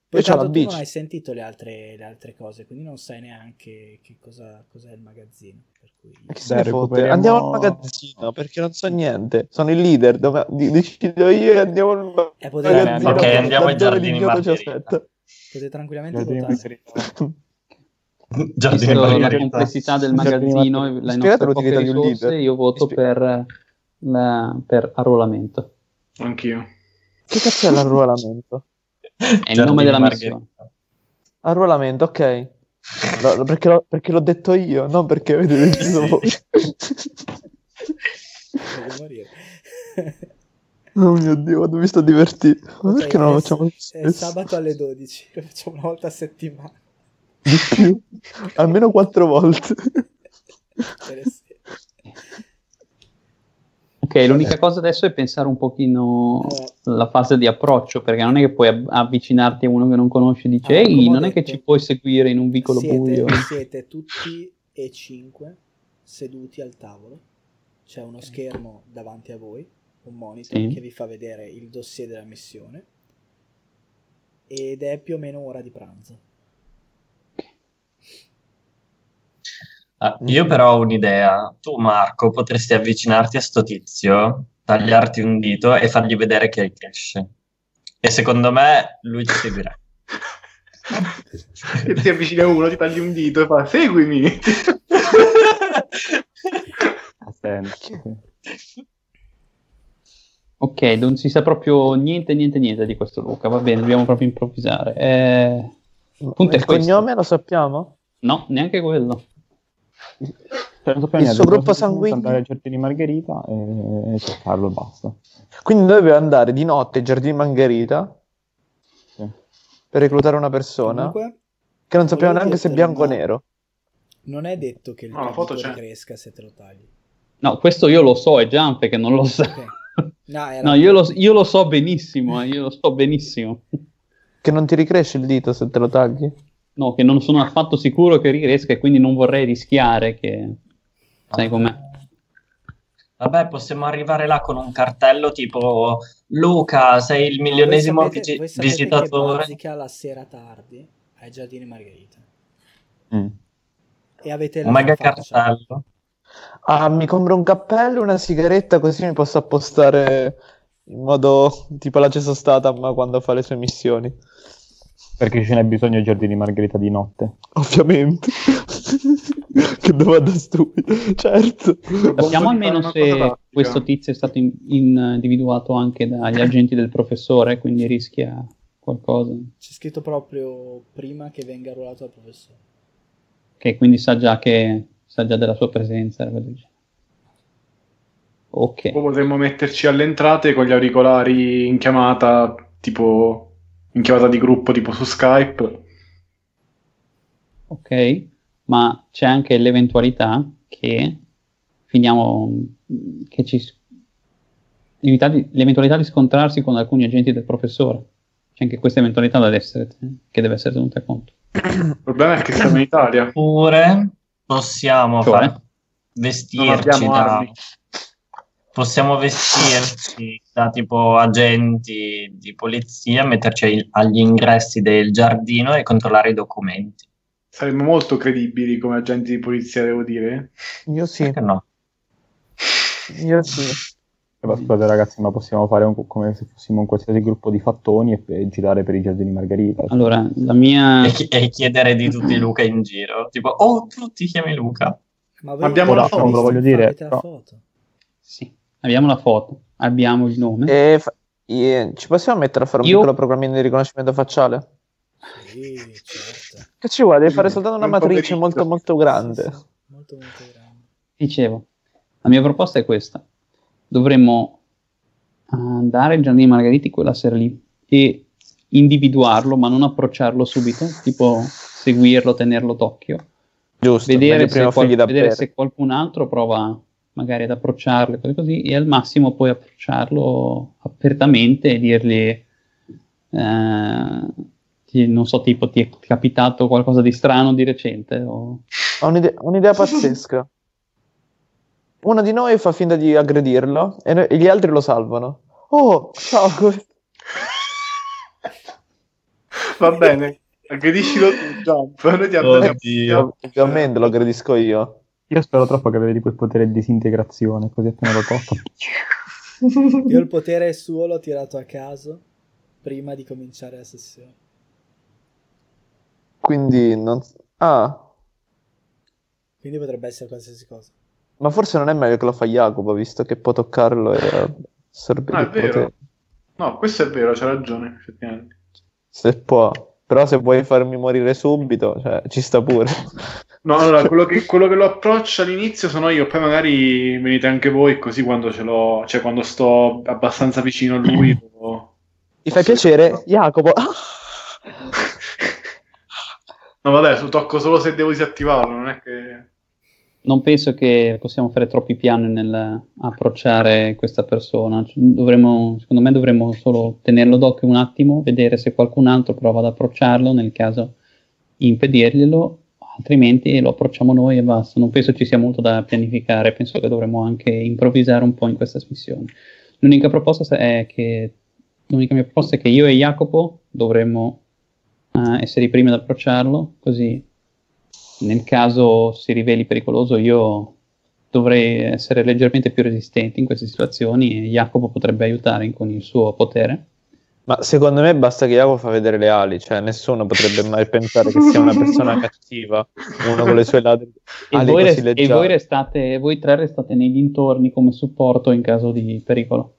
Poi
Io c'ho la
tanto tu non
bici.
hai sentito le altre, le altre cose, quindi non sai neanche che cosa, cos'è il magazzino. Per cui...
Ma Che se
Beh,
ne fotte?
recuperiamo-
Andiamo al magazzino perché non so niente. Sono il leader, dove- di- decido io e andiamo al magazzino.
Eh, potete,
Bene,
tranquillamente-
ok,
andiamo ai
laddove
giardini
l'idioto ci
Margherita.
aspetta. [laughs]
potete tranquillamente
Giardini
votare.
Margherita.
Giardini
Visto la
Margherita.
complessità del
Giardini
magazzino e
Margherita.
le
Spiegate
nostre
l'utilità
poche
di un
risorse,
leader.
io voto
Mi
per, la- per arruolamento.
Anch'io. [laughs]
Che cazzo è l'arruolamento?
È il nome della missione.
Arruolamento, ok. No, no, perché, l'ho, perché l'ho detto io, non perché avete
[laughs]
deciso voi.
Voglio morire.
Oh mio dio, quanto mi sto divertendo. Ma
Ok,
perché non lo
è-
facciamo
È
spesso?
sabato alle 12, lo facciamo una volta a settimana.
di
[laughs]
più? Almeno quattro volte.
Tutte le sere.
Ok,
eh.
l'unica cosa adesso è pensare un pochino alla fase di approccio, perché non è che puoi ab- avvicinarti a uno che non conosci e dici,
Ah, come
ehi,
ho
non è che
detto,
ci puoi seguire in un vicolo buio.
siete, [laughs]
[laughs]
siete tutti e cinque seduti al tavolo. C'è uno schermo davanti a voi, un monitor
Sì.
che vi fa vedere il dossier della missione. Ed è più o meno ora di pranzo.
Ah, io però ho un'idea. Tu, Marco, potresti avvicinarti a sto tizio, tagliarti un dito e fargli vedere che cresce. E secondo me lui ci seguirà.
Che ti avvicina uno, ti tagli un dito e
[laughs]
fa seguimi.
Ah,
Ha senso, sì.
Ok, non si sa proprio niente, niente, niente di questo Luca, va bene, dobbiamo proprio improvvisare. Eh,
Ma
Punto è
il
questo.
cognome lo sappiamo?
no, neanche quello.
Cioè, non
Il suo gruppo sanguigno.
andare al giardino di Margherita e, e cercarlo, basta.
Quindi dovevo andare di notte ai giardini Margherita
Sì.
per reclutare una persona
Comunque,
che non sapeva
volevo
neanche se è
dirtelo,
bianco o
ma-
nero.
non è detto che il
No, la foto
traditore
c'è.
cresca se te lo tagli.
No, questo io lo so, è Gianfe che non lo sa.
Ok. No, era-
[laughs] No, io lo, io lo so benissimo, eh, io lo so benissimo.
Che non ti ricresce il dito se te lo tagli.
No, che non sono affatto sicuro che riesca e quindi non vorrei rischiare che... Sai com'è?
Vabbè, possiamo arrivare là con un cartello tipo Luca, sei il milionesimo
Voi sapete-
vigi-
voi sapete Che
visitatore.
bazzica la sera tardi ai giardini Margherita.
Mm.
E avete la
Un mega
faccia.
cartello.
Ah, mi compro un cappello e una sigaretta così mi posso appostare in modo tipo la Ceso Statham quando fa le sue missioni.
Perché ce n'è bisogno ai giardini di Margherita di notte.
[laughs] Ovviamente. che domanda stupida. Certo.
Sappiamo
di
almeno
fare una cosa
se
tattica.
questo tizio è stato in- in- individuato anche
[laughs]
dagli agenti del professore, quindi rischia qualcosa,
C'è scritto proprio prima che venga arruolato dal professore.
che quindi sa già, che, sa già della sua presenza. roba del genere. Ok.
O potremmo metterci alle entrate con gli auricolari in chiamata, tipo in chiamata di gruppo, tipo su Skype.
Ok, ma c'è anche l'eventualità che finiamo che ci evitati- l'eventualità di scontrarsi con alcuni agenti del professore. C'è anche questa eventualità da essere, che deve essere tenuta conto.
Il problema è che siamo in Italia.
Oppure possiamo
Cioè?
far-
Non
vestirci
abbiamo
da...
armi.
Possiamo vestirci da tipo agenti di polizia, metterci ai- agli ingressi del giardino e controllare i documenti.
Saremmo molto credibili come agenti di polizia, devo dire.
Io sì,
Perché no?
io sì.
E
Mm.
va, Cioè, scusate ragazzi, ma possiamo fare un- come se fossimo un qualsiasi gruppo di fattoni e, e girare per i giardini di Margherita.
Allora, la mia
E, chi- e chiedere di tutti Luca in giro. Tipo, oh, tu ti chiami Luca.
Ma
abbiamo
la
avete
foto,
visto?
voglio dire,
Avete la
però-
foto.
sì, abbiamo la foto, abbiamo il nome.
E fa- e ci possiamo mettere a fare un
Io-
piccolo programmino di riconoscimento facciale?
Sì, certo.
Che ci vuole? Devi fare soltanto una
Un
matrice
poverino.
molto molto
Sì,
grande.
sì. Molto molto grande.
Dicevo, la mia proposta è questa. Dovremmo andare al Giardino Margheriti quella sera lì e individuarlo, ma non approcciarlo subito, tipo seguirlo, tenerlo d'occhio,
Giusto,
vedere,
meglio
se,
prima
qual-
figli da
vedere
bere.
se qualcun altro prova magari ad approcciarlo cose così, e al massimo poi approcciarlo apertamente e dirgli, eh, ti- non so, tipo ti è capitato qualcosa di strano di recente o...
Ho un'ide- ho un'idea pazzesca. Uno di noi fa finta di aggredirlo e, no- e gli altri lo salvano. Oh, ciao, [laughs] come-
Va bene, aggrediscilo tu, Jump. Noi ti aggredisciamo.
Oddio.
ovviamente lo aggredisco io.
Io spero troppo che avete quel potere di disintegrazione, così appena lo tocco.
Io il potere suo l'ho tirato a caso prima di cominciare la sessione.
Quindi non... Ah,
Quindi potrebbe essere qualsiasi cosa.
ma forse non è meglio che lo fa Jacopo, visto che può toccarlo e assorbire
Ah, è
il potere.
vero. No, questo è vero, c'ha ragione, effettivamente.
Se può. Però se vuoi farmi morire subito, cioè, ci sta pure.
No, allora, quello che, quello che lo approccia all'inizio sono io, poi magari venite anche voi, così quando ce l'ho, cioè quando sto abbastanza vicino a lui. lo-
Ti fa piacere?
[laughs]
Jacopo. Ah!
No, vabbè, su tocco solo se devo disattivarlo, non è che...
non penso che possiamo fare troppi piani nel approcciare questa persona. Cioè, dovremmo- secondo me dovremmo solo tenerlo d'occhio un attimo, vedere se qualcun altro prova ad approcciarlo, nel caso impedirglielo, altrimenti lo approcciamo noi e basta. Non penso ci sia molto da pianificare, penso che dovremmo anche improvvisare un po' in questa missione. L'unica proposta sa- è che l'unica mia proposta è che io e Jacopo dovremmo eh, essere i primi ad approcciarlo, così nel caso si riveli pericoloso io dovrei essere leggermente più resistente in queste situazioni e Jacopo potrebbe aiutare in- con il suo potere.
Ma secondo me basta che Jacopo fa vedere le ali, cioè nessuno potrebbe mai pensare che sia
[laughs]
una persona cattiva, uno con le sue ladri.
E,
ali
voi,
così
rest- e
leggere.
voi restate, voi tre restate nei dintorni come supporto in caso di pericolo.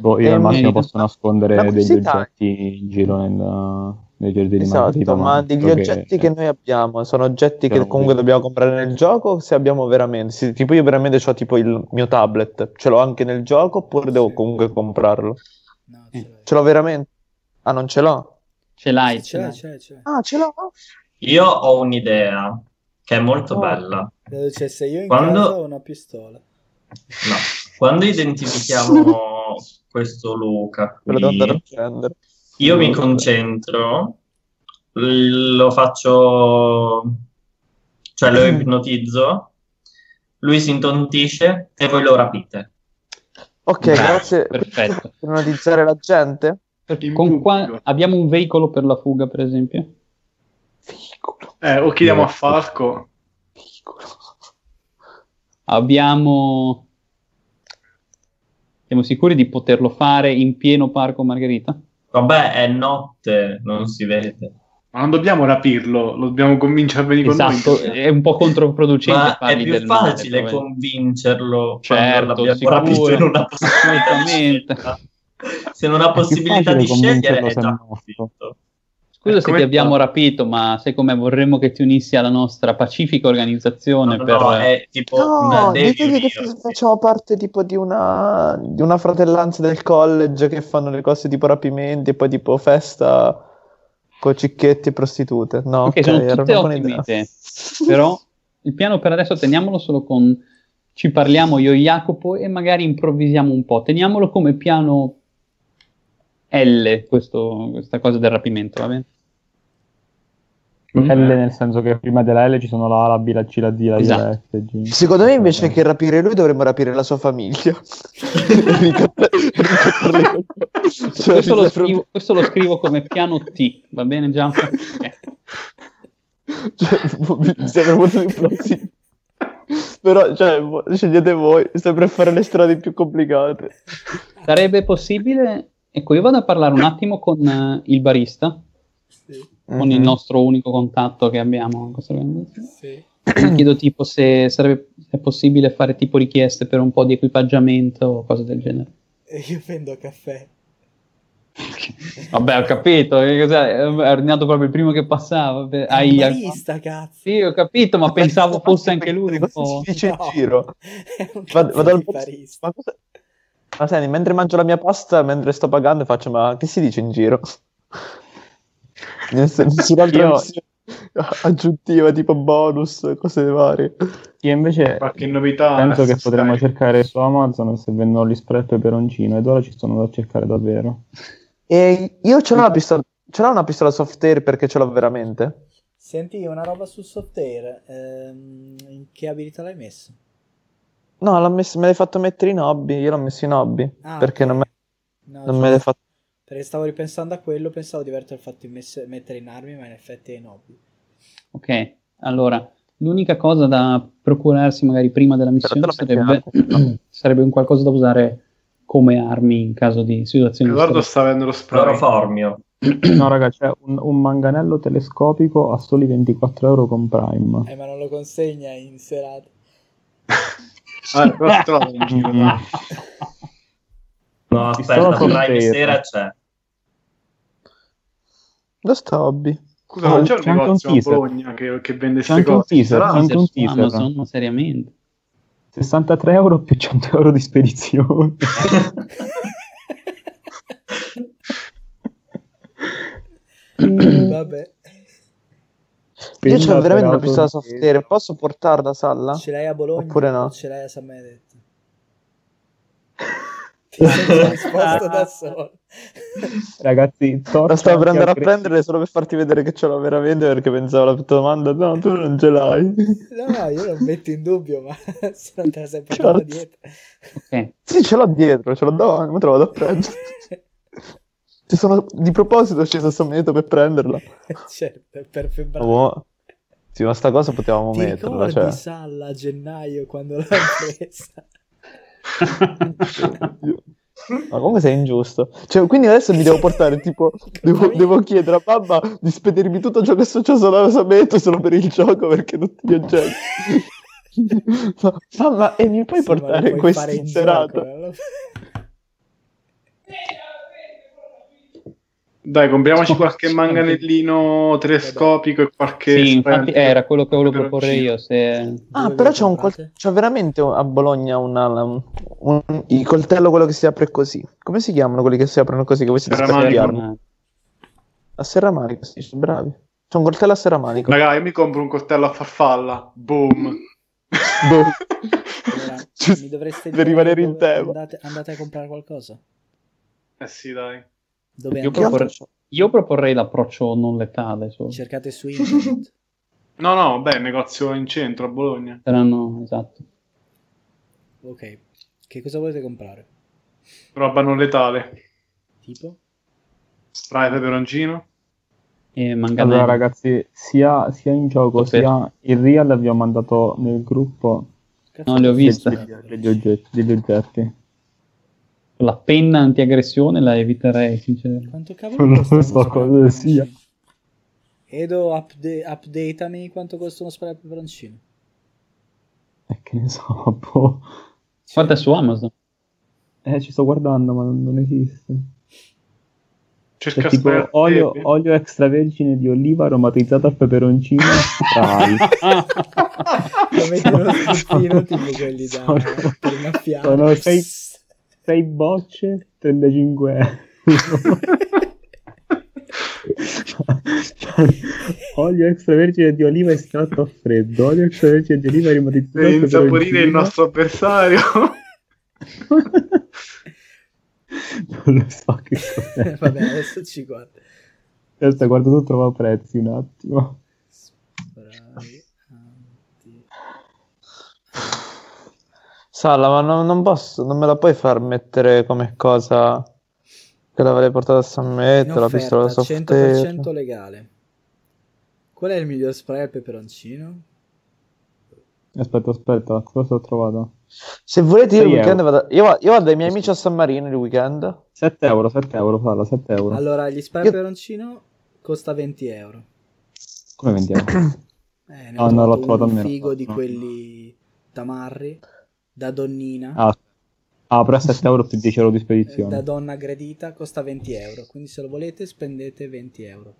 Boh, io
Eh,
al massimo
mi-
posso
la
nascondere degli
curiosità-
oggetti in giro nel, nei giardini malati,
Esatto, ma degli
so
oggetti che noi abbiamo sono
Che
oggetti che
non
comunque
vedo.
dobbiamo comprare nel gioco o se abbiamo veramente, se tipo io veramente ho tipo il mio tablet, ce l'ho anche nel gioco oppure devo
Sì.
comunque comprarlo?
No,
Eh,
ce l'hai.
Ce l'ho veramente? Ah, non ce l'ho?
Ce l'hai,
Sì, ce l'hai, ce l'hai, ce l'hai.
Ah, ce l'ho?
Io ho un'idea che è molto
Oh.
bella.
Dato c'è, se io in
Quando-
casa ho una pistola.
No. Quando identifichiamo questo Luca
Me lo devo
qui,
andare a prendere.
io mi concentro, l- lo faccio, cioè lo ipnotizzo, lui si intontisce e voi lo rapite.
Ok,
Bravo,
grazie.
perfetto.
Per analizzare la gente?
Per-
In
con qua-
pubblico.
abbiamo un veicolo per la fuga, per esempio?
Eh, o chiediamo a Falco.
Abbiamo... Siamo sicuri di poterlo fare in pieno parco Margherita?
Vabbè, è notte, non si vede.
Ma non dobbiamo rapirlo, lo dobbiamo convincere a venire
Esatto,
con noi.
è un po' controproducente
Ma è
fargli
più
del eh. male,
facile
probabilmente.
convincerlo
Certo,
quando l'abbiamo
sicuro.
rapito in una possibilità di
Assolutamente.
scelta. Se non ha
più
possibilità
facile
di scegliere,
convincerlo
è
se
già
è morto.
convinto.
Scusa
Eh,
se
come
ti
fa?
abbiamo rapito, ma siccome vorremmo che ti unissi alla nostra pacifica organizzazione
No,
per...
no, è tipo
No,
una
ditegli che
devi
facciamo parte tipo di una, di una fratellanza del college che fanno le cose tipo rapimenti e poi tipo festa con cicchetti e prostitute. No,
Ok, sono
era
tutte
una buona
ottime
idea. [laughs]
idee. eh, Però il piano per adesso teniamolo solo con ci parliamo io e Jacopo e magari improvvisiamo un po'. Teniamolo come piano L, questo- questa cosa del rapimento, va bene?
L nel senso che prima della L ci sono la A, la B, la C, la D, la I, la
Esatto.
F, la G.
Secondo me invece che rapire lui dovremmo rapire la
[laughs]
sua famiglia. Ricatta- ricattarle col-
Questo
cioè,
lo,
proprio-
scrivo, questo lo scrivo come piano T, va bene [laughs]
[laughs]
Gianfranco? Ok.
Cioè, mi sembra molto più plausibile. Però, cioè, vo- scegliete voi, sempre fare le strade più complicate.
Sarebbe possibile... Ecco, io vado a parlare un attimo con eh, il barista,
[laughs] Sì,
con
Mhm.
il nostro unico contatto che abbiamo in questa organizzazione.
sì.
Mi chiedo tipo se sarebbe se è possibile fare tipo richieste per un po' di equipaggiamento o cose del genere.
E io vendo caffè.
Vabbè, ho capito, che cos'è? Eh, è ordinato proprio il primo che passava. vabbè.
È un
Hai-
barista, cazzo.
Sì, ho capito, ma pensavo fosse anche lui un
Cosa
po'.
si dice in
No.
giro?
[laughs] È un
Vado,
cazzo
vado al
di
posto-
barista.
Ma, cosa- ma senti, mentre mangio la mia pasta, mentre sto pagando, faccio, ma che si dice in giro? [laughs] Ness- Nessun'altra
Io-
missione aggiuntiva, tipo bonus, cose varie.
Io invece
Qualche novità?
penso che
Sky.
potremmo cercare su Amazon se vendono gli spread peperoncino ed ora ci sono da
[clears throat]
cercare davvero.
E io ce l'ho una pistola, ce l'ho una pistola soft air perché ce l'ho veramente.
Senti, una roba sul software. Ehm, in che abilità l'hai messo?
No, l'ho messa- me l'hai fatto mettere in hobby, io l'ho messo in hobby,
Ah,
perché
ok.
non me,
No,
non
giusto.
me l'hai fatto...
Perché stavo ripensando a quello, pensavo di aver fatto in mess- mettere in armi, ma in effetti è in hobby.
Ok, allora, l'unica cosa da procurarsi magari prima della missione
Però te lo
sarebbe, [clears throat] sarebbe un qualcosa da usare come armi in caso di situazioni di
Edoardo
scoperta.
sta avendo lo spray.
Cloroformio.
No, raga, c'è un, un manganello telescopico a soli 24 euro con Prime.
Eh, ma non lo consegna in
[laughs]
serata. [laughs]
Ah, però si trova
[laughs]
in giro, dai.
No,
Pistola
aspetta,
con
vorrai di
tape.
sera c'è.
Dove sta hobby?
Scusa, ma
Oh,
c'è un
c'è anche
negozio
un
a
teaser.
Bologna che, che vende queste
C'è anche un
cose?
teaser,
Sarà?
c'è anche un
Su
teaser.
Amazon, ma seriamente.
63 euro più 100 euro di spedizione.
Vabbè,
Io
Spenda
c'ho
per
veramente una
auto-
pistola soft air, posso portarla a salla?
ce l'hai a Bologna?
Oppure no?
O ce l'hai a San Benedetto? Ti sei risposto da solo.
Ragazzi,
La
torta
stavo per
anche
andare a
cre-
prendere solo per farti vedere che ce l'ho veramente perché pensavo alla tua domanda, no, tu non ce l'hai.
[laughs] No, io non metto in dubbio, ma se non te la sei portata
Certo.
dietro. [laughs]
Ok,
[laughs] Sì, ce l'ho dietro, ce l'ho davanti, ma te la vado a prendere. Ci sono- di proposito sceso a San Benedetto per prenderla.
certo, per febbraio.
Oh, sì, ma sta cosa potevamo
Ti
metterla,
ricordi
cioè.
Salla a gennaio quando l'ha presa?
Ma come sei ingiusto? Cioè, quindi adesso mi devo portare, tipo, devo, devo chiedere a babba di spedirmi tutto ciò che è successo alla Sabetto solo per il gioco, perché tutti
[laughs]
gli oggetti. ma, mamma, e mi puoi
Sì, ma lo
portare
puoi
questa
fare in eh.
serata?
gioco, non lo-
[laughs]
Dai, compriamoci qualche manganellino telescopico e qualche...
sì, infatti
spray-
eh, era quello che volevo
peperoncino.
proporre io. Se...
Ah,
Dove
però
le
c'è, un
comprate?
col- c'è veramente un- a Bologna una- un, un- il coltello quello che si apre così. Come si chiamano quelli che si aprono così? Che voi siete
Serramanico.
stati a Liarno? A Serramanico, sì, sono bravi. C'è un coltello a Serramanico.
Raga, io mi compro un coltello a farfalla.
[laughs]
Boom.
Boh. [laughs]
Allora,
Giusto,
mi dovreste
per Cioè, rimanere in
dove-
tema.
Andate, andate a comprare qualcosa.
Eh sì, dai.
Dove
Io
andate?
Che altro
proporrei,
c'è?
io proporrei l'approccio non letale. solo.
Cercate su internet.
No, no, beh, negozio in centro a Bologna.
Saranno- esatto.
ok. Che cosa volete comprare?
Roba non letale.
Tipo?
Spray peperoncino.
E manganello.
Allora, ragazzi, sia, sia in gioco
Sì.
sia in real vi ho mandato nel gruppo
Cazzo,
No, le ho
che
viste.
sono
degli,
andate?
degli oggetti, degli oggetti. Eh,
La penna antiaggressione la eviterei, sinceramente.
Quanto cavolo
Non lo
costa uno
so
spray
cosa
peperoncino?
sia.
Edo, upda- updatami quanto costa uno spray peperoncino.
Eh, che ne so, [laughs] boh.
Guarda su Amazon.
Eh, ci sto guardando, ma non, non esiste.
Cioè,
C'è
Cerca
tipo
spray al
olio,
pepe.
olio extravergine di oliva aromatizzato a peperoncino e spray.
Lo metti in uno scottino
[laughs]
tipo quelli da
Sono-
per innaffiare. [laughs]
sono sei- 6 bocce, 35 euro. olio extravergine di oliva estratto a freddo, olio extravergine di oliva aromatizzato
Per
a
insaporire il
peperoncino.
nostro [laughs] avversario.
Non lo so che
[laughs]
cos'è.
Vabbè, adesso ci guardo.
Aspetta, guardo tu trova prezzi un attimo.
Spray anti-
Sala, ma no- non posso, non me la puoi far mettere come cosa che l'avrei portata a San
In
Metto, la
offerta,
pistola soft
100% legale. Qual è il miglior spray al peperoncino?
Aspetta, aspetta, cosa ho trovato?
Se volete io il
Sei
weekend
euro.
vado- io, va- io vado dai miei amici a San Marino il weekend.
7 euro, 7 euro, Sala, 7 euro.
Allora, gli spray al
Io-
peperoncino costa 20 euro.
Come vendiamo?
Eh, ne
Ah,
ho
no, l'ho
trovato
trovato
uno
almeno.
figo di
No.
quelli tamarri da donnina,
Ah, ah, però 7 euro più 10 euro di
eh, da
spedizione.
donna aggredita, costa 20 euro. Quindi se lo volete spendete 20 euro.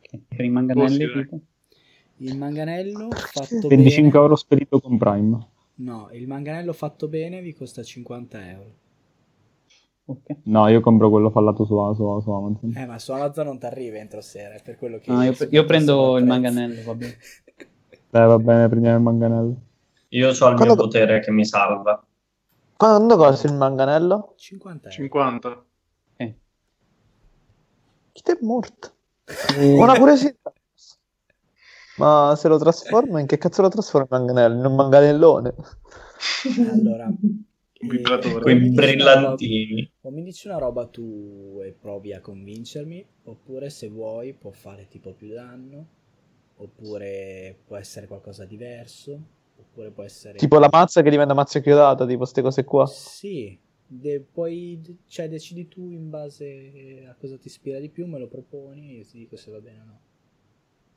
Che- Per i manganelli.
Oh, sì, dai.
tipo.
Il manganello fatto
25
bene...
euro spedito con Prime.
No, il manganello fatto bene vi costa 50 euro.
Ok.
No, io compro quello fallato su, su, su Amazon.
Eh, ma su Amazon non ti arriva entro sera, è per quello che...
Ah, io,
sono
io
interessato
prendo il
al prezzo.
manganello,
[laughs]
va bene.
Dai, va bene, prendiamo il manganello.
Io ho il
Quando-
mio potere che mi salva.
Quando costa il manganello?
50 euro.
50.
Ok.
Chi è morto? Una curiosità. Ma se lo trasformo, in che cazzo lo trasformo il manganello? In un manganellone?
Allora,
Vibratore.
eh,
Quei
mi
Quei
dici una
brillantini.
roba- O mi dici una roba tu e provi a convincermi, oppure se vuoi può fare tipo più danno, oppure può essere qualcosa diverso, oppure può essere...
Tipo la mazza che diventa mazza chiodata, tipo queste cose qua.
Sì, de- poi de- cioè, decidi tu in base a cosa ti ispira di più, me lo proponi e io ti dico se va bene o no.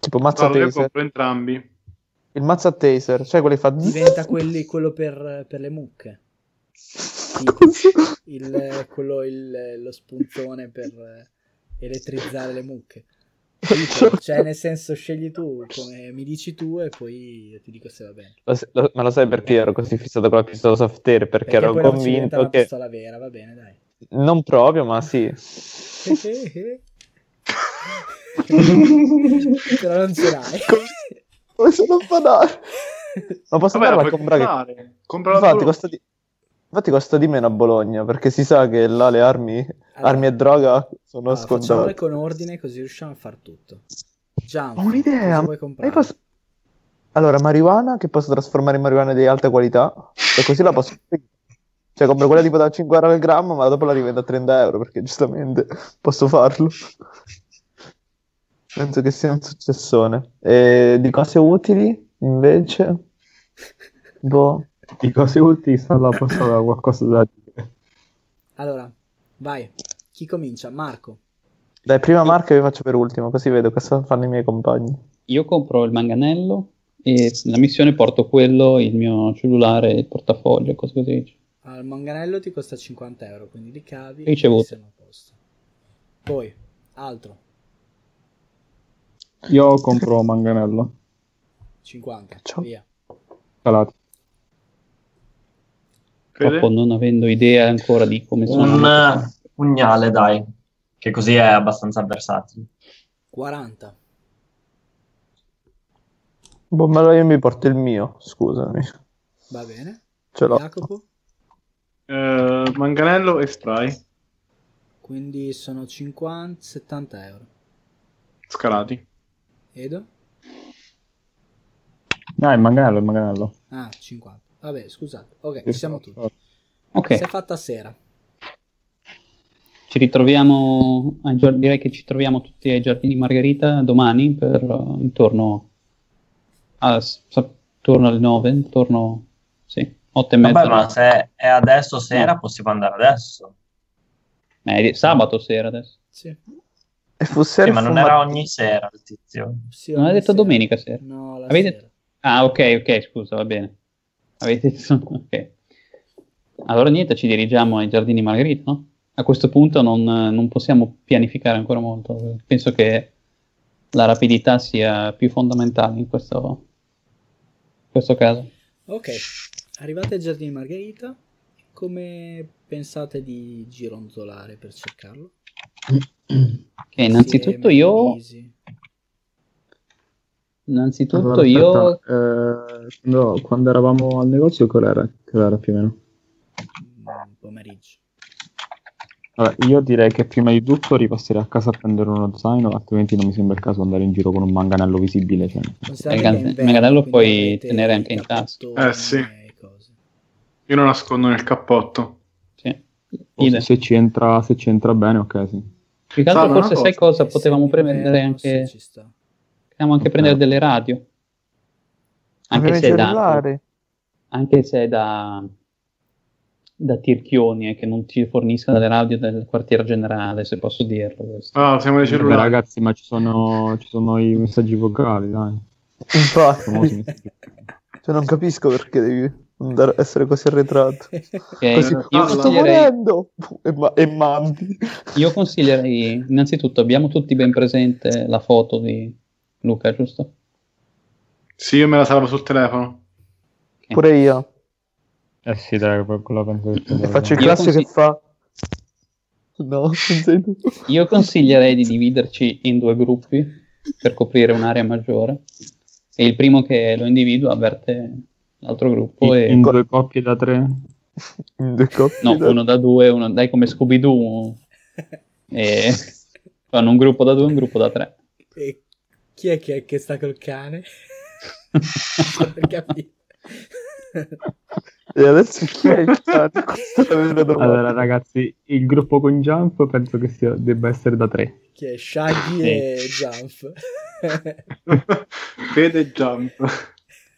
Tipo mazza
Guarda, io
taser.
compro entrambi.
Il mazza taser, cioè quelli fa... [laughs]
Diventa quelli- quello per, per le mucche. Tipo,
[laughs]
il, quello, il, lo spuntone per eh, elettrizzare le mucche.
Esatto.
Dico, cioè, nel senso, scegli tu come mi dici tu e poi io ti dico se va bene.
Lo s- lo- ma lo sai perché ero così fissato con la pistola soft air? Perché,
Perché
ero
poi non ci diventa
convinto
una
che...
pistola vera, va bene, dai.
Non proprio, ma sì.
[laughs] Però non ce l'hai.
Come sono banale. Ma posso
Vabbè, la
andare a
puoi
comprare?
comprare. Comprala a
Infatti
Bologna.
costa, di... Infatti costa di meno a Bologna, perché si sa che là le armi,
Allora,
Eh. armi e droga sono
allora, facciamole
scontate.
con ordine così riusciamo a far tutto. Già,
Ho un'idea.
cosa vuoi
Lei
comprare?
posso- Allora, marijuana che posso trasformare in marijuana di alta qualità e così la posso... Cioè, compro quella tipo da 5 euro al grammo, ma dopo la rivendo a 30 euro perché giustamente posso farlo. Penso che sia un successone. E di cose utili, invece... Boh.
Di cose utili Sala posso avere qualcosa da dire.
[laughs] Allora, vai. Chi comincia? Marco.
Dai, prima marca vi faccio per ultimo, così vedo cosa fanno i miei compagni.
Io compro il manganello e nella missione porto quello, il mio cellulare, il portafoglio, cose così. Cioè,
Allora, il manganello ti costa 50 euro, quindi li cavi
Ricevuto.
e siamo a posto. Poi, altro,
Io compro
[laughs]
manganello.
50,
Ciao.
via.
Calati.
Fede?
Purtroppo non avendo idea ancora di come sono...
Un eh, pugnale, dai, che così è abbastanza versatile.
40,
Boh, ma allora io mi porto il mio, scusami.
va bene.
Ce l'ho.
Jacopo,
Eh, manganello e spray
quindi sono 50, 70 euro.
scalati.
Edo?
No, Ah, il manganello, il manganello.
Ah, 50. Vabbè, scusate. Ok, ci siamo tutti.
Ok,
Si è fatta sera.
ci ritroviamo, ai gior- direi che ci troviamo tutti ai giardini Margherita domani per eh, intorno a, s- sa- intorno alle 9, intorno, sì, 8 e
Vabbè,
mezza.
ma se è adesso sera, possiamo andare adesso.
Ma è sabato sera adesso.
Sì.
E fosse
Sì, ma non era ogni sera il tizio.
Sì,
Non ha
ogni
detto
sera.
domenica sera.
No, la
Avete-
sera.
Ah, ok, ok, scusa, va bene. Avete... [laughs] ok. Allora niente, ci dirigiamo ai giardini Margherita, no? A questo punto non, non possiamo pianificare ancora molto. Penso che la rapidità sia più fondamentale in questo, in questo caso.
Ok, arrivate ai giardini Margherita. Come pensate di gironzolare per cercarlo?
Ok, Eh, innanzitutto
Insieme,
io,
divisi.
innanzitutto io
Eh, quando, quando eravamo al negozio, qual era? Che era più o meno?
Mm, pomeriggio.
Allora, io direi che prima di tutto ripasserei a casa a prendere uno zaino, altrimenti non mi sembra il caso andare in giro con un manganello visibile. Cioè.
Considerate
Magari-
che è inverno,
magari lo
quindi
puoi
avete
tenere anche
i
in tasca.
cappottoni
Eh, sì.
e cose.
Io lo nascondo nel cappotto.
sì.
O se,
Io-
se ci entra, se ci entra bene, ok, sì.
più che altro
Salvo una
forse sai cosa?
Eh,
Potevamo
sì,
prendere
inverno,
anche...
sì, ci sta.
Potevamo anche
Ok.
prendere delle radio. Anche
Anche
se, è da,
cellulari.
anche se è da, da Tirchioni e che non ci fornisca delle radio del quartier generale, se posso dirlo. questo.
Ah, siamo dei
Beh,
cellulari.
ragazzi, ma ci sono, ci sono i messaggi vocali, dai.
[laughs]
Infatti,
Famosi.
cioè, non capisco perché devi andare- essere
[laughs]
così arretrato.
Ok,
Così,
Eh, io,
parla.
sto
consiglierei, Eh.
morendo! E, ma- e mandi.
io consiglierei, innanzitutto, abbiamo tutti ben presente la foto di Luca, giusto?
Sì, io me la salvo sul telefono.
Pure io.
Eh sì, dai, poi quello penso che sia
E
quello.
faccio il
Io
classico
consi-
che fa... No, non sei tu.
Io consiglierei di dividerci in due gruppi per coprire un'area maggiore e il primo che lo individua avverte l'altro gruppo e...
in due coppie da tre.
[laughs] In due coppie.
No,
dai.
uno da due, uno dai come Scooby-Doo. E [laughs] fanno un gruppo da due, un gruppo da tre.
E chi è che, che sta col cane? [laughs] Non ho capito.
E adesso chi è
[laughs]
il cane? Questa è la vera domanda.
Allora, ragazzi, il gruppo con Jump penso che sia- debba essere da tre.
Chi è Shaggy e Jump?
[laughs] Fede jump.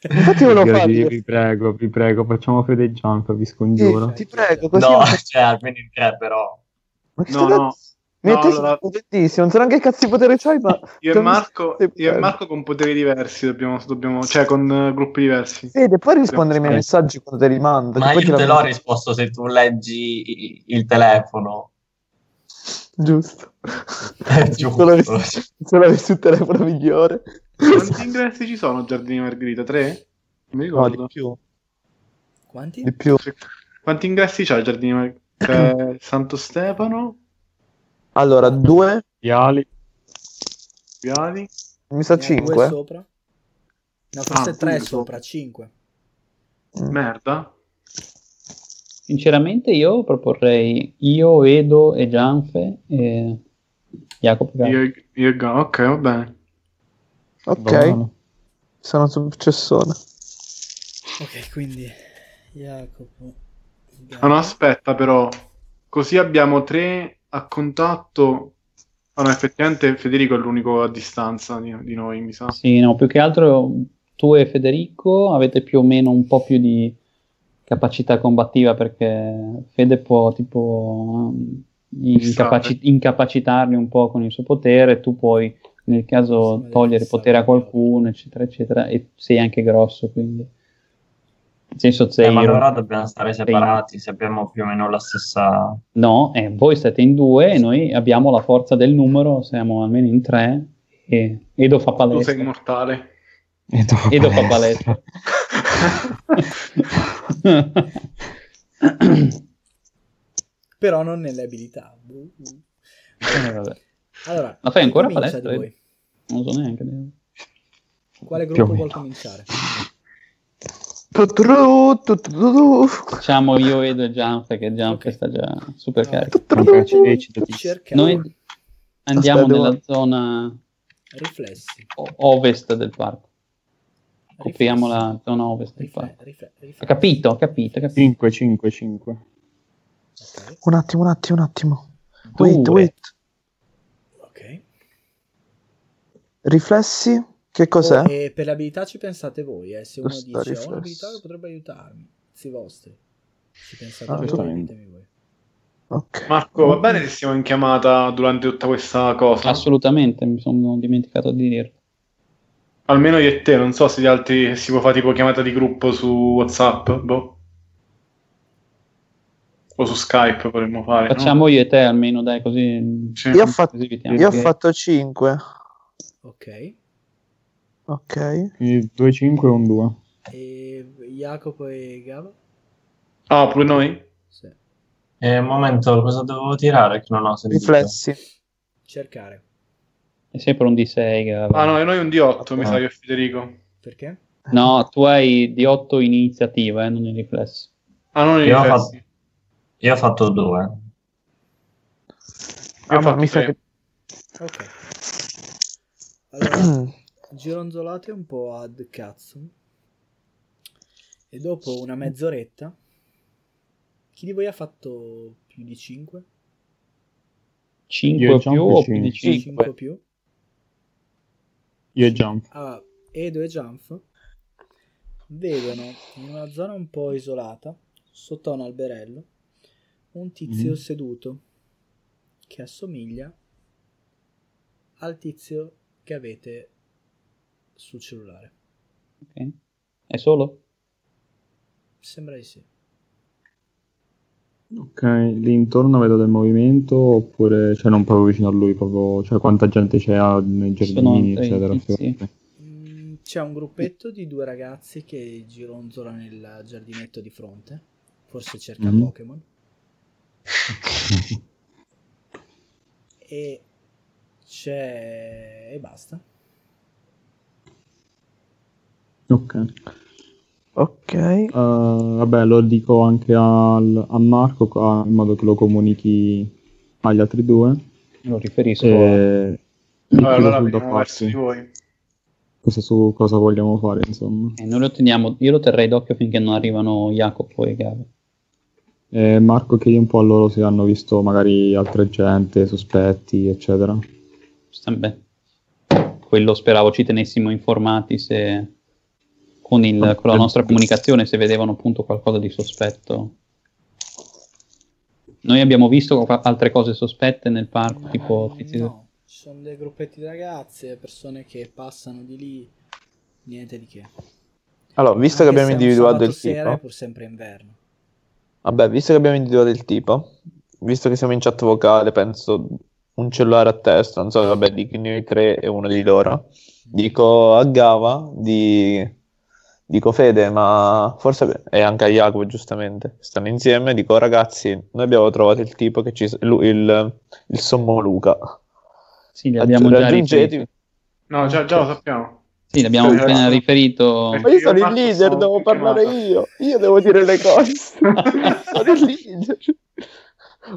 Infatti io lo
Io
faccio.
vi, vi prego, vi prego, facciamo fede e Jump, vi
Sì,
scongiuro.
ti prego, così...
no,
non faccio-
cioè, almeno in tre, però.
Ma che
No,
sto
no.
cazzo- Ma
No,
te sei
allora-
potentissimo, oh, non so neanche che cazzo di potere c'hai, ma...
Io e
Dove
Marco,
stai
io e
bene?
Marco con poteri diversi, dobbiamo, dobbiamo- cioè con eh, gruppi diversi.
Fede, puoi rispondere ai miei
Eh.
messaggi quando te li mando?
Ma
che poi
io
la
te l'ho
mando-
risposto se tu leggi i- il telefono.
Giusto.
È
[laughs] Se
Eh, giusto.
l'avessi, se l'avessi un telefono migliore.
Quanti ingressi ci sono a Giardini Margherita? Tre? Non mi
No,
ricordo.
di più.
[laughs] Quanti?
Di più.
Quanti ingressi c'ha il Giardini Margherita? C'è Santo Stefano,
Allora, due,
Viali,
Viali,
mi sa
Ne ha Eh, Due
cinque.
sopra? No, forse
Ah,
tre
appunto.
sopra, cinque.
merda.
Sinceramente io proporrei io, Edo e Gianfe e Jacopo. Gatti.
Io, io e Ga- ok, va bene.
Ok,
Romano.
sono successone.
Ok, quindi Jacopo. Gaia.
Ah, no, aspetta però, così abbiamo tre a contatto. Ah, no, effettivamente Federico è l'unico a distanza di, di noi, mi sa.
Sì, no, più che altro tu e Federico avete più o meno un po' più di capacità combattiva perché Fede può tipo um, incapaci- incapacitarli un po' con il suo potere, tu puoi nel
Sì,
caso
ma
togliere
devi
potere a
fissare il
qualcuno, eccetera, eccetera, e sei anche grosso, quindi senso
Eh,
Zeiro.
ma allora dobbiamo stare separati se abbiamo più o meno la stessa...
No, eh, voi siete in due e noi abbiamo la forza del numero, siamo almeno in tre e Edo fa
Tu
[laughs]
sei
palestra.
immortale.
E dopo
Edo fa palestra. Eh,
Però non nelle abilità.
Eh, vabbè.
Allora,
Ma fai ancora
comincia
palestra,
di
Edo? Non so neanche.
voi. Quale
Più
gruppo
o
vuol
meno.
cominciare?
Tutru, tutru.
Facciamo io, Edo e Gianfe, che Gianfe
Ok.
sta già super carico.
Tutru.
Ci decidi.
Cercare
Noi andiamo
Aspetta,
nella
devo-
zona
riflessi.
o- ovest del parco. Copriamo
Riflessi.
la zona ovest del
Rifle-
parco.
rifle- riflessi.
Ha capito, ha capito, ha capito.
5, 5, 5.
Ok.
Un attimo, un attimo, un attimo.
Due.
Wait, wait.
ok.
Riflessi? Che cos'è?
Oh, e per le abilità ci pensate voi, eh. se uno
Sto
dice ho
riflesso."
un'abilità che potrebbe aiutarmi, si vostri. Ci pensate
Ah,
voi,
giustamente.
ditemi voi.
Ok.
Marco, va bene se siamo in chiamata durante tutta questa cosa?
Assolutamente, mi sono dimenticato di dirlo.
Almeno io e te, non so se gli altri si può fare tipo chiamata di gruppo su WhatsApp, boh. O su Skype potremmo fare, no?
Facciamo io e te almeno, dai, così,
Sì.
Io ho fatto,
così evitiamo.
io ho
che-
fatto 5.
Ok,
Ok.
Quindi 2, 5 e un 2.
e Jacopo e Gabo?
Ah, pure noi?
Sì.
Eh, un momento, cosa dovevo tirare che non ho sentito?
Riflessi.
Cercare,
È sempre un D6. che-
Ah no, e noi un D8, mi
Ah.
sa io e Federico.
perché?
No, tu hai di 8 iniziativa, eh, non i riflessi.
Ah, non i
Io ho
riflessi.
Io ho fatto
[laughs]
due.
Io ho
Ah, ma
fatto
mi sa
tre.
che...
Ok. Allora, gironzolate un po' ad cazzo. E dopo una mezz'oretta, chi di voi ha fatto più di 5?
5
Io e
più
Gianfranco
o più di
5,
5?
più?
Io e Jump.
Ah, Edo e Jump vedono in una zona un po' isolata, sotto a un alberello, un tizio
Mhm.
seduto che assomiglia al tizio che avete sul cellulare.
Ok. È solo?
Sembra di sì.
Ok, lì intorno vedo del movimento oppure, cioè non proprio vicino a lui, proprio, cioè quanta gente c'è ah, nei giardini,
dei
eccetera.
tizi.
fiorite.
Mm, C'è un gruppetto di due ragazzi che gironzola nel giardinetto di fronte, forse cerca
Mhm.
Pokémon. E c'è... e basta.
[laughs] Ok,
[clears throat] Ok.
Eh, vabbè, lo dico anche al- a Marco qua, in modo che lo comunichi agli altri due.
Lo riferisco.
E...
Vabbè, allora
sul da
vediamo verso
farsi,
di voi.
cosa su cosa vogliamo fare, insomma.
E Eh, noi lo teniamo, io lo terrei d'occhio finché non arrivano Jacopo e Gabo.
Eh, Marco, chiedi un po' a loro se hanno visto magari altre gente, sospetti, eccetera.
Sta bene. Quello speravo ci tenessimo informati se con, il- con la nostra comunicazione se vedevano appunto qualcosa di sospetto. Noi abbiamo visto qua- altre cose sospette nel parco, tipo tizi-
No, ci sono dei gruppetti di ragazze, persone che passano di lì, niente di che.
Allora, visto che
Anche
abbiamo
se è un
individuato
sabato
il
sera eh. è
tipo...
pur sempre inverno.
Vabbè, visto che abbiamo individuato il tipo, visto che siamo in chat vocale, penso un cellulare a testa, non so, vabbè, di noi tre e uno di loro. Dico a Gava di... Dico Fede, ma forse e anche a Jacopo, giustamente, stanno insieme. Dico ragazzi, noi abbiamo trovato il tipo che ci... lui- il, il sommo Luca.
Sì, li abbiamo già riferiti.
Raggiungetevi.
No, già, già lo sappiamo.
Sì, li
[laughs]
abbiamo
Eh,
appena
eh.
riferito.
Ma
Io
io sono il
parto,
leader,
sono
devo parlare
chiamato.
io. Io devo dire le cose.
[laughs]
sono il leader.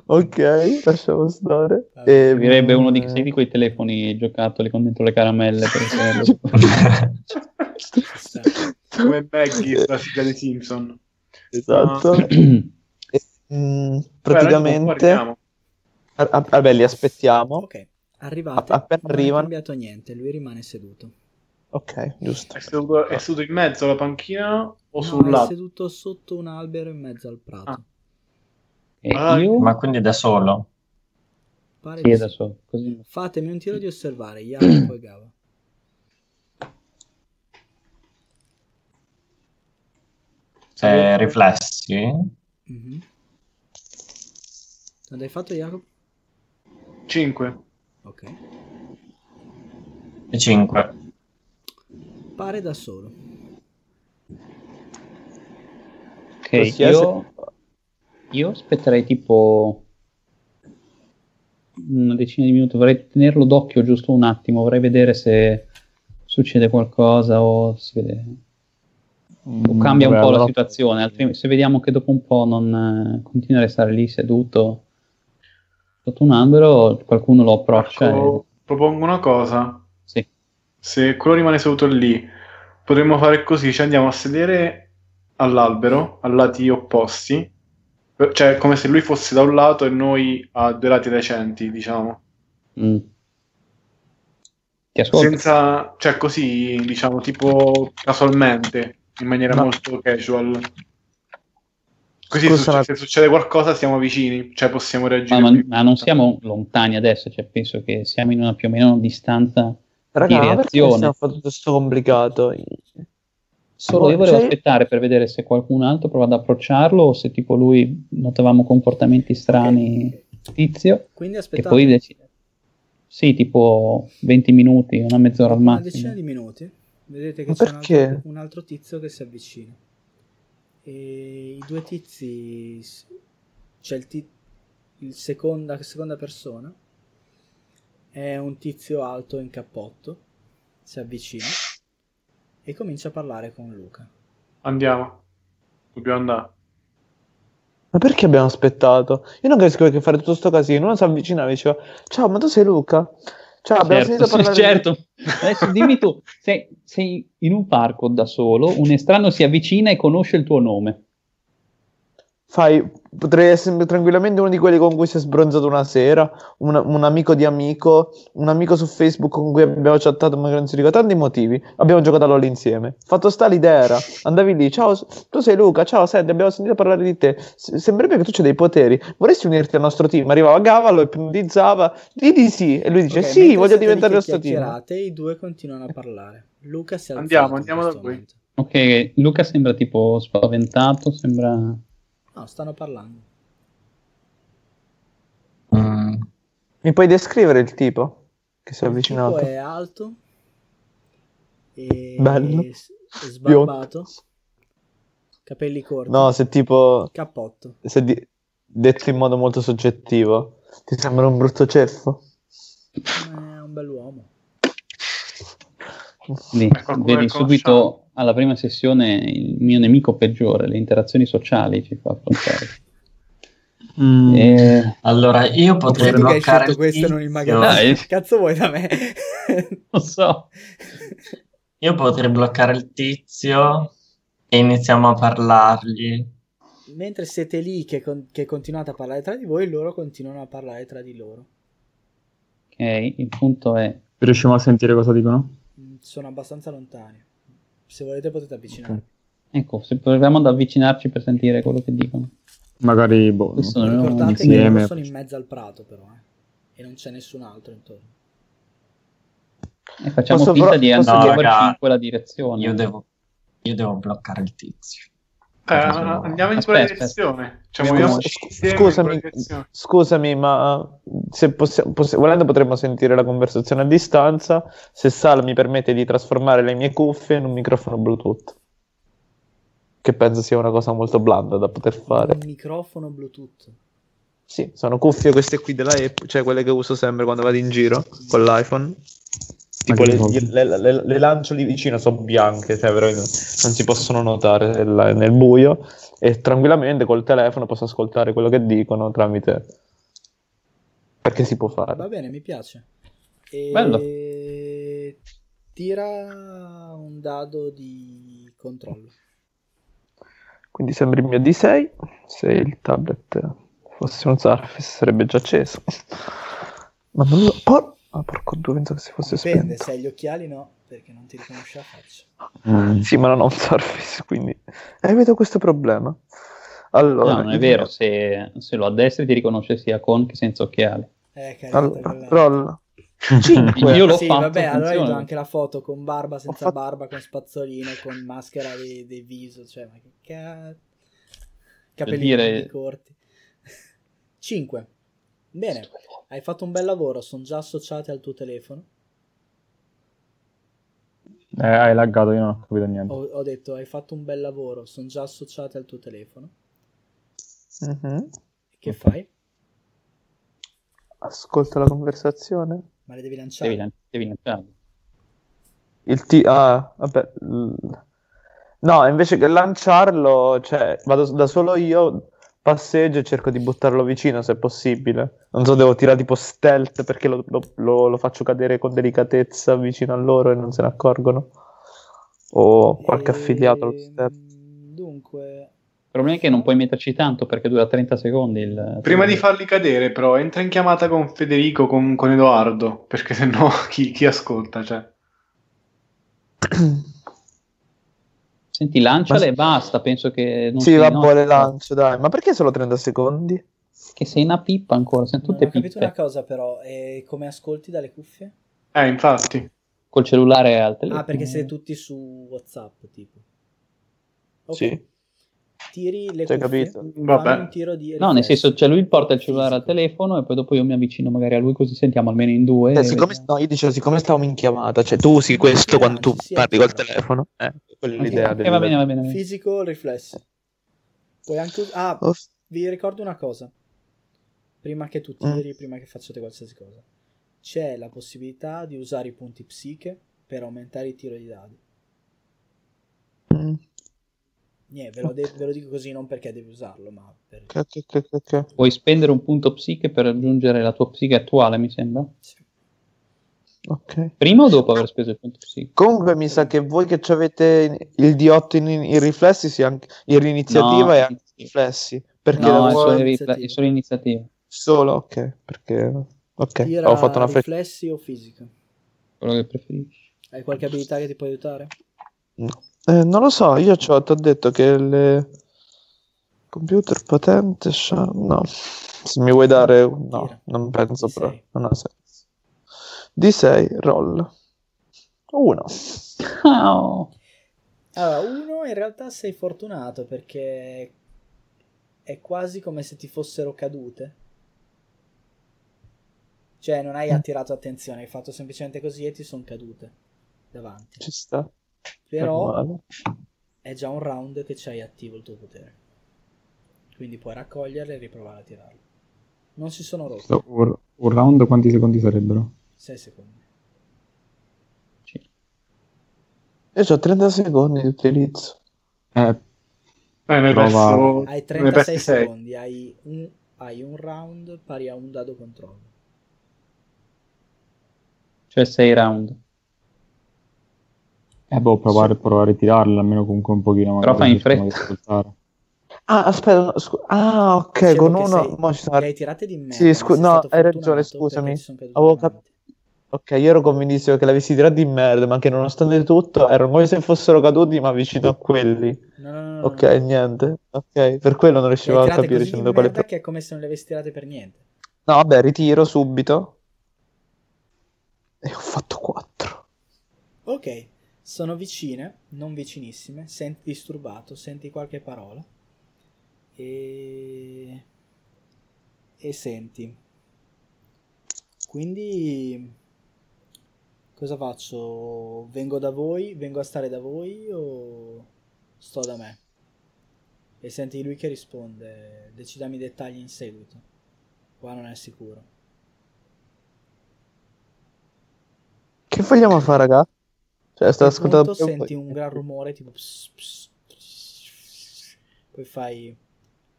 Ok, lasciamo stare.
Vabbè.
Ehm,
Direbbe Eh, uno di, sì, di quei telefoni giocattoli con dentro le caramelle. [laughs] Per
Ci sta.
[laughs] Come Maggie, la figlia dei Simpson.
Eh, Esatto.
Ah.
Ehm,
Beh, allora dopo
praticamente...
guardiamo.
Ah, ah, Vabbè, li aspettiamo.
Ok, arrivate,
App- appena
non è
arrivano-
cambiato niente, lui rimane seduto.
Ok, giusto.
È seduto, è seduto in mezzo alla panchina o
No,
sul
è
lato?
seduto sotto un albero in mezzo al prato.
Ah.
e
Ah,
io
Ma quindi da solo?
Pare
sì,
di
adesso
sì.
Così.
Fatemi un tiro di osservare,
[clears throat]
Jacopo e Gava.
eh, riflessi.
Mhm. Quanto hai fatto, Jacopo?
5.
Ok.
E 5.
Pare da solo.
Ok,
Ossia,
io, io aspetterei tipo una decina di minuti, vorrei tenerlo d'occhio giusto un attimo, vorrei vedere se succede qualcosa o si vede- o cambia un po' la situazione, altrimenti se vediamo che dopo un po' non eh, continua a restare lì seduto sotto un albero, qualcuno lo approccia e...
Ecco, Propongo una cosa.
Sì.
Se quello rimane seduto lì, potremmo fare così, ci andiamo a sedere all'albero, a lati opposti, eh, cioè come se lui fosse da un lato e noi a due lati recenti, diciamo.
Mm. Ti ascolto?
Senza, cioè così, diciamo, tipo casualmente, in maniera
Ma-
molto casual. Così
Scusa,
succe-
ma-
se succede qualcosa siamo vicini, cioè possiamo
Ma,
reagire.
ma-
più-
ma non siamo lontani adesso, cioè penso che siamo in una più o meno distanza.
Raga, ma perché
reazione.
stiamo facendo questo complicato?
Solo io volevo
Cioè-
aspettare per vedere se qualcun altro prova ad approcciarlo o se tipo lui notavamo comportamenti strani tizio
Quindi
e
aspettate
poi decide. Sì, tipo 20 minuti, una mezz'ora al
una
massimo.
decina di minuti. Vedete che
Ma
c'è un
perché?
altro, un altro tizio che si avvicina. E i due tizi. s- C'è il, ti- il seconda, seconda persona. È un tizio alto in cappotto. Si avvicina e comincia a parlare con Luca.
Andiamo. Dobbiamo andare.
Ma perché abbiamo aspettato? Io non capisco perché fare tutto sto casino. Uno si avvicinava e diceva: Ciao, ma tu sei Luca? Ciao, Ah, abbiamo
Certo,
sentito parlare.
sì, certo. Adesso dimmi tu, sei, sei in un parco da solo, un estraneo si avvicina e conosce il tuo nome.
Fai, potrei essere tranquillamente uno di quelli con cui si è sbronzato una sera, un, un amico di amico, un amico su Facebook con cui abbiamo chattato, ma che non si ricorda tanti motivi. Abbiamo giocato all'All insieme. Fatto sta l'idea era, andavi lì, ciao, s- tu sei Luca, ciao, senti, abbiamo sentito parlare di te. S- sembrerebbe che tu c'hai dei poteri. Vorresti unirti al nostro team? Arrivava Gavalo, ipnotizzava, gli di sì, e lui dice
Ok,
sì,
mentre
voglio
siete lì
diventare il
che
nostro team.
chiacchierate, I due continuano a parlare. Luca si alza
Andiamo, andiamo da qui.
Ok, Luca sembra tipo spaventato, sembra...
No, stanno parlando.
Mm.
Mi puoi descrivere il tipo che si è
Il tipo
avvicinato?
è alto e
Bello.
e s- sbarbato, capelli corti,
No, se tipo...
cappotto.
se di- detto in modo molto soggettivo, ti sembra un brutto ceffo?
Ma Eh, È un bell'uomo.
Lì,
Ecco,
Beh, qualcuno
vedi
che
subito alla prima sessione il mio nemico peggiore, le interazioni sociali ci fa
[laughs]
affrontare.
Mm.
Mm.
E-
Allora, io potrei
Perché tu che hai
bloccare
scelto questo e non il magazzino?
Dai.
Che Cazzo vuoi da me? [laughs]
Non so,
Io potrei bloccare il tizio e iniziamo a parlargli.
Mentre siete lì che, con- che continuate a parlare tra di voi, loro continuano a parlare tra di loro.
ok, il punto è...
Riusciamo a sentire cosa dicono?
Mm, Sono abbastanza lontani. Se volete potete avvicinarvi.
Ecco, se proviamo ad avvicinarci per sentire quello che dicono.
Magari, boh,
Questo
non
non
so,
è un
Ricordate che
insieme.
loro sono in mezzo al prato però, eh. E non c'è nessun altro intorno.
E facciamo
Posso
finta
pro-
di
posso
andare
dire-
in quella direzione.
Io devo, io devo bloccare il tizio.
Eh, andiamo in
Aspetta,
quella
aspetta.
direzione. Cioè,
Scusa,
muoviamoci
scu-
insieme in
scusami,
quella direzione.
scusami, ma se possi- possi- volendo potremmo sentire la conversazione a distanza, se Sal mi permette di trasformare le mie cuffie in un microfono Bluetooth. Che penso sia una cosa molto blanda da poter fare.
Un microfono Bluetooth.
Sì, sono cuffie queste qui della Apple, cioè quelle che uso sempre quando vado in giro con l'iPhone. Tipo le, le- le- le lancio lì vicino, sono bianche, cioè veramente non si possono notare nel, nel buio e tranquillamente col telefono posso ascoltare quello che dicono tramite... Perché si può fare.
Va bene, mi piace. E... Tira un dado di controllo.
Quindi sembra il mio D6, se il tablet fosse un Surface sarebbe già acceso. Ma non lo... por- ah, porco due, penso che si fosse
Dipende,
spento.
se hai gli occhiali no, perché non ti riconosce la faccia.
Mm.
Sì, ma non ho un Surface, quindi... Eh, vedo questo problema. Allora,
No, non è
io-
vero, se, se lo addestri ti riconosce sia con che senza occhiali.
Eh, carina,
Allora, rolla. Cinque.
Io l'ho
sì,
fatto.
vabbè, allora hai
attenzione.
anche la foto con barba, senza
fatto-
barba, con spazzolino, con maschera di, di viso, cioè, ma che cazzo. Capelli
dire-
lunghi, corti. [laughs] 5. Bene, hai fatto un bel lavoro, sono già associate al tuo telefono.
Eh, hai laggato, io non ho capito niente.
Oh.
Ho, ho detto, hai fatto un bel lavoro, sono già associate al tuo telefono.
Mhm.
Che fai?
Ascolto la conversazione.
Ma le devi lanciare.
Devi, lan- devi lanciarlo.
Il T... Ah, vabbè. l- No, invece che lanciarlo, cioè, vado s- da solo io, passeggio e cerco di buttarlo vicino se è possibile. Non so, devo tirare tipo stealth perché lo, lo- lo- lo faccio cadere con delicatezza vicino a loro e non se ne accorgono. O qualche affiliato allo
Ehm,
stealth.
Dunque,
Il problema è che non puoi metterci tanto perché dura 30 secondi. Il... eh,
Prima di farli cadere, però, entra in chiamata con Federico, con, con Edoardo, perché sennò [laughs] chi, chi ascolta, cioè.
Senti, lanciale
Ma-
e basta. Penso che. Non Eh,
Sì,
sei
vabbè,
in
le
ottica.
lancio, dai. Ma perché solo 30 secondi?
Che sei una pippa ancora. Sono
non ho
tutte
capito
pippe.
una cosa però, è come ascolti dalle cuffie?
Eh, infatti.
Col cellulare al telefono.
Ah, perché siete tutti su WhatsApp, tipo. Ok.
Sì.
Tiri le
Cioè,
cuffie,
capito.
fammi
Vabbè.
un tiro di
No, nel senso, cioè lui porta il cellulare al
Fisico.
telefono e poi dopo io mi avvicino magari a lui così sentiamo almeno in due. Eh,
Cioè,
e
siccome,
vediamo.
no, io dicevo, siccome stavamo in chiamata, cioè tu usi questo quando tu
Sì,
parli col
certo.
telefono. Eh, quella è
Ok,
l'idea.
ok,
del-
va bene, va bene. va bene.
Fisico o riflesso. Puoi anche us- Ah,
Oh,
vi ricordo una cosa. Prima che tu
Eh.
tiri, prima che facciate qualsiasi cosa. C'è la possibilità di usare i punti psiche per aumentare il tiro di dadi.
mm,
Niente, ve lo, de- ve lo dico così non perché devi usarlo, ma per...
ok, ok, ok, ok.
Puoi spendere un punto psiche per raggiungere la tua psiche attuale, mi sembra.
sì.
Ok.
Prima o dopo aver speso il punto psiche?
Comunque mi sa che voi che avete il D8 in, in riflessi, sia anche in iniziativa
No,
e anche
sì.
in riflessi. Perché
no,
la
è
vuoi-
solo,
vuoi
iniziativa. è solo iniziativa.
solo? Ok, perché... Ok,
Tira
ho fatto una freccia.
riflessi o fisica.
Quello che preferisci.
Hai qualche abilità che ti può aiutare?
Eh, non lo so, io ti ho detto che le... Computer, patente, scia- no. Se mi vuoi dare... No,
Tira.
non penso
D6.
però. Non ha senso. D6, roll. Uno.
Ciao!
Allora, uno in realtà sei fortunato perché è quasi come se ti fossero cadute. Cioè, non hai attirato attenzione, hai fatto semplicemente così e ti sono cadute davanti.
Ci sta.
Però
Meno male.
è già un round che c'hai attivo il tuo potere. Quindi puoi raccoglierle e riprovare a tirarle. Non si sono rotte.
Un, un round quanti secondi sarebbero?
6 secondi.
Io ho 30 secondi di utilizzo.
Eh,
Eh, ne hai
Prova-
perso- ne
Hai
hai
36
persi sei.
secondi, hai un, hai un round pari a un dado controllo.
Cioè sei round.
eh boh, provare, provare a tirarla, almeno comunque un pochino magari.
fai in
cerchiamo di
fretta.
ascoltare.
Ah, aspetta, no, scu- ah, ok,
Dicevo
con
che
uno...
Cioè, sei-
mo ci sono
Le hai
arri-
tirate di merda.
Sì,
ma
scu-
sei
no,
stato
hai
fortunato
ragione,
perché
scusami.
ci sono cadute
Avevo
davanti.
Ok, io ero convintissimo che l'avessi tirato di merda, ma che nonostante tutto erano come se fossero caduti, ma vicino a quelli.
No, no, no, no, no.
Ok, niente. Ok, per quello non
Le
riuscivo
hai
a
Eh, tirate così
capire
di
dicendo quale
merda
pro-
che è come se non le avessi tirate per niente.
No, vabbè, ritiro subito. E ho fatto 4.
Ok, sono vicine, non vicinissime. Senti disturbato, senti qualche parola. E... E senti. Quindi... Cosa faccio? Vengo da voi? Vengo a stare da voi o sto da me? E senti lui che risponde, decidami i dettagli in seguito. Qua non è sicuro.
Che vogliamo fare, raga? Cioè, sto
A quel punto
ascoltando più
senti un gran rumore tipo ps, ps, ps. poi fai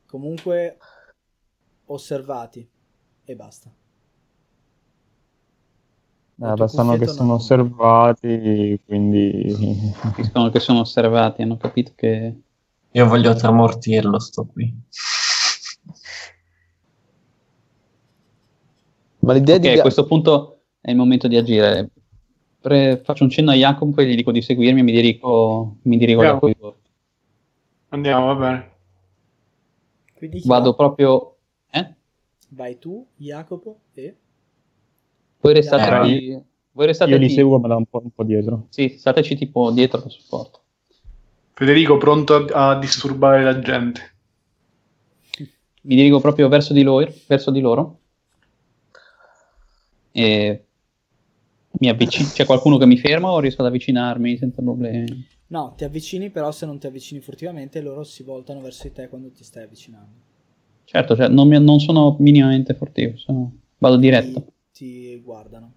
comunque osservati e basta.
Eh,
Il tuo
beh, sanno che
cuffietto
sono
non-
osservati, quindi...
Capiscono che sono osservati, hanno capito che...
Io voglio tramortirlo, sto qui.
Ma l'idea
Ok,
di...
a questo punto è il momento di agire. Pre- faccio un cenno a Jacopo e gli dico di seguirmi e mi dirigo, mi dirigo da
Andiamo.
qui.
Andiamo, va bene.
Quindi chi
Vado
va?
proprio... Eh?
vai tu, Jacopo e
Voi restate,
Eh,
lì- voi restate
Io li
lì-
seguo, ma da un po', un po' dietro.
Sì, stateci tipo dietro al supporto.
Federico pronto a, a disturbare la gente.
Mi dirigo proprio verso di, loro- verso di loro. E mi avvicino. C'è qualcuno che mi ferma o riesco ad avvicinarmi senza problemi?
No, ti avvicini, però se non ti avvicini furtivamente, loro si voltano verso di te quando ti stai avvicinando.
Certo, cioè, non, mi- non sono minimamente furtivo, sono- vado diretto.
Ti, ti guardano.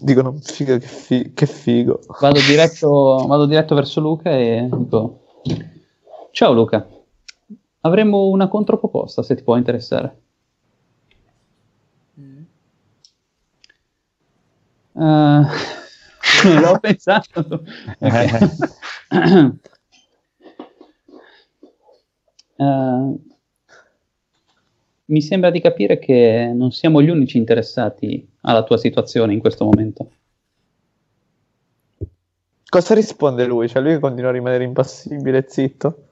Dicono, figa, che, fi- che figo.
Vado diretto, vado diretto verso Luca e dico: Ciao Luca, avremmo una controproposta se ti può interessare.
Mm.
Eh, [laughs] non
[laughs]
l'ho pensato. Ok. Eh, mi sembra di capire che non siamo gli unici interessati alla tua situazione in questo momento.
Cosa risponde lui? Cioè, lui che continua a rimanere impassibile e zitto.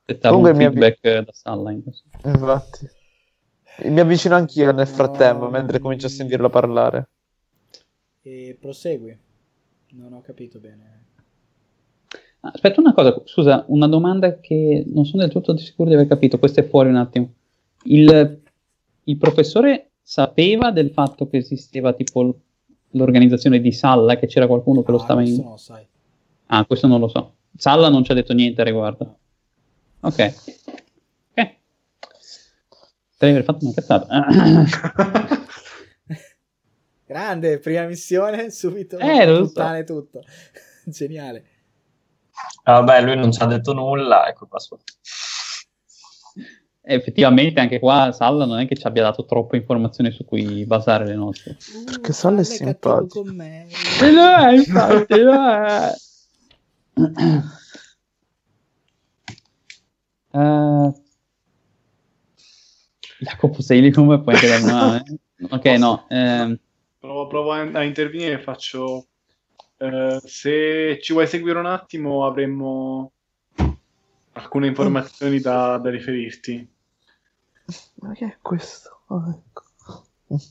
Aspettavo un
Comunque mi avvi-
feedback eh, da Salla in questo.
Infatti. E Mi avvicino anch'io nel frattempo,
No.
mentre comincio a sentirlo parlare.
E prosegui. Non ho capito bene.
Ah, Aspetta una cosa, scusa, una domanda che non sono del tutto sicuro di aver capito, questo è fuori un attimo. Il, il professore sapeva del fatto che esisteva tipo l- l'organizzazione di Salla, che c'era qualcuno che lo
Ah,
stava
questo
in...
non lo sai.
Ah, questo non lo so. Salla non ci ha detto niente a riguardo. Ok. Ok. Potrei aver fatto una cazzata. [coughs]
Grande, prima missione, subito.
Eh, lo so.
puttane tutto. Geniale.
Ah, Vabbè, lui non ci ha detto nulla, ecco qua sua.
Effettivamente anche qua Salla non è che ci abbia dato troppe informazioni su cui basare le nostre.
Perché Sol è
Sal cattivo
simpatico.
con me.
E lo è, infatti, lo è. Eh, Jacopo Seli come puoi anche dare una mano, eh? Ok, no. ehm,
Provo, provo a, a intervenire e faccio... eh, se ci vuoi seguire un attimo avremmo alcune informazioni da, da riferirti.
Ma che è questo? Ah, ecco.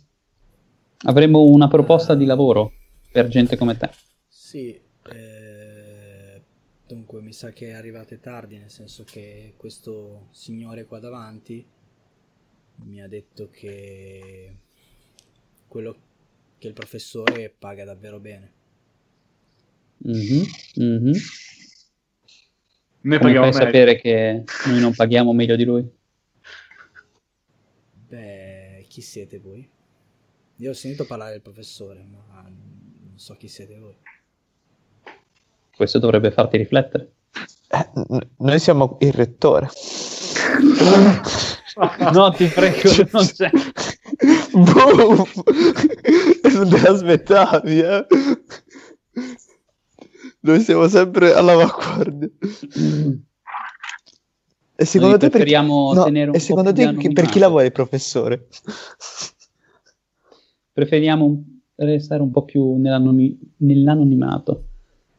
avremo una proposta di lavoro per gente come te.
Sì, eh, dunque mi sa che arrivate tardi, nel senso che questo signore qua davanti mi ha detto che quello che il professore paga davvero bene.
Mhm, mhm.
Noi
Come
paghiamo
fai a
meglio.
sapere che noi non paghiamo meglio di lui?
Beh, chi siete voi? Io ho sentito parlare del professore, ma non so chi siete voi.
Questo dovrebbe farti riflettere.
Eh, n- noi siamo il rettore.
[laughs] No, ti prego,
Cioè,
Cioè,
non c'è.
Boom! Non te l'aspettavi, eh? Noi siamo sempre all'avanguardia. E secondo
Noi
te per...
preferiamo
no,
tenere un
e
po'
secondo
più
te
di
chi- per chi
anonimato.
lavora il professore?
preferiamo un- restare un po' più nell'anomi- nell'anonimato.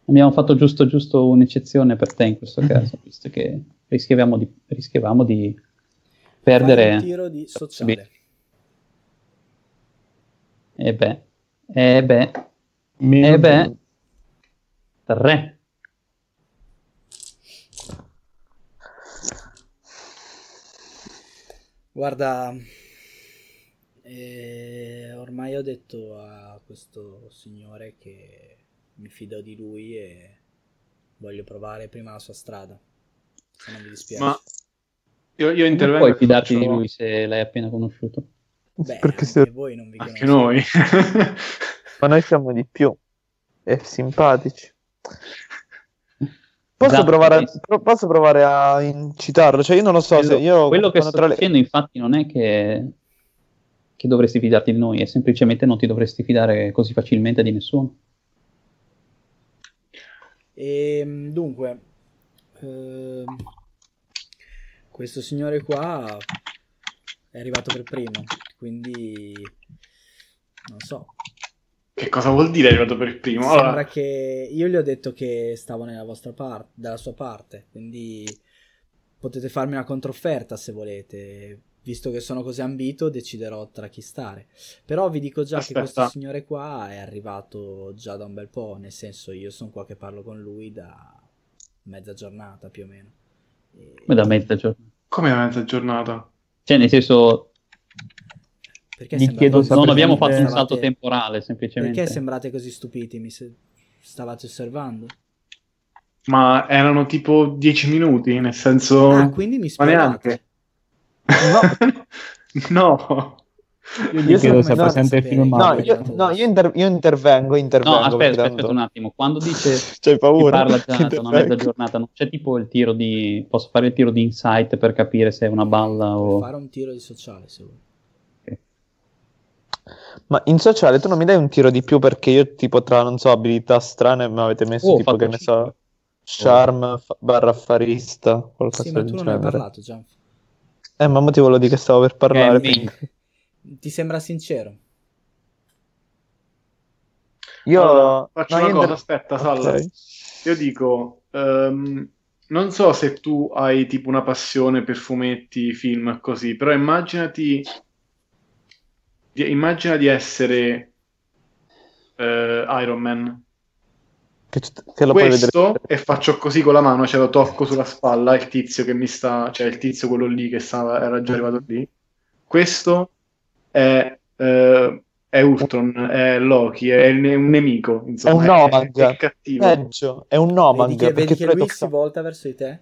Abbiamo fatto giusto giusto un'eccezione per te in questo
Mhm.
caso, visto che rischiavamo di, rischiavamo di
Fai un
perdere.
tiro di sociale.
E Eh beh, e beh,
Meno
e beh, tre.
Guarda, eh, ormai ho detto a questo signore che mi fido di lui e voglio provare prima la sua strada, se non mi dispiace.
[laughs] Ma io, io
Non
intervengo
puoi
e
fidarti di
faccio-
lui se l'hai appena conosciuto.
Beh,
[laughs] Perché
anche
se-
voi non vi
Anche
conoscete.
noi. [laughs]
Ma noi siamo di più. E simpatici. Posso,
Esatto,
provare a,
sì.
pro- posso provare a incitarlo? Cioè, io non lo so
quello,
se io.
quello che
quando
sto
tra le-
dicendo, infatti, non è che, che dovresti fidarti di noi, è semplicemente non ti dovresti fidare così facilmente di nessuno.
E, dunque, ehm, questo signore qua è arrivato per primo, quindi non so,
Che cosa vuol dire è arrivato per primo? Allora,
Sembra che io gli ho detto che stavo nella vostra parte, dalla sua parte, quindi potete farmi una controfferta se volete. visto che sono così ambito, deciderò tra chi stare. Però vi dico già
Aspetta.
che questo signore qua è arrivato già da un bel po', nel senso io sono qua che parlo con lui da mezza giornata più o meno. E-
Come da mezzogiorno.
Come la mezza giornata?
Cioè, nel senso,
Perché
vi
sembrate-
chiedo,
non
non abbiamo fatto un
sembrate-
salto temporale, semplicemente.
Perché sembrate così stupiti? Mi se- stavate osservando?
Ma erano tipo 10 minuti, nel senso...
Ah, quindi mi
ma
spiegate.
neanche. [laughs] No.
Io chiedo se è
no,
presente
sapere.
il film
No,
Ah,
Marvel.
io, no, io inter- io intervengo, intervengo.
No, aspetta,
perché
aspetta un attimo.
[laughs]
Quando dice
[laughs]
C'hai
che
paura?
parla già da una mezza
Intervengo.
giornata, non c'è tipo il tiro di... Posso fare il tiro di insight per capire se è una balla
Puoi
o...
fare un tiro di sociale se vuoi.
Ma in sociale tu non mi dai un tiro di più perché io tipo tra, non so, abilità strane mi avete messo
Oh, ho
tipo
fatto
che ne so,
cinque.
charm fa- barra affarista, qualcosa
Sì, ma
del
tu non hai
genere.
parlato, Gian.
Eh, ma mo ti volevo dire che stavo per parlare.
Eh, meglio.
Ti sembra sincero?
Io
Allora, faccio
no,
una
io
cosa,
inter-
aspetta, Salla.
Ok.
Io dico, ehm, non so se tu hai tipo una passione per fumetti, film, così, però immaginati, di- immagina di essere eh, Iron Man.
Che, che lo puoi vedere.
Questo e faccio così con la mano, cioè lo tocco sulla spalla, il tizio che mi sta, cioè il tizio quello lì che stava, era già arrivato lì. Questo è, eh, è Ultron, è Loki, è il- un nemico, insomma,
un
è-
nomad.
è cattivo.
Eh,
Peggio, è un nomad
vedi che, vedi
perché
che
tu l'hai
lui si
toccato.
volta verso di te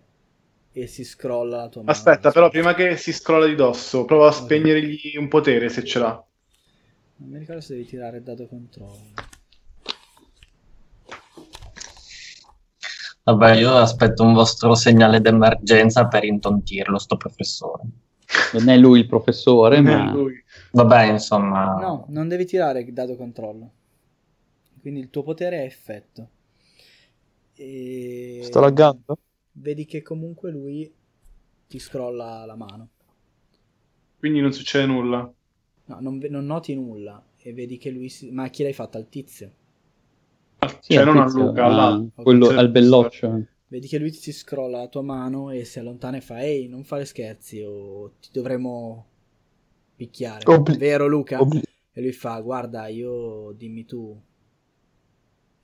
e si scrolla la tua mano.
Aspetta, però prima che si scrolla di dosso, prova a spegnergli un potere se ce l'ha.
Non mi ricordo se devi tirare il dado controllo.
Vabbè, io aspetto un vostro segnale d'emergenza per intontirlo, sto professore.
Non è lui il professore, ma...
Eh, lui.
Vabbè, insomma...
No, non devi tirare il dado controllo. Quindi il tuo potere è effetto. E...
Sto laggando?
Vedi che comunque lui ti scrolla la mano.
Quindi non succede nulla.
No, non, ve- non noti nulla e vedi che lui... si- Ma a chi l'hai fatta? Al tizio.
Sì,
cioè,
al
non a
tizio,
Luca,
a-
là.
quello,
Cioè,
al belloccio.
Vedi che lui ti scrolla la tua mano e si allontana e fa Ehi, non fare scherzi o ti dovremmo picchiare.
Obli-
Vero Luca?
Obli-
E lui fa, guarda, io dimmi tu,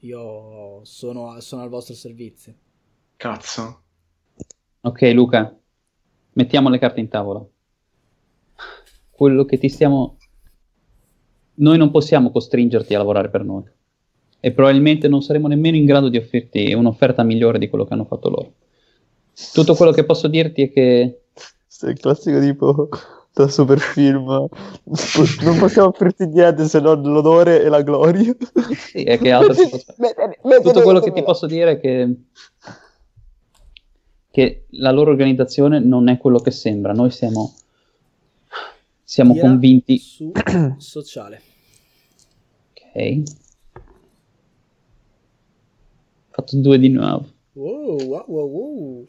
io sono, sono al vostro servizio.
Cazzo.
Ok, Luca, mettiamo le carte in tavola. Quello che ti stiamo... Noi non possiamo costringerti a lavorare per noi. E probabilmente non saremo nemmeno in grado di offrirti un'offerta migliore di quello che hanno fatto loro. Tutto quello che posso dirti è che
Questo è il classico tipo da super film. Tipo, [laughs] non possiamo offrirti niente se non l'odore e la gloria.
Sì, è che altro si può
[laughs]
fare. tutto quello che ti posso dire è che, che la loro organizzazione non è quello che sembra. Noi siamo, siamo
Tira
convinti.
Su sociale.
Ok. Ho fatto due di nuovo.
Wow, wow, wow, wow.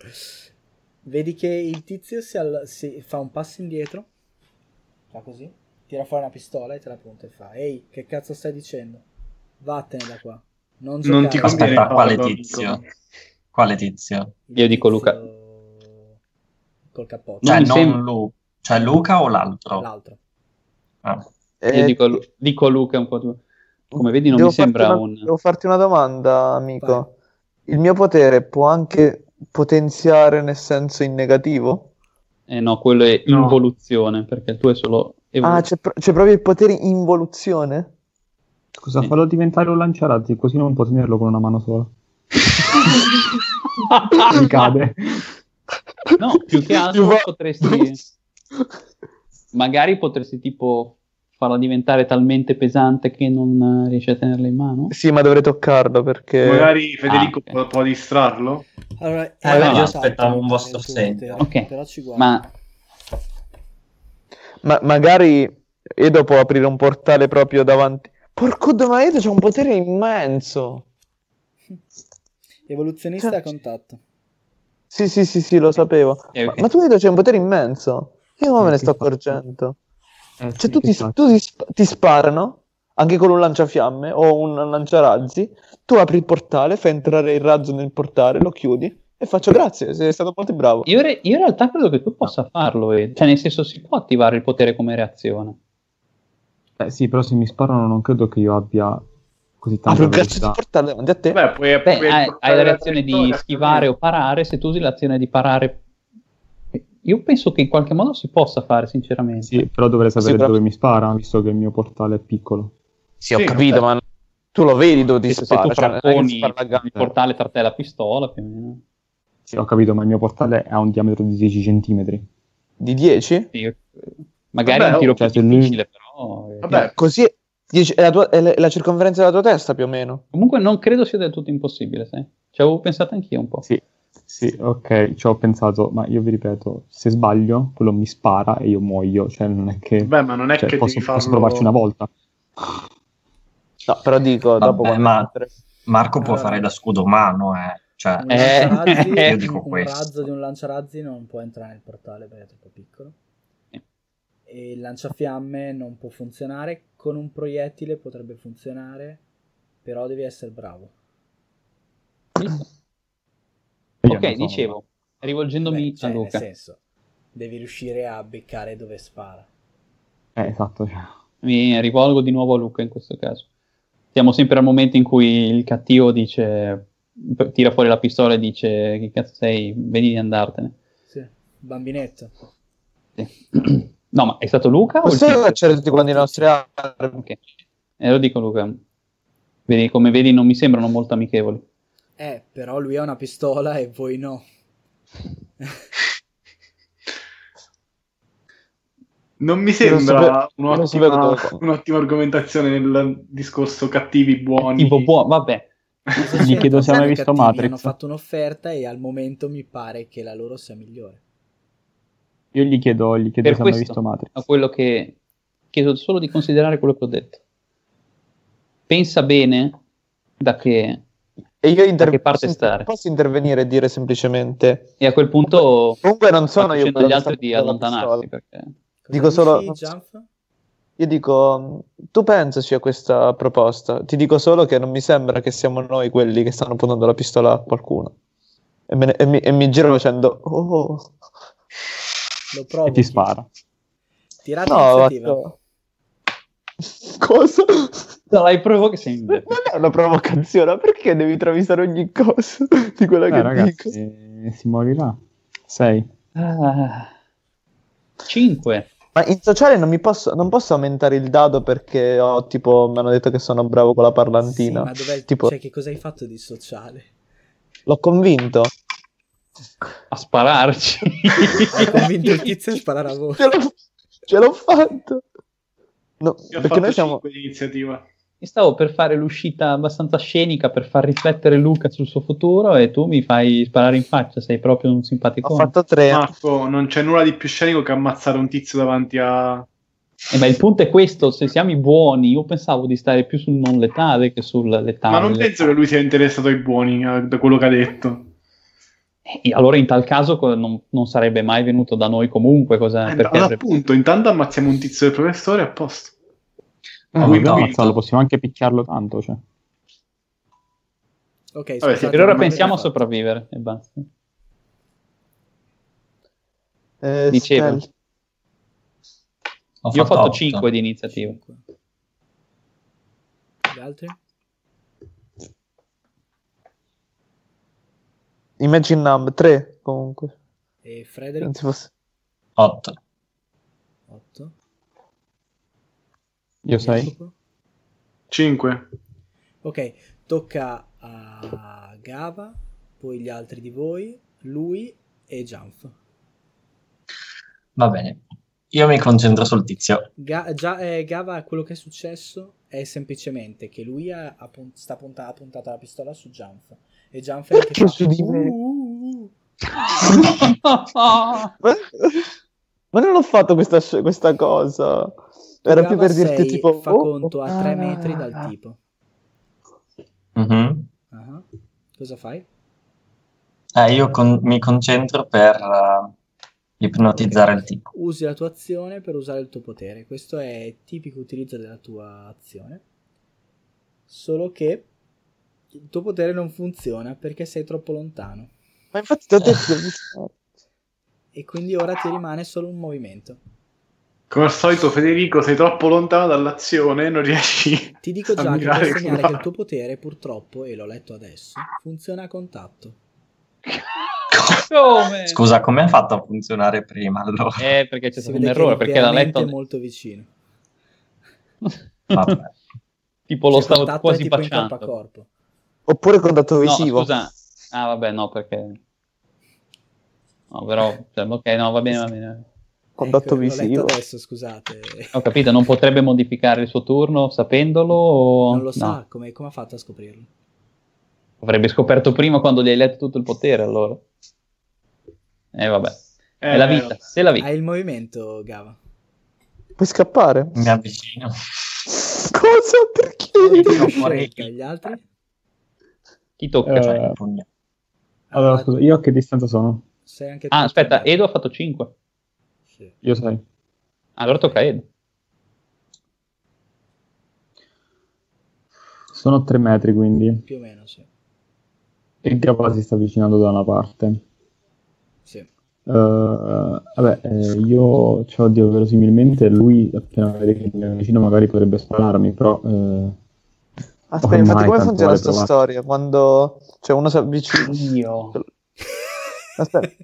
Vedi che il tizio si, all- si fa un passo indietro, fa così, tira fuori una pistola e te la punta e fa, ehi, che cazzo stai dicendo? Vattene da qua. Non, giocare.
Non ti
Aspetta,
conviene farlo,
quale
amico.
tizio? Quale tizio?
Il
Io dico Luca.
tizio Col cappotto.
No,
Cioè,
mi
non
sembra-
Lu- cioè Luca o l'altro?
L'altro.
Ah.
Io dico, a Lu- dico a Luca un po'. di- Come vedi, non
Eh, Devo
mi sembra
farti una-
un.
Devo farti una domanda, amico. Il mio potere può anche potenziare nel senso in negativo?
Eh no, quello è
No.
involuzione, perché il tuo è solo.
Ah,
evoluzione.
c'è, pro- c'è proprio il potere involuzione?
Scusa, fallo diventare un lanciarazzi, così non può tenerlo con una mano sola.
Ah, [laughs]
cioè,
Mi cade.
[laughs] Eh, No, più che altro
Io fa-
potresti- Magari potresti tipo farla diventare talmente pesante che non eh, riesci a tenerla in mano.
[laughs] Sì, ma dovrei toccarlo perché...
Magari Federico
ok.
Ah,
può, può distrarlo?
Allora,
Ah,
Eh, no, io
aspettavo un vostro segno.
segno
Ok,
Però ci guardo.
Ma
Ma magari Edo può aprire un portale proprio davanti. Porco Dio, ma Edo c'ha un potere immenso.
Evoluzionista a contatto.
Sì, sì, sì, sì, lo sapevo.
Eh,
Ma,
ok.
ma tu Edo c'è un potere immenso. Io come
Eh,
me ne
che
sto
faccio?
accorgendo.
Eh,
Cioè,
sì,
tu,
che
ti,
faccio?
tu ti sp- ti sparano anche con un lanciafiamme o un lanciarazzi. Tu apri il portale, fai entrare il razzo nel portale, lo chiudi E faccio grazie, sei stato molto bravo.
Io, re- io in realtà credo che tu possa farlo, e- cioè nel senso si può attivare il potere come reazione.
Eh, sì, però se mi sparano non credo che io abbia così
Ah,
tanta
però cazzo
velocità.
di portarlo davanti a te.
Beh, puoi,
Beh,
puoi
hai,
portare
hai la reazione di
vittoria,
schivare o parare, se tu usi l'azione di parare... Io penso che in qualche modo si possa fare, sinceramente.
Sì, però dovrei sapere
Sì, però-
dove mi spara, visto che il mio portale è piccolo.
Sì, ho
Sì,
capito, ma tu lo vedi dove ti
se, se
spara.
tu
cioè, non è che
frapponi
ti spara la
il
gamba.
portale tra te e la pistola, più o meno.
Sì, ho capito, ma il mio portale ha un diametro di 10 centimetri.
Di 10?
Sì, io- Magari
Vabbè,
è un tiro
oh, cioè,
più
se lui-
difficile, però... eh.
Vabbè,
Così è, dieci- è la tua- è la- è la circonferenza della tua testa più o meno.
Comunque non credo sia del tutto impossibile, sai? Ci avevo pensato anch'io un po'.
Sì, sì, ok, ci ho pensato, ma io vi ripeto, se sbaglio, quello mi spara e io muoio, cioè non è che...
beh, ma non è
cioè,
che
posso,
devi farlo...
posso provarci una volta.
No, però dico, dopo
Vabbè,
quando...
ma Marco può
Allora.
fare da scudo umano, eh. Cioè,
Un
Eh,
lanciarazzi,
io
dico
un
questo.
razzo di un lanciarazzi non può entrare nel portale perché è troppo piccolo. E il lanciafiamme non può funzionare. Con un proiettile potrebbe funzionare, però devi essere bravo.
Io
Ok,
non so.
dicevo, rivolgendomi
Beh, cioè,
a
nel
Luca.
senso, devi riuscire a beccare dove spara.
Eh, esatto. cioè.
mi rivolgo di nuovo a Luca in questo caso. Siamo sempre al momento in cui il cattivo dice, tira fuori la pistola e dice che cazzo sei, vedi di andartene. [clears throat]
Sì, bambinetto.
Sì. No, ma è stato Luca? o il
Possiamo
tizio?
cacciare tutti quanti i nostri armi?
Ok. Eh, lo dico Luca, Vedi, come vedi non mi sembrano molto amichevoli.
Eh, però lui ha una pistola e
[laughs]
voi no.
Non mi
Non
sembra
sapevo- non sapevo
un'ottima,
dove-
[laughs] un'ottima argomentazione nel discorso cattivi buoni.
Tipo, buono, vabbè.
Cosa
Gli
c'entra?
chiedo se ha mai
Tanto i
visto
cattivi
Matrix.
Hanno fatto un'offerta e al momento mi pare che la loro sia migliore.
Io gli chiedo, gli chiedo
Per
se hanno
questo.
visto Matrix.
a quello che chiedo solo di considerare quello che ho detto. Pensa bene da che
E io inter-
Da che parte
posso,
stare?
posso intervenire e dire semplicemente...
e a quel punto
Comunque non
sto
sono io
dicendo
quello
agli
che
altri
sta
di
portando la
allontanarsi
pistola.
perché
Cosa
Dico solo-
dici, Jump?
Io dico, tu pensaci a questa proposta, ti dico solo che non mi sembra che siamo noi quelli che stanno puntando la pistola a qualcuno. E, me ne- e mi, e mi giro facendo, oh, [laughs]
Lo
E
provo.
ti spara.
Tirate
no,
iniziativa.
faccio- cosa?
no, hai provo che sei in
Non è una provocazione, ma perché devi travisare ogni cosa [laughs] di quella
Eh,
Beh,
che
ragazzi,
dico?
eh, si morirà. 6.
Ah. 5
Ma in sociale non, mi posso, non posso aumentare il dado perché ho, tipo, mi hanno detto che sono bravo con la
Sì,
parlantina.
ma dov'è,
Tipo-
cioè, che cosa hai fatto di sociale?
L'ho convinto.
a
[laughs]
spararci.
Hai convinto il tizio a sparare a voi.
ce l'ho, ce l'ho fatto. No,
Io ho
perché
fatto
noi siamo.
cinque di iniziativa.
Mi stavo per fare l'uscita abbastanza scenica per far riflettere Luca sul suo futuro e tu mi fai sparare in faccia, sei proprio un
Ho
simpaticone.
fatto tre.
Marco, non c'è nulla di più scenico che ammazzare un tizio davanti a...
Eh, ma il punto è questo, se siamo i buoni, io pensavo di stare più sul non letale che sul letale.
Ma non penso che lui sia interessato ai buoni, eh, da quello che ha detto.
Eh, allora in tal caso co- non, non sarebbe mai venuto da noi comunque, cosa,
Eh,
Ah, perché
allora,
avrebbe-
appunto, intanto ammazziamo un tizio del professore a posto.
No,
Lui
dobbiamo
Ah, no.
ammazzarlo, Ah, possiamo anche picchiarlo tanto. Cioè.
Ok,
Vabbè,
scusate,
per ora
non avete
pensiamo a
fatto.
sopravvivere e basta.
Eh,
Dicevo.
Stel-
Io ho fatto
otto.
5 di iniziativa.
Cinque. Gli altri?
Imagine Numb 3 comunque.
E
Non
Frederick?
si fosse-
8.
8.
Io 6.
Cinque.
Ok, tocca a Gava, poi gli altri di voi, lui e Jump.
Va bene. Io mi concentro sul tizio.
Ga- già, eh, Gava, quello che è successo è semplicemente che lui ha, ha pun- sta punta- ha puntato la pistola su Jump. E Jump è lì che
Perché
fa,
su di me?
"Uh, uh, uh, uh".
Ah,
Ma... ma non ho fatto questa, sc- questa cosa.
Tu,
Era
Gava,
più per dirti
sei-
tipo.
Fa
oh,
conto a 3
ah.
metri dal tipo.
Mhm.
Ah, Cosa fai?
Eh, io con- mi concentro per eh, ipnotizzare
Ok.
il tipo.
Usi la tua azione per usare il tuo potere. Questo è tipico utilizzo della tua azione. Solo che il tuo potere non funziona perché sei troppo lontano.
Ma infatti ti ho detto di
[laughs]
avvicinare.
E quindi ora ti rimane solo un movimento.
Come al solito, Federico, sei troppo lontano dall'azione e non riesci.
Ti dico già che
Ammirare
per segnare
sulla-
che il tuo potere, purtroppo, e l'ho letto adesso, funziona a contatto.
[laughs] Come?
Scusa, come ha fatto a funzionare prima allora?
Eh, perché c'è
Si
stato
vede
un
che
errore,
eri
perché l'ha
veramente
letto
molto vicino.
[laughs] Vabbè.
tipo lo
Cioè,
stavo
contatto è
quasi
tipo in
baciando.
corpo a corpo.
Oppure contatto
No,
visivo.
scusa. Ah, vabbè, no, perché... No, però... cioè, ok, no, va bene, va bene.
Contatto
Ecco, l'ho letto
visivo.
adesso, scusate.
Ho capito, non potrebbe modificare il suo turno sapendolo o...
Non lo sa,
Oh, No,
come, come ha fatto a scoprirlo?
avrebbe scoperto prima quando gli hai letto tutto il potere, allora. Eh, vabbè.
Eh,
è la vita, se la vita.
Hai il movimento, Gava.
Puoi scappare?
Mi avvicino.
Cosa?
Hai
Perché?
la
fuori.
scelta, gli altri?
Chi tocca?
Cioè,
Eh,
pugno.
allora,
Allora,
scusa, io a che distanza sono?
Ah, sei anche
Ah,
tu,
aspetta,
Gava.
Edo ha fatto 5.
Sì.
Io sei.
Allora tocca a Edo.
Sono a 3 metri, quindi.
Più o meno, sì.
E Gava si sta avvicinando da una parte.
Sì.
Eh, vabbè, eh, io, cioè, oddio, verosimilmente lui, appena vede che mi avvicino, magari potrebbe spararmi, però... eh,
Aspetta,
Ormai,
infatti come
tanto
funziona
vale
sta
provare.
storia? Quando cioè, uno si avvicina...
Io.
[laughs]
Aspetta.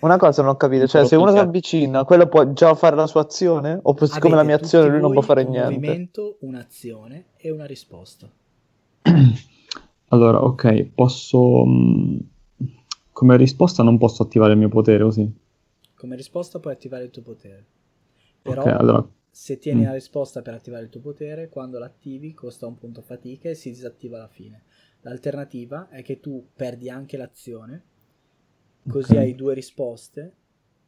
Una cosa non ho capito, cioè se uno si avvicina, quello può già fare la sua azione? Oppure siccome la
Avete
mia azione
tutti
lui non può
voi
fare
un
niente?
movimento, un'azione e una risposta.
[clears throat] Allora, ok, posso... mh, come risposta non posso attivare il mio potere, così.
Come risposta puoi attivare il tuo potere. Però
Ok, allora,
se tieni
Mm.
la risposta per attivare il tuo potere, quando l'attivi costa un punto fatica e si disattiva alla fine. L'alternativa è che tu perdi anche l'azione, così
Ok.
hai due risposte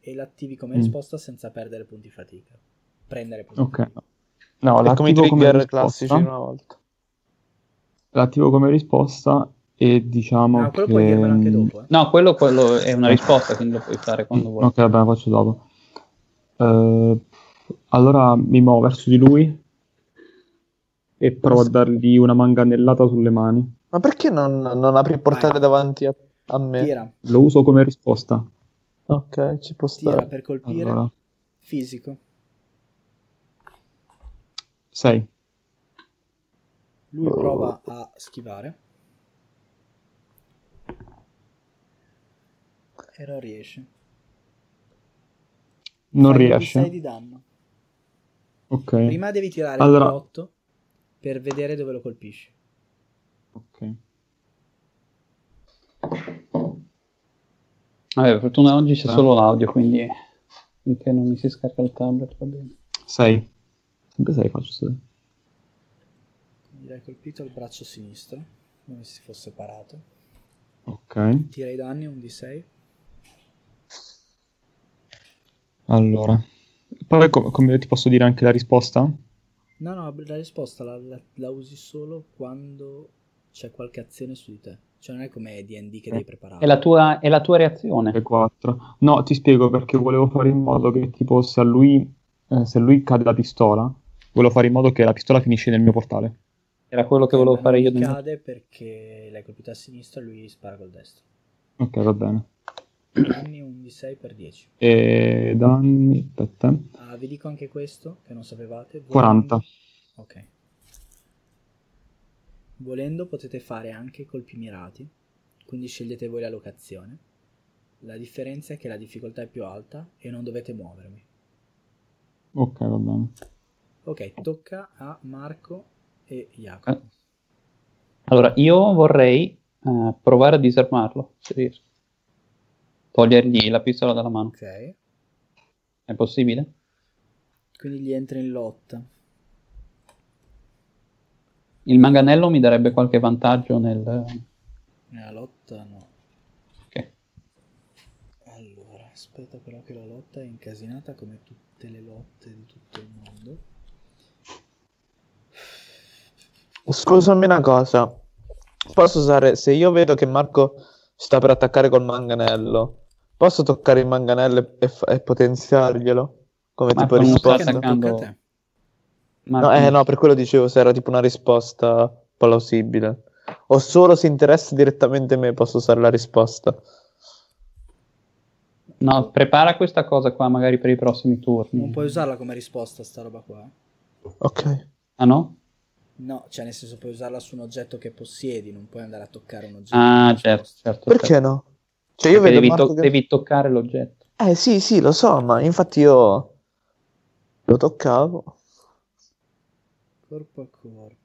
e l'attivi come
Mm.
risposta senza perdere punti fatica. Prendere punti
ok.
fatica.
No,
È come i
l'attivo come
trigger
risposta,
classici una volta.
l'attivo come risposta e diciamo
Ah, quello
che...
puoi dirmelo anche dopo. eh.
mm.
No, quello, quello è una risposta, quindi lo puoi fare quando vuoi.
Ok, vabbè, lo faccio dopo. Eh, allora mi muovo verso di lui e provo a dargli una manganellata sulle mani.
Ma perché non, non apri il portale
Vai.
davanti a, a me?
Tira,
Lo uso come risposta.
Ok, ci può
tira
stare.
per colpire.
Allora,
Fisico.
6.
Lui
Oh.
prova a schivare. E non riesce.
Non
Fai
riesce.
6 di danno.
Ok.
Prima devi tirare
Allora-
il 8 per vedere dove lo colpisci.
ok.
Vabbè, per fortuna oggi c'è
Ah.
solo l'audio, quindi finché non mi si scarica il tablet va bene.
6. Sempre 6 faccio. sì.
Gli hai colpito il braccio sinistro, come se si fosse parato.
Ok.
Tira i danni, un D6.
Allora. Poi co- come ti posso dire anche la risposta?
No, no, la risposta la, la- la usi solo quando c'è qualche azione su di te. Cioè non è come D&D
Eh.
che devi preparare.
È la tua, è la tua reazione.
4. No, ti spiego perché volevo fare in modo che tipo se a lui eh, se a lui cade la pistola, volevo fare in modo che la pistola finisce nel mio portale.
Era quello che volevo
Ma
fare
non
io.
gli
dentro.
cade perché l'hai colpito a sinistra e lui spara col destro.
Ok, va bene.
Danni un D6 per 10.
E danni, aspetta,
Ah, vi dico anche questo che non sapevate. Volendo-
40.
Ok. Volendo potete fare anche colpi mirati, quindi scegliete voi la locazione. La differenza è che la difficoltà è più alta e non dovete muovervi.
Ok, va bene.
Ok, tocca a Marco e Jacopo.
Allora, io vorrei eh, provare a disarmarlo, se riesco. Togliergli la pistola dalla mano.
Ok.
È possibile?
Quindi gli entra in lotta.
Il manganello mi darebbe qualche vantaggio nel...
Nella lotta no.
Ok.
Allora, aspetta però che la lotta è incasinata come tutte le lotte di tutto il mondo.
Scusami una cosa. Posso usare, se io vedo che Marco sta per attaccare col manganello, posso toccare il manganello e, fa- e potenziarglielo? Come
Marco,
tipo
non sta
risposta?
Perché non
attaccando-
tocca a te.
Ma
eh, No, eh, no, per quello dicevo se era tipo una risposta plausibile. O solo se interessa direttamente me posso usare la risposta.
No, prepara questa cosa qua magari per i prossimi turni.
Non puoi usarla come risposta sta roba qua. eh.
Ok.
Ah no?
No, cioè nel senso puoi usarla su un oggetto che possiedi, non puoi andare a toccare un oggetto.
Ah,
come
certo,
risposta.
certo. certo.
Perché no? Cioè io
Perché
vedo
devi,
Marco
to-
che-
devi toccare l'oggetto.
Eh sì, sì, lo so, ma infatti io lo toccavo.
Corpo a corpo.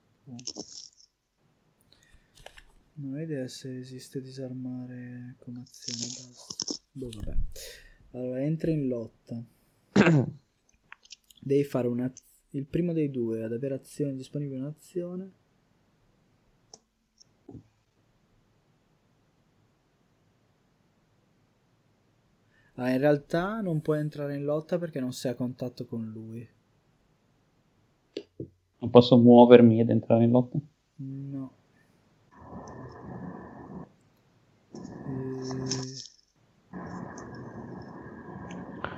Non ho idea se esiste disarmare come azione. basta. Boh, vabbè. Allora, entri in lotta. Devi fare una... il primo dei due ad avere azione disponibile un'azione. Ah, in realtà non puoi entrare in lotta perché non sei a contatto con lui.
Non posso muovermi ed entrare in lotta.
No. Eh,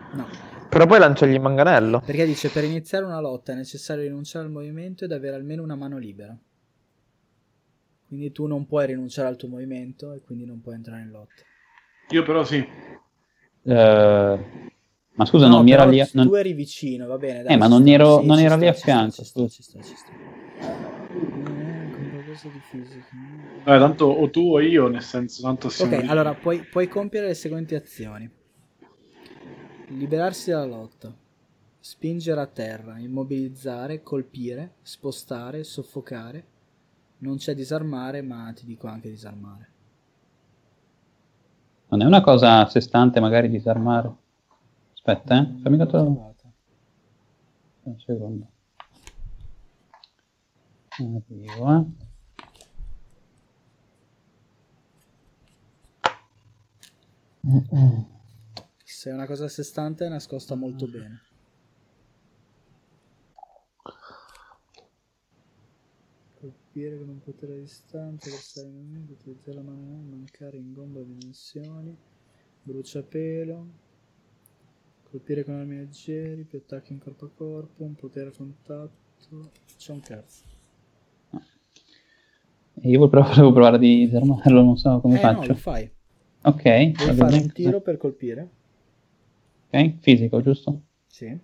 No,
Però poi lanciagli il manganello.
perché dice per iniziare una lotta è necessario rinunciare al movimento ed avere almeno una mano libera. Quindi tu non puoi rinunciare al tuo movimento e quindi non puoi entrare in lotta.
Io però sì.
Eh, ma scusa,
No,
non mi era
però
lì. a-
tu
non-
eri vicino, va bene. Dai,
Eh, ma
ci
non
sta,
ero-
sì,
non
ci
era
sta,
lì a
ci sta,
fianco,
Ci sta,
scusa.
ci sta, ci sta. Eh, compro questo di fisica.
Vabbè, tanto o tu o io, nel senso, tanto siamo
Ok,
lì.
allora puoi, puoi compiere le seguenti azioni: liberarsi dalla lotta, spingere a terra, immobilizzare, colpire, spostare, soffocare. Non c'è disarmare, ma ti dico anche disarmare.
Non è una cosa a sé stante, magari disarmare. Aspetta, eh. Fammi dato un
Trovata.
secondo. Arrivo, eh.
Se è una cosa a sé stante, è nascosta molto bene. Colpire con un potere a distanza, versare in movimento, utilizzare la mano, mancare ingombra dimensioni, bruciapelo. Colpire con armi leggeri, più attacchi in corpo a corpo, un potere a contatto. C'è un cazzo.
E Io però [laughs] volevo provare di disarmarlo, non so come
eh no,
faccio.
lo fai.
ok,
Vuoi
va
fare
bene.
un tiro per colpire?
Ok, fisico, giusto?
Sì.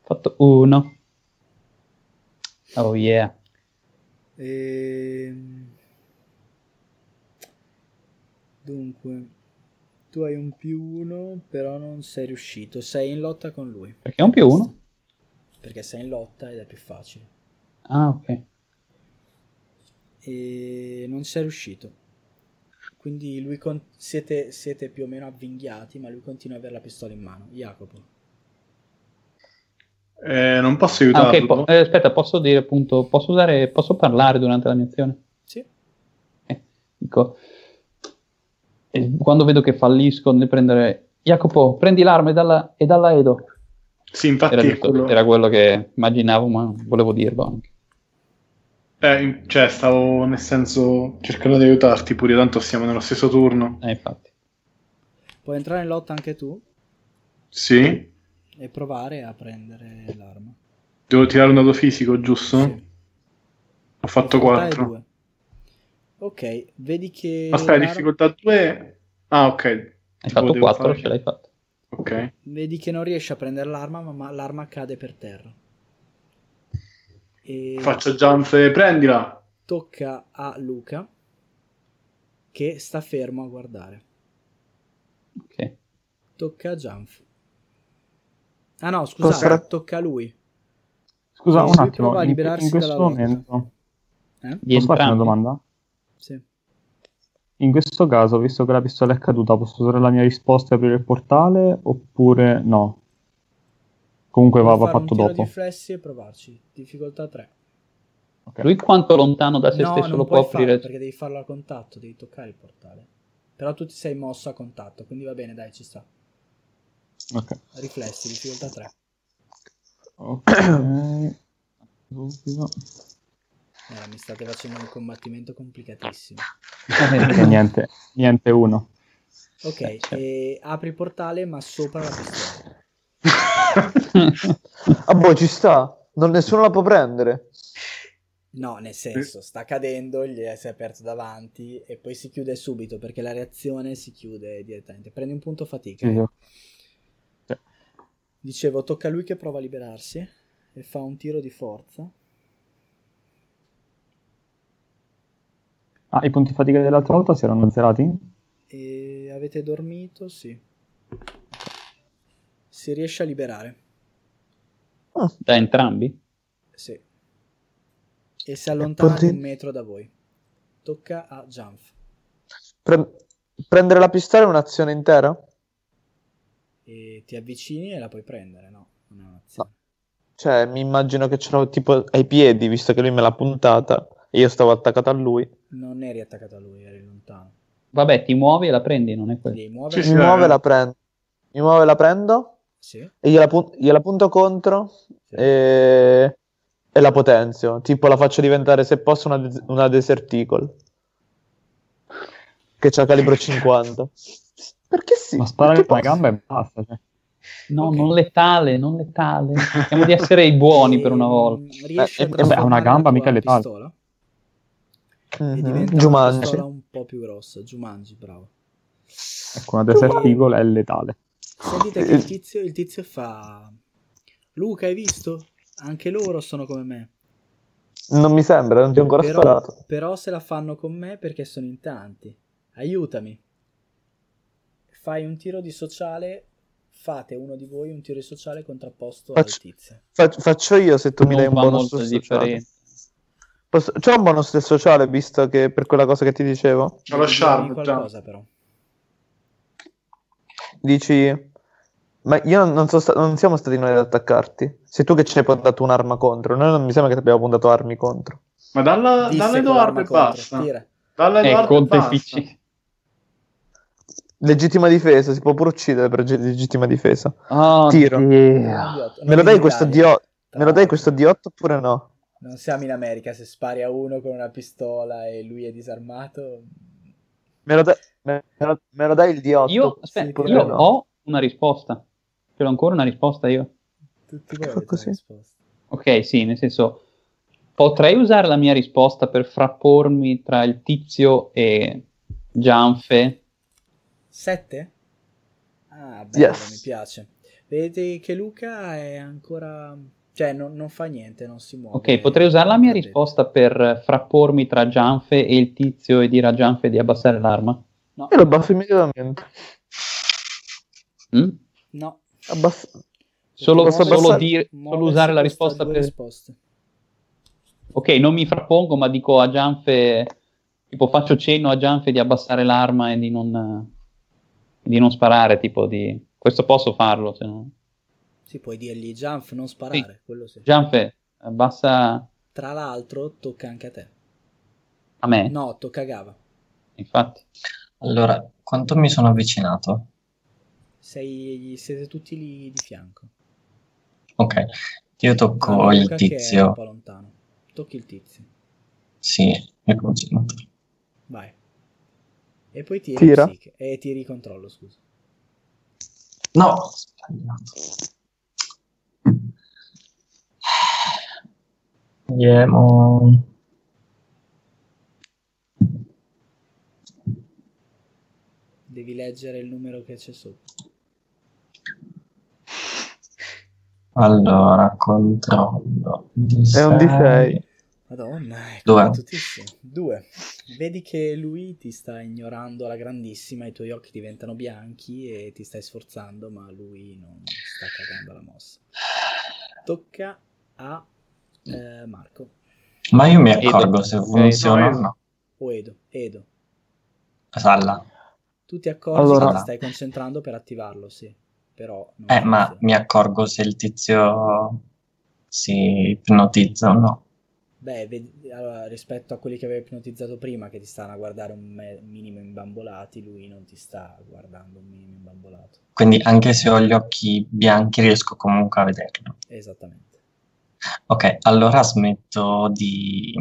Fatto uno. Oh yeah.
Ehm, Dunque, tu hai un più uno, però non sei riuscito. Sei in lotta con lui.
Perché è un più uno?
Perché sei in lotta ed è più facile.
Ah, ok.
E non sei riuscito. Quindi lui con- siete, siete più o meno avvinghiati, ma lui continua ad avere la pistola in mano. Jacopo.
Eh, non posso
Ah,
aiutarlo.
ok, po- eh, aspetta, posso dire appunto, posso usare, posso parlare durante la mia azione?
Sì.
Dico, e quando vedo che fallisco nel prendere, Jacopo, prendi l'arma e dalla, e dalla Edo.
Sì, infatti
Era,
è
giusto,
quello-
era quello che immaginavo, ma volevo dirlo anche.
Eh, in- cioè, stavo nel senso cercando di aiutarti pure, tanto siamo nello stesso turno.
Eh, infatti.
Puoi entrare in lotta anche tu
Sì?
e provare a prendere l'arma.
Devo tirare un dato fisico, giusto?
Sì.
Ho fatto
Difficoltà è
4.
due. Ok, vedi che
Aspetta,
l'arma-
difficoltà 2. Ah, ok.
Hai
Tipo,
fatto
devo
4,
fare-
ce l'hai fatta.
Ok.
vedi che non riesci a prendere l'arma, ma- ma l'arma cade per terra. E
Faccio jump e prendila.
tocca a Luca che sta fermo a guardare.
Ok.
Tocca a Janf. Ah no,
Posso
scusate,
fare-
tocca a lui.
Scusa,
Lui
un
prova
attimo,
a
in,
liberarsi
in questo
dalla lotta.
momento
Eh?
Di
posso farti una
entrambi.
domanda?
Sì.
In questo caso, visto che la pistola è caduta, posso usare la mia risposta e aprire il portale oppure no? Comunque va,
Puoi
va
fare un
fatto
tiro
dopo.
di riflessi e provarci. Difficoltà 3.
Ok.
Lui quanto lontano da se
No,
stesso
non
lo può
puoi farlo
aprire?
perché devi farlo a contatto, devi toccare il portale. Però tu ti sei mosso a contatto, quindi va bene, dai, ci sta.
Ok.
Riflessi, difficoltà 3.
[coughs]
Ok. Subito.
Ora Eh, mi state facendo un combattimento complicatissimo.
E niente, niente uno.
Ok,
Eh, certo.
e apri il portale ma sopra la pistola.
Ah boh, ci sta. Non nessuno la può prendere.
No, nel senso, sta cadendo, gli è- si è aperto davanti e poi si chiude subito perché la reazione si chiude direttamente. Prendi un punto fatica.
Sì.
Dicevo, tocca a lui che prova a liberarsi e fa un tiro di forza.
Ah, i punti fatica dell'altra volta si erano azzerati?
E avete dormito? Sì. Si riesce a liberare.
Ah,
Da entrambi?
Sì. E si allontana
Pote-
un metro da voi. Tocca a Janf.
Pre- prendere la pistola è un'azione intera?
E ti avvicini e la puoi prendere, no? Non è un'azione.
Cioè, mi immagino che ce l'ho tipo ai piedi, visto che lui me l'ha puntata e io stavo attaccato a lui.
Non eri attaccato a lui, eri lontano.
Vabbè, ti muovi e la prendi, non è quello.
Devi muovere.
Sì,
Mi muovo e la prendo. Mi muovo e la prendo
Sì.
e gliela, pun- gliela punto contro Eh, e... e la potenzio. Tipo la faccio diventare, se posso, una, des- una Desert Eagle. Che c'ha calibro 50. Perché sì?
Ma sparare
Perché
con la
posso?
gamba e basta. Cioè.
No,
Ok.
non letale, non letale. Cerchiamo di essere i buoni per una
Ehm,
volta.
Riesci
Eh,
a
eh, beh,
trasformare
una gamba,
la tua
mica letale.
pistola e
Mhm.
diventa una
Jumanji.
pistola un po' più grossa. Giumangi, bravo.
Ecco, una Desert Eagle è letale.
Sentite che il tizio, il tizio fa... Luca, hai visto? Anche loro sono come me.
Non mi sembra, non ti ho ancora
Però,
sparato.
però se la fanno con me perché sono in tanti. Aiutami. Fai un tiro di sociale. Fate uno di voi un tiro di sociale contrapposto al
Faccio-
tizio.
Fac- faccio io se tu mi dai
Non
un
fa
bonus
molto
sociale.
differenza.
Posso- C'è un bonus sociale visto che per quella cosa che ti dicevo?
C'ho lo
Devi
charm,
dirmi qualcosa però.
Dici, ma io non, so sta- non siamo stati noi ad attaccarti. Sei tu che ci hai puntato un'arma contro. Noi non mi sembra che ti abbiamo puntato armi contro.
Ma dalla,
Disse
dalle
con
Edoardo
l'arma
e
contro,
basta.
tira.
Dalla
Eh,
Edoardo e
conto
basta.
efficace.
Legittima difesa, si può pure uccidere per ge- legittima difesa.
Oh,
Tiro.
Dio.
Me lo dai questo D8? Me lo dai questo
dio?
D8 oppure no?
Non siamo in America, se spari a uno con una pistola e lui è disarmato.
Me lo, dai- me- me lo- me lo dai il D8?
Io,
Sì,
aspetta,
pure
io
no.
ho una risposta. Ce l'ho ancora una risposta io.
Tutti voi avete
Così.
una risposta.
Ok, sì, nel senso, potrei usare la mia risposta per frappormi tra il tizio e Gianfe.
Sette? Ah, bello,
Yes.
mi piace. Vedete che Luca è ancora... Cioè, non, non fa niente, non si muove.
Ok, potrei usare la mia
Detto.
risposta per frappormi tra Gianfe e il tizio e dire a Gianfe di abbassare l'arma.
Io lo baffo immediatamente.
Mm?
No.
Abbass-
Solo,
Posso
solo
abbassare-
dire- solo
Muoversi
usare la
costa
risposta
due
per...
risposte.
Ok, non mi frappongo, ma dico a Gianfe, tipo faccio cenno a Gianfe di abbassare l'arma e di non, di non sparare, tipo di... Questo posso farlo, se no...
Sì, puoi dirgli jump, non sparare. Quello sì.
Gianfe, eh, abbassa
Tra l'altro, tocca anche a te.
a me,
No, tocca a Gava.
infatti.
Allora, quanto mi sono avvicinato?
Sei, siete tutti lì di fianco.
Ok, io tocco
Tranne
il
Luca Che è un
tizio.
po' lontano. Tocchi il tizio.
Sì, mi concentro.
Vai. E poi tiri
Tira.
psiche. E tiri controllo, scusa.
No, ho sbagliato. Vediamo.
Devi leggere il numero che c'è sopra.
Allora, controllo.
È un D6.
Madonna, è
Dov'è?
combattutissimo. Due. Vedi che lui ti sta ignorando alla grandissima, i tuoi occhi diventano bianchi e ti stai sforzando, ma lui non sta cagando la mossa. Tocca a
Mm.
eh, Marco.
Ma io mi
Edo.
accorgo se funziona o
Edo.
no.
O Edo. Edo.
Salla.
Tu ti accorgi
Allora-
che ti stai concentrando per attivarlo, sì. Però... non
Eh, ma
funziona.
mi accorgo se il tizio si ipnotizza o no.
Beh, vedi- allora, rispetto a quelli che avevi ipnotizzato prima, che ti stanno a guardare un me- minimo imbambolati, lui non ti sta guardando un minimo imbambolato.
Quindi anche se ho gli occhi bianchi riesco comunque a vederlo.
Esattamente.
Ok, allora smetto di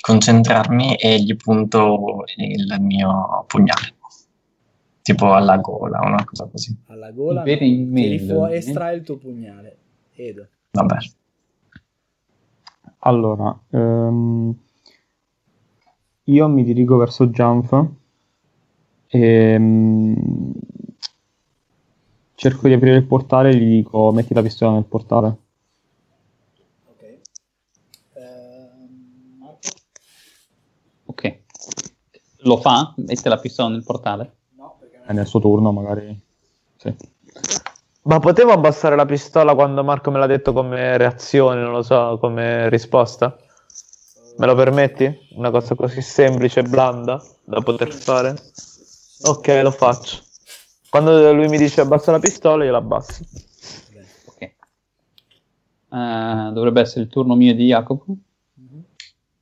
concentrarmi e gli punto il mio pugnale. Tipo alla gola, una cosa così.
Alla gola, no.
Vedi in
tiri
meglio,
fuori,
eh?
estrai il tuo pugnale. Edo,
Vabbè.
Allora, ehm, io mi dirigo verso Jump e mm, cerco di aprire il portale e gli dico metti la pistola nel portale.
Ok. Ehm, Marco?
Ok. Lo fa? Mette la pistola nel portale?
No, perché
E nel suo turno magari... Sì.
Ma potevo abbassare la pistola quando Marco me l'ha detto come reazione, non lo so, come risposta? Me lo permetti? Una cosa così semplice e blanda da poter fare? Ok, lo faccio. Quando lui mi dice abbassa la pistola, io la abbasso.
Ok. Eh, dovrebbe essere il turno mio e di Jacopo.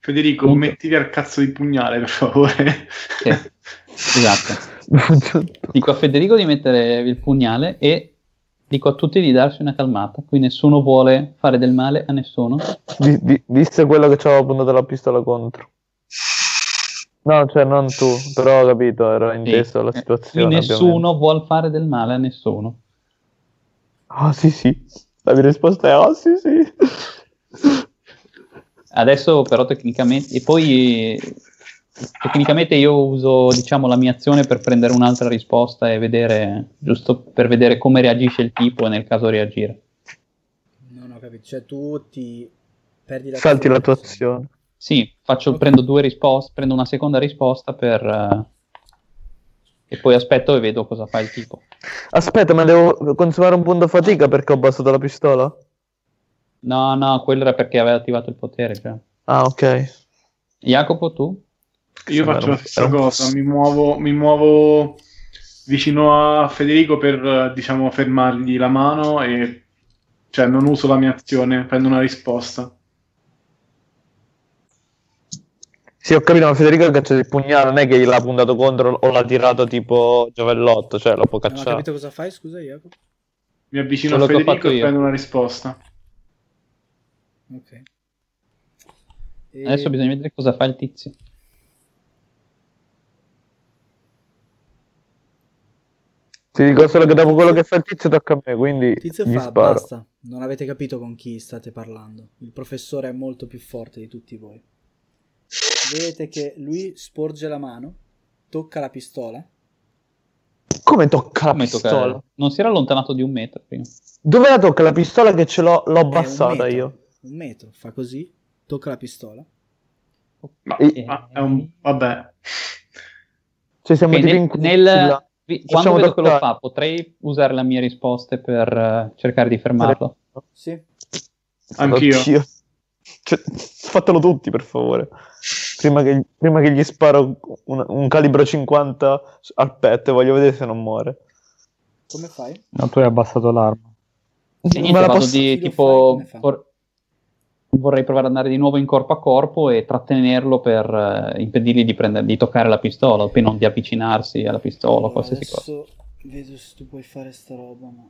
Federico,
Punto.
mettiti al cazzo di pugnale, per favore.
Sì,
[laughs]
esatto. Dico a Federico di mettere il pugnale e dico a tutti di darsi una calmata. Qui nessuno vuole fare del male a nessuno.
[laughs] Vi- vi- Visse quello che ci aveva puntato la pistola contro. No, cioè non tu, però ho capito, ero
Sì.
inteso la
Eh,
situazione.
Qui
ovviamente.
nessuno vuol fare del male a nessuno.
Ah, sì, sì. La mia risposta è ah, sì, sì. [laughs]
Adesso però tecnicamente... E poi eh, tecnicamente io uso diciamo la mia azione per prendere un'altra risposta e vedere, giusto per vedere come reagisce il tipo e nel caso reagire.
Non ho capito. Cioè, tu ti perdi la
Salti la tua
azione.
azione.
Sì, faccio-
Ok.
prendo due risposte, prendo una seconda risposta per... eh, e poi aspetto e vedo cosa fa il tipo.
Aspetta, ma devo consumare un punto fatica perché ho abbassato la pistola?
No, no, quello era perché aveva attivato il potere. cioè.
Ah, ok.
Jacopo, tu?
[laughs] Io
Era
faccio
un-
la stessa
era un-
cosa, mi muovo, mi muovo vicino a Federico per, eh, diciamo, fermargli la mano e... Cioè, non uso la mia azione, prendo una risposta.
Sì, ho capito, ma Federico ha cacciato il pugnale, non è che l'ha puntato contro o l'ha tirato tipo giovellotto, cioè lo può
Non ho
cacciare.
Eh, capito cosa fai, scusa, Jacopo.
Mi avvicino
Quello
a
che ho
Federico
fatto
e
io.
prendo una risposta.
Ok. E-
Adesso bisogna vedere cosa fa il tizio.
Ti dico solo che dopo quello che fa il tizio tocca a me, quindi
Tizio
gli
fa,
sparo.
basta, non avete capito con chi state parlando. Il professore è molto più forte di tutti voi. Vedete che lui sporge la mano, tocca la pistola.
Come tocca la
Come tocca-
pistola?
Non si era allontanato di un metro prima.
Dove la tocca la pistola che ce l'ho, l'ho
È Eh, un
abbassata
metro,
io?
Un metro, fa così, tocca la pistola.
Ma,
Eh.
ma è un... vabbè.
Cioè siamo
Ok,
tipo
nel-
in
nel-
culla.
vi-
Facciamo
quando vedo che lo
toccare.
fa, potrei usare la mia risposta per eh, cercare di fermarlo.
Sì,
Anch'io.
Oddio. Cioè, fatelo tutti, per favore. Prima che, prima che gli sparo un, un calibro 50 al petto, voglio vedere se non muore.
come fai?
No, tu hai abbassato l'arma.
E niente,
Ma la
vado
posso-
Chi lo
di
fa e
tipo.
come fa?
vor- vorrei provare ad andare di nuovo in corpo a corpo e trattenerlo per eh, impedirgli di, prendere- di toccare la pistola, o non di avvicinarsi alla pistola, o
Allora,
qualsiasi cosa.
adesso vedo se tu puoi fare sta roba, ma...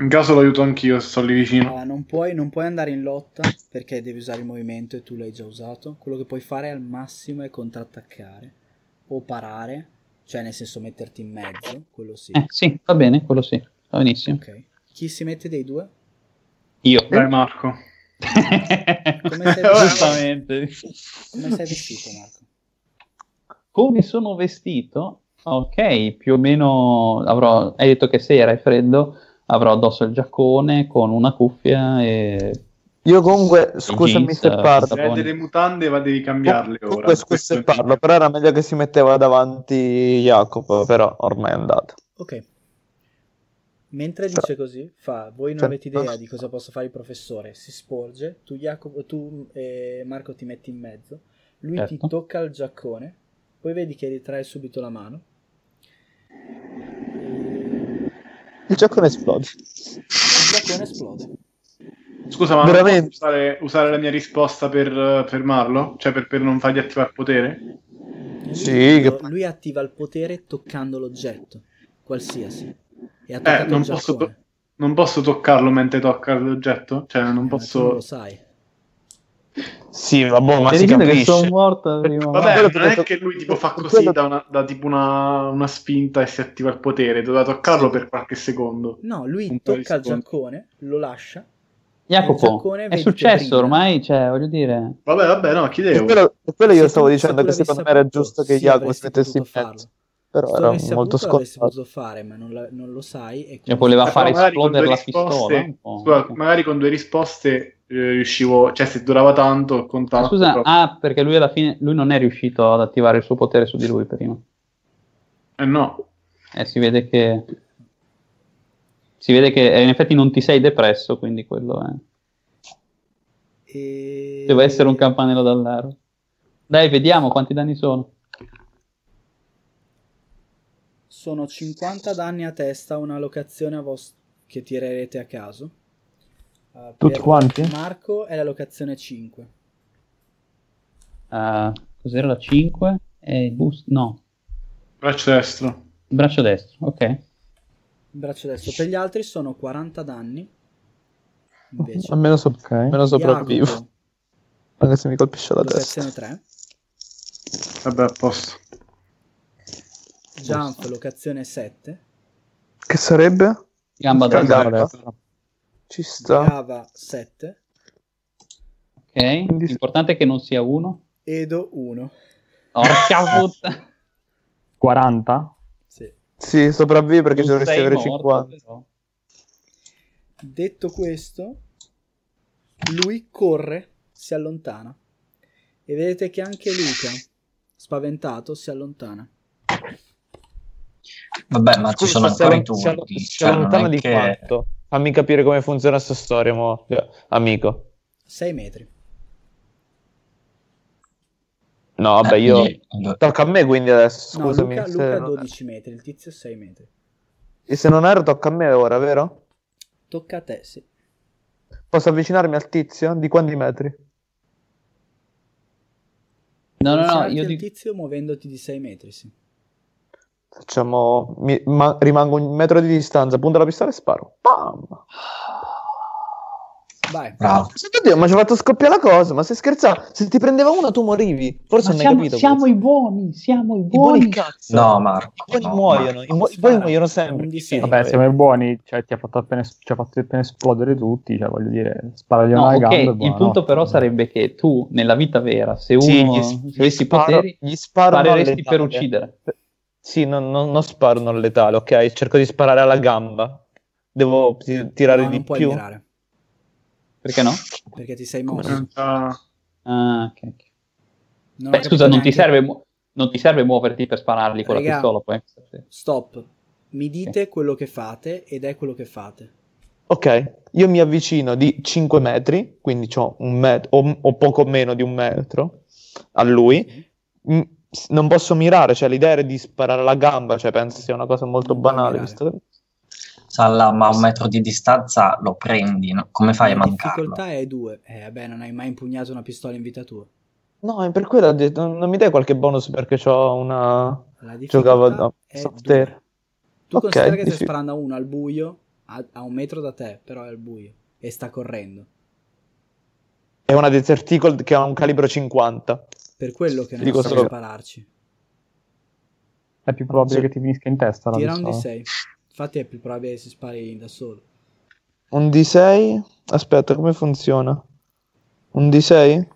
In caso lo aiuto anch'io se sono lì vicino.
Allora, non puoi, non puoi andare in lotta perché devi usare il movimento e tu l'hai già usato. Quello che puoi fare al massimo è contrattaccare o parare, cioè nel senso metterti in mezzo, quello sì.
Eh, sì, va bene, quello sì, va benissimo.
Ok. Chi si mette dei due?
Io.
Eh.
[laughs]
Dai Marco.
Come sei, vestito?
Giustamente.
Come sei vestito, Marco?
Come sono vestito? Ok, più o meno avrò... Hai detto che sera è freddo, avrò addosso il giaccone con una cuffia e...
Io comunque, scusami
jeans,
se
eh,
parlo.
Se hai delle mutande va devi cambiarle ora.
Comunque, scusa
Questo
se
è-
parlo, però era meglio che si metteva davanti Jacopo, però ormai è andato.
Ok. Mentre dice così, fa, voi non avete idea di cosa possa fare il professore, si sporge, tu, Jacopo, tu e Marco ti metti in mezzo, lui ti
Certo.
tocca il giaccone, poi vedi che ritrae subito la mano.
Il giaccone esplode.
Il giaccone esplode.
Scusa, ma non
Veramente.
posso usare, usare la mia risposta per eh, fermarlo? Cioè, per, per non fargli attivare potere?
Lui,
Sì, che-
lui attiva il potere toccando l'oggetto, qualsiasi. E ha
Eh,
toccato
non
il
posso,
giaccone.
to- non posso toccarlo mentre tocca l'oggetto? Cioè, non
Eh, ma tu non
posso...
lo sai.
Sì, vabbè, ma si
Vedete
capisce.
che sono morto prima.
Vabbè,
quello ti
non è
detto-
che lui tipo fa
per
così
quello-
da, una, da tipo una, una spinta e si attiva il potere, doveva toccarlo per qualche secondo.
No, lui
Un paio di
tocca il
secondi.
giaccone, lo lascia
Jacopo, è successo ormai, cioè, voglio dire...
Vabbè, vabbè, no,
E
chiedevo.
quello, e quello
Se
io
tu-
stavo
se
dicendo
tu
che
l'avessi
secondo me era
saputo,
giusto che
sì,
Iago
avresti
si mettesse in
potuto farlo.
mezzo. Però
Se tu
era
l'avessi
molto
saputo, l'avresti
scontato.
potuto fare, ma non, la- non lo sai. E
Cioè,
quindi-
voleva
Però
fare
magari con
esplodere
due
la
risposte-
pistola. un po'.
scusa, magari con due risposte eh, riuscivo, cioè se durava tanto il
Ma
contatto.
scusa,
però-
ah, perché lui alla fine lui non è riuscito ad attivare il suo potere su di lui prima.
Eh, no.
Eh, si vede che. Si vede che eh, in effetti non ti sei depresso, quindi quello è.
E-
Deve essere un campanello d'allarme. Dai, vediamo quanti danni sono.
Sono 50 danni a testa, una locazione a vos- che tirerete a caso. Eh,
Tutti
per
quanti?
Marco è la locazione 5.
Ah, cos'era la 5? E il boost? No,
Braccio destro.
il braccio destro, ok.
Braccio destro. Per gli altri sono 40 danni. Invece.
Almeno, so-
Ok.
almeno sopravvivo. [laughs]
Jacopo,
Anche se mi colpisce la testa.
locazione 3.
Vabbè, a posto.
Jump, locazione 7.
Che sarebbe?
Gamba
Gamba.
destro,
Ci sta.
Gava 7.
ok. L'importante è che non sia uno.
Edo 1.
Porca
Eh,
puttana.
40?
Sì.
Sì, sopravvivi perché ci
Non
dovresti
sei
avere
morto,
50.
però.
Detto questo, lui corre, si allontana. E vedete che anche Luca, spaventato, si allontana.
Vabbè, Eh, ma ci
Scusa,
sono
se
ancora i
allon-
turni.
se allon- se
cioè, non è
allontana di
che-
quanto? Fammi capire come funziona sta storia, mo. Cioè, amico.
6 metri.
No, vabbè,
Eh,
io...
quindi- allora-
Tocca a me quindi adesso,
No,
scusami.
Luca,
se
Luca
non-
12 metri, il tizio 6 metri.
E se non ero tocca a me ora, vero?
Tocca a te, sì.
Posso avvicinarmi al tizio? Di quanti metri?
No, no, no,
Avvicinarti
io
al
dico.
tizio muovendoti di 6 metri, sì.
Facciamo... mi- ma- rimango un metro di distanza, punto la pistola e sparo. Pam!
Vai.
Ah,
Bravo.
Oddio, ma ci ha fatto scoppiare la cosa, ma se scherzavo, se ti prendeva una tu morivi. Forse
Ma
non
siamo,
hai capito.
siamo
questo.
i buoni, siamo i
I buoni
buoni.
cazzo.
No, Marco.
I buoni
no,
muoiono, i,
Marco.
buo- i buoni muoiono sempre.
Un di sei.
Vabbè, siamo i buoni, cioè, ti ha fatto appena, ci ha fatto appena esplodere tutti, cioè, voglio dire, sparagli
No,
una
ok,
gamba e
il
buonanotte.
punto però sarebbe che tu nella vita vera, se uno
Sì, gli,
se
gli
avessi i
sparo,
poteri,
gli sparo non
spareresti per
letale.
uccidere.
Sì, non, non- non sparo non letale, ok? Cerco di sparare alla gamba. Devo ti- tirare
No,
di
non puoi
più.
mirare,
Perché no?
perché ti sei mosso.
Eh, ah,
Ah, ok. ok.
Non ho
Beh,
capito
scusa, non ti,
neanche-
serve mu- non ti serve muoverti per spararli con
Raga.
la pistola, poi.
Stop. Mi dite quello che fate ed è quello che fate.
Ok, io mi avvicino di 5 metri, quindi c'ho un met- o, o poco meno di un metro a lui. Mm, s- Non posso mirare, cioè l'idea era di sparare alla gamba, cioè penso sia una cosa molto
Non puoi
banale.
mirare.
visto che-
Salla, ma a un metro di distanza lo prendi, no? come fai a
La
mancarlo?
difficoltà è 2. Eh, vabbè, non hai mai impugnato una pistola in vita tua.
No, è per quello ho detto, non mi dai qualche bonus perché c'ho una...
La difficoltà
Giocavo a
è due.
software.
Tu
Ok,
considera che stai
dici-
sparando a uno al buio, a, a un metro da te, però è al buio, e sta correndo.
È una Desertical che ha un calibro 50.
Per quello che non
Dico
puoi
solo-
spararci.
È più probabile
Sì.
che ti finisca in testa la
Tira un di
pistola.
6. Infatti è più probabile che si spari da solo.
Un D6? Aspetta, come funziona? Un D6?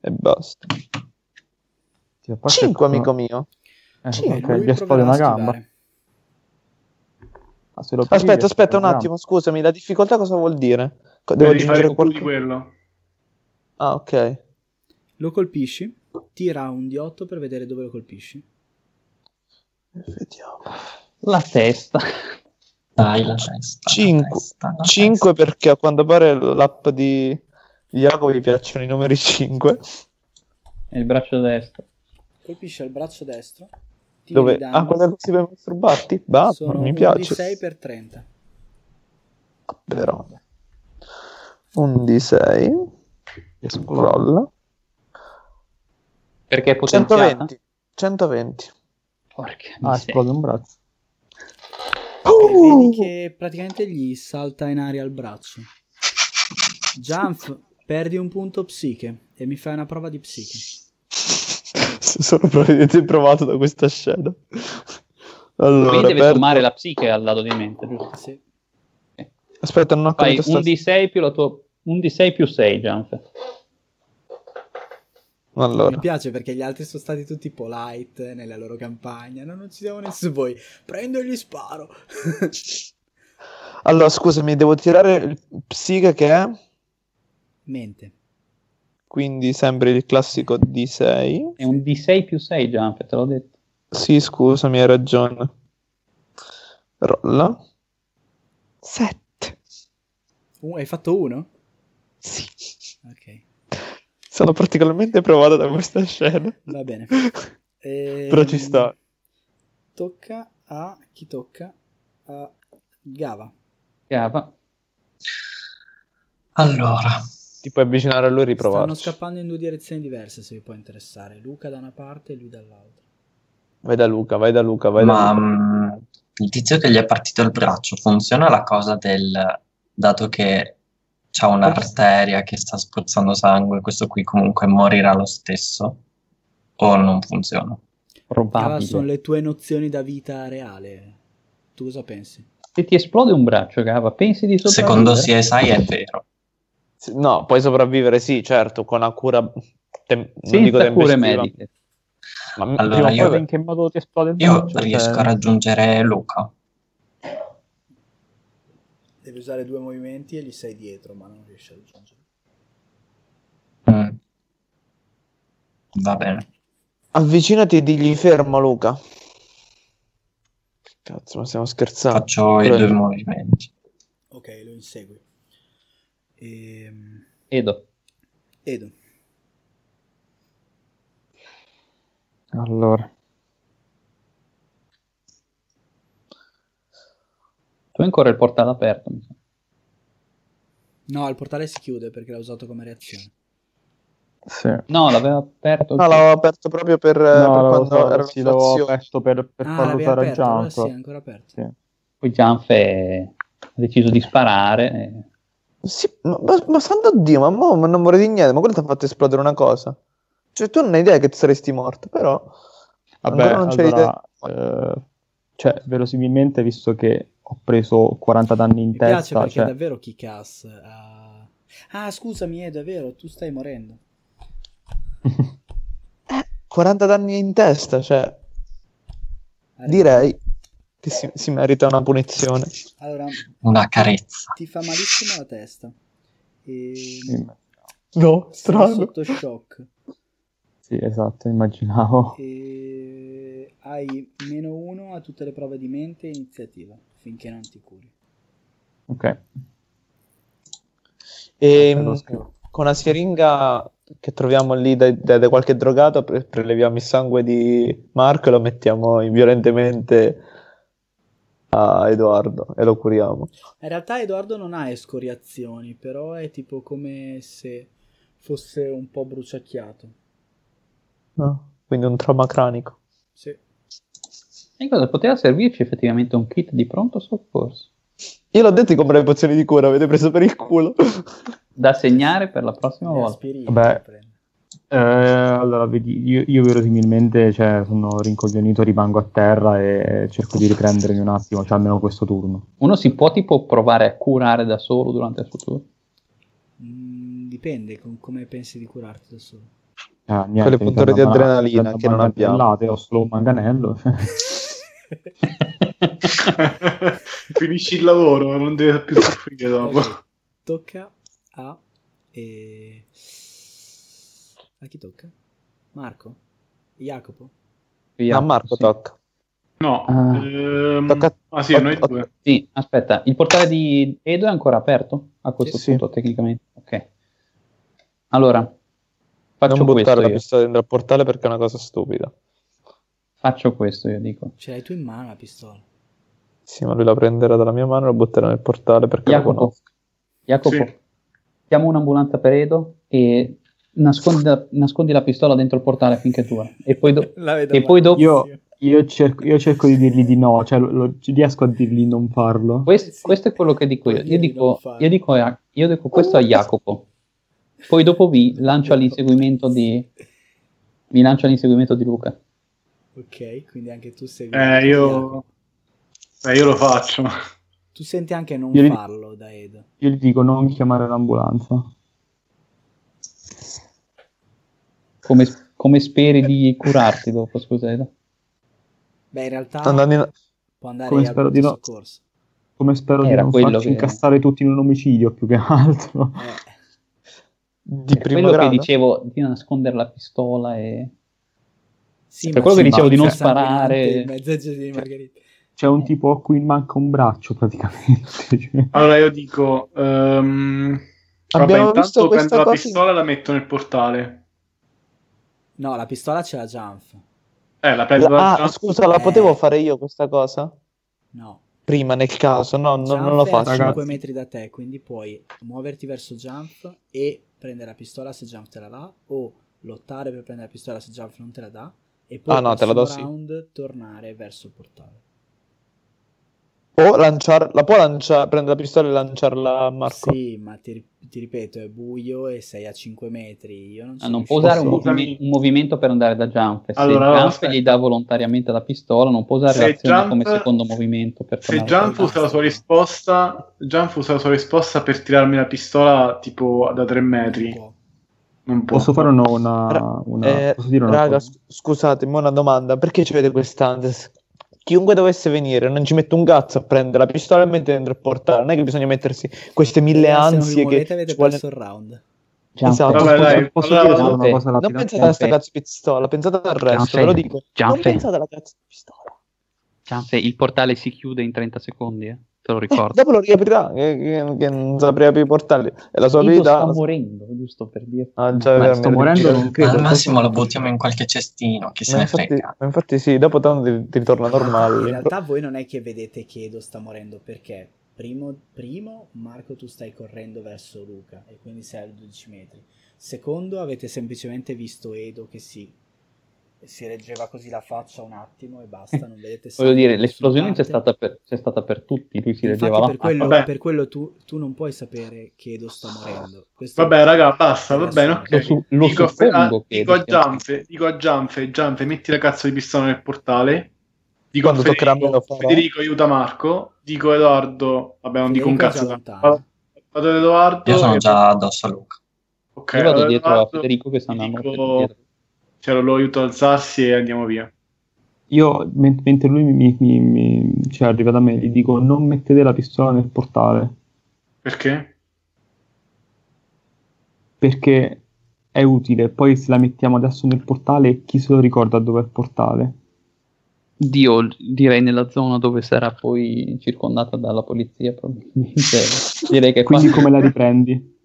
E basta.
Ti fa parte-
5, amico mio.
Eh,
Sì,
ok,
lui
gli esplode
proverà a
una gamba.
schivare.
Ah, se lo pigli, gli
Aspetta, aspetta
esplode
un
una
attimo, scusami, la difficoltà cosa vuol dire? Co- Devo
devi fare
aggiungere
più di
qualcosa? [laughs]
quello.
Ah, ok.
Lo colpisci, tira un di 8 per vedere dove lo colpisci.
Vediamo.
La testa. [laughs]
Dai, la testa. la
5.
testa, la
5 perché a quanto pare l'app di Jacopo gli piacciono i numeri 5.
E il braccio destro.
Colpisci al braccio destro. Tiri i
Dove...
danni.
Ah, quando si per masturbarti? Bah,
Sono
mi
di
piace.
6 per 30.
Però. Un di 6. Scrolla.
Perché è potenziata?
120. 120.
Porca
Ah,
miseria.
esplode un braccio.
E vedi
Uh!
che praticamente gli salta in aria il braccio. Jump, perdi un punto psiche e mi fai una prova di psiche.
[laughs] Sono probabilmente provato da questa scena. Allora,
Quindi deve
per-
sommare la psiche al lato di mente.
Sì.
aspetta, non ho
Fai
capito
un
sta-
D6 più la tua Un D6 più 6, Gianfe.
Mi
Allora,
piace perché gli altri sono stati tutti polite nella loro campagna. No, non ci siamo nessuno voi. Prendo e gli sparo. [laughs]
allora, scusami, devo tirare il psiche che è,
Mente.
quindi sempre il classico D6.
È un D6 più 6, Gianfe, te l'ho detto.
Sì, scusami, hai ragione. Rolla. 7.
Uh, hai fatto uno?
Sì.
Ok,
Sono particolarmente provato da questa scena.
va bene.
Però ci sta.
Ehm, Tocca a chi tocca? A Gava.
Cava.
Allora,
[laughs] Ti puoi avvicinare a lui e
Stanno
riprovarci.
scappando in due direzioni diverse, se vi può interessare. Luca da una parte e lui dall'altra.
Vai da Luca, vai da Luca, vai da
ma
Luca.
mh, il tizio che gli è partito il braccio, funziona la cosa del... dato che c'ha un'arteria che sta spruzzando sangue, questo qui comunque morirà lo stesso? O non funziona?
Gava, sono
Probabile.
le tue nozioni da vita reale. Tu cosa pensi?
Se ti esplode un braccio, Cava, pensi di sopravvivere?
Secondo
eh.
CSI è vero.
Sì, No, puoi sopravvivere, sì, certo, con una cura... tem- non dico
Senza cure
tempestiva,
mediche.
Ma m-
Allora,
Prima
prima o
o
io-
poi
poi-
in che modo ti esplode il
Io
braccio,
riesco
cioè,
a raggiungere Luca.
Devi usare due movimenti e gli sei dietro, ma non riesci a raggiungere.
Mm. Va bene.
Avvicinati e digli fermo, Luca. Cazzo, ma stiamo scherzando.
Faccio i
Quello-
due movimenti.
Ok, lo insegui. Ehm,
Edo.
Edo.
Allora,
Tu hai ancora il portale aperto. mi sa.
No, il portale si chiude perché l'ha usato come reazione.
sì.
No, l'aveva aperto.
No, l'avevo aperto proprio per, eh, per
No, l'avevo,
quando era
fa-
la
sì, l'avevo
situazione.
aperto per, per
ah,
farlo
l'aveva
usare a
aperto, allora sì,
Gianco.
è ancora aperto.
Sì.
Poi Gianfe ha deciso di sparare. eh. e-
Sì, ma, ma- ma santo Dio, ma, mo- ma non vorrei di niente, ma quello ti ha fatto esplodere una cosa. Cioè, tu non hai idea che tu saresti morto, però...
Vabbè,
ancora non c'è idea.
allora, eh, cioè, verosimilmente, visto che ho preso 40 danni in
Mi piace
testa,
perché
cioè,
è davvero Kikas. ha- Ah, scusami, Edo, è vero, tu stai morendo.
40 danni in testa, cioè, Eh.
Allora-
direi che si, si merita una punizione.
Allora,
Una carezza.
ti fa malissimo la testa. E...
No,
Sei
strano.
sotto shock.
sì, esatto, immaginavo.
E... Hai meno uno a tutte le prove di mente e iniziativa finché non ti curi.
Ok,
Ehm,
Lo scrivo.
con una siringa che troviamo lì da, da- da qualche drogato, pre- preleviamo il sangue di Marco e lo mettiamo in- violentemente a Edoardo e lo curiamo.
In realtà Edoardo non ha escoriazioni, però è tipo come se fosse un po' bruciacchiato.
No? Quindi un trauma cranico.
Sì.
E cosa? Poteva servirci effettivamente un kit di pronto soccorso
Io l'ho detto di comprare pozioni di cura, avete preso per il culo.
da segnare per la prossima
Le
volta.
aspirine
Vabbè.
prende.
Eh, allora, vedi, io, io verosimilmente, cioè, sono rincoglionito, rimango a terra e cerco di riprendermi un attimo, cioè, almeno questo turno.
Uno si può tipo provare a curare da solo durante il futuro?
Mm, dipende con come pensi di curarti da solo.
Eh, niente,
Quelle
mi
punture di
prendo una-
adrenalina
prendo
che non
manganellate,
abbiamo.
Ho solo un manganello. [laughs] cioè.
Finisci il lavoro, non devi più soffrire dopo.
Ok, Tocca a... eh, A chi tocca? Marco? Jacopo?
A
Via.
Ah, Marco
Sì.
tocca.
No,
Ah.
ehm,
Tocca a-
ah sì, a noi
tocca-
due.
Sì, aspetta, il portale di Edo è ancora aperto a questo
Sì, sì.
punto tecnicamente. Ok. Allora, faccio
Non buttare
questo
la
io.
pistola dentro al portale perché è una cosa stupida.
Faccio questo io dico.
Ce l'hai tu in mano la pistola?
Sì, ma lui la prenderà dalla mia mano e la butterà nel portale perché lo
Jacopo,
conosco.
Jacopo,
Sì.
chiamo un'ambulanza per Edo e nascondi la, nascondi la pistola dentro il portale finché dura. E poi do-
La vedo
E poi dopo-
Io, io cerco, io cerco di dirgli di no, cioè, lo- lo- riesco a dirgli non farlo.
Questo,
Sì.
questo è quello che dico io.
Puoi
Io
dirgli non Oh,
dico,
farlo.
io dico, a- io dico questo a Jacopo. Poi dopo vi lancio all'inseguimento di, vi lancio all'inseguimento di Luca.
Ok, quindi anche tu segui.
Eh, io... eh, io lo faccio.
Tu senti anche non
Io li-
farlo da Ed.
Io gli dico non chiamare l'ambulanza.
Come, come speri di curarti dopo, scusate.
Beh, in realtà
Sto andando in-
può andare
come
al
spero di no.
soccorso.
Come spero di
Era
non
quello
farci
che-
incastrare tutti in un omicidio
[laughs]
più che altro.
Eh,
Di
Per
primo
quello
grado.
che dicevo di nascondere la pistola e...
sì,
Per
ma
quello che
sì,
dicevo
ma
di non
c'è sanguinante
sparare.
in mezzo ai giri di Margherita.
C'è
Eh.
un tipo a cui manca un braccio praticamente.
Ah,
Cioè,
Allora io dico, ehm, vabbè,
Abbiamo visto
intanto
questa
prendo la
cosa in-
pistola e la metto nel portale.
No, la pistola ce la Jump.
Eh, la prendo
La-
dal
ah,
Jump.
scusa, la
Eh.
potevo fare io questa cosa?
No.
Prima nel caso, no, no,
Jump
non lo
è
faccio.
a 5
ragazzi.
metri da te, quindi puoi muoverti verso Jump e prendere la pistola se Jump te la dà, o lottare per prendere la pistola se Jump non te la dà, e poi
Ah, no,
al
te la do,
prossimo
sì.
round tornare verso il portale.
O lanciare, la può lanciare, prendere la pistola e lanciarla a Marco.
Sì, ma ti, ri- ti ripeto, è buio e sei a 5 metri. Io non so.
Ah, non può usare un,
Posso-
movi- un movimento per andare da Jump. Se
Allora,
Jump
aspetta.
gli dà volontariamente la pistola, non può usare
Se
l'azione
Jump-
come secondo movimento per
Se
tornare
Jump
da-
usa la sua risposta, Jump usa la sua risposta per tirarmi la pistola tipo da 3 metri. Non può.
posso fare una... una-
Ra-
una-
Eh,
posso dire una
raga,
cosa?
sc- scusatemi, una domanda. Perché ci vede quest'antes? Chiunque dovesse venire, non ci mette un cazzo a prendere la pistola e mettere dentro il portale. Non è che bisogna mettersi queste mille
Allora, Eh, se non
ansie
vi muovete
che
avete
ci vuole-
perso il round.
Jump,
Esatto.
Posso-
Vabbè, dai,
posso
allora-
dire solo una
Jump,
cosa alla
Non
pirata?
pensate a sta
Gianfe.
cazzo di pistola, pensate al resto,
Gianfe.
ve lo dico. Non
Gianfe.
pensate alla cazzo di pistola.
Jump, il portale si chiude in 30 secondi, eh, te lo
Eh,
ricordo.
dopo lo riaprirà, che, che- che non sapeva più i portali. E la sua
Guido
abilità...
sta morendo, giusto per dire.
Ah, già,
Ma
era
sto
merda.
morendo, non
Ma
credo.
al massimo
cosa-
lo buttiamo in qualche cestino, chi se
Ma
ne
Eh, infatti,
frega.
ma infatti sì, dopo tanto ti, ti ritorna normale.
Ah, In realtà voi non è che vedete che Edo sta morendo perché primo, primo, Marco tu stai correndo verso Luca e quindi sei a 12 metri. Secondo avete semplicemente visto Edo che si, si reggeva così la faccia un attimo e basta, non vedete
[laughs] Voglio
sangue
dire,
da nessuna
l'esplosione c'è
parte.
stata, per, c'è stata per tutti, lui si reggeva
Infatti
la
per quello,
Vabbè.
per quello tu, tu non puoi sapere che Edo sta morendo. Questo
Vabbè, raga, basta, va bene, ok.
Lo su- lo
dico, a-
suppongo
a,
che diciamo-
dico a
sia-
Gianfe, dico a Gianfe, Gianfe, metti la cazzo di pistola nel portale. Dico
Quando
a Federico,
toccherà a me lo farò.
Federico aiuta Marco. Dico a Edoardo, vabbè, non dico un
Federico è
cazzo.
già
Vado
lontano.
ad Edoardo.
Io sono
e-
già addosso a Luca.
Ok,
Io vado
allora
dietro a
Edoardo,
Federico che sta
gli
andando
dico-
per dietro.
cioè, lo aiuto ad alzarsi e andiamo via.
Io, men- mentre lui mi, mi- mi- cioè, arriva da me, gli dico non mettete la pistola nel portale,
Perché?
perché è utile. Poi se la mettiamo adesso nel portale, chi se lo ricorda dove è il portale?
Dio, direi nella zona dove sarà poi circondata dalla polizia, probabilmente. direi che
Quindi
quando
come la riprendi?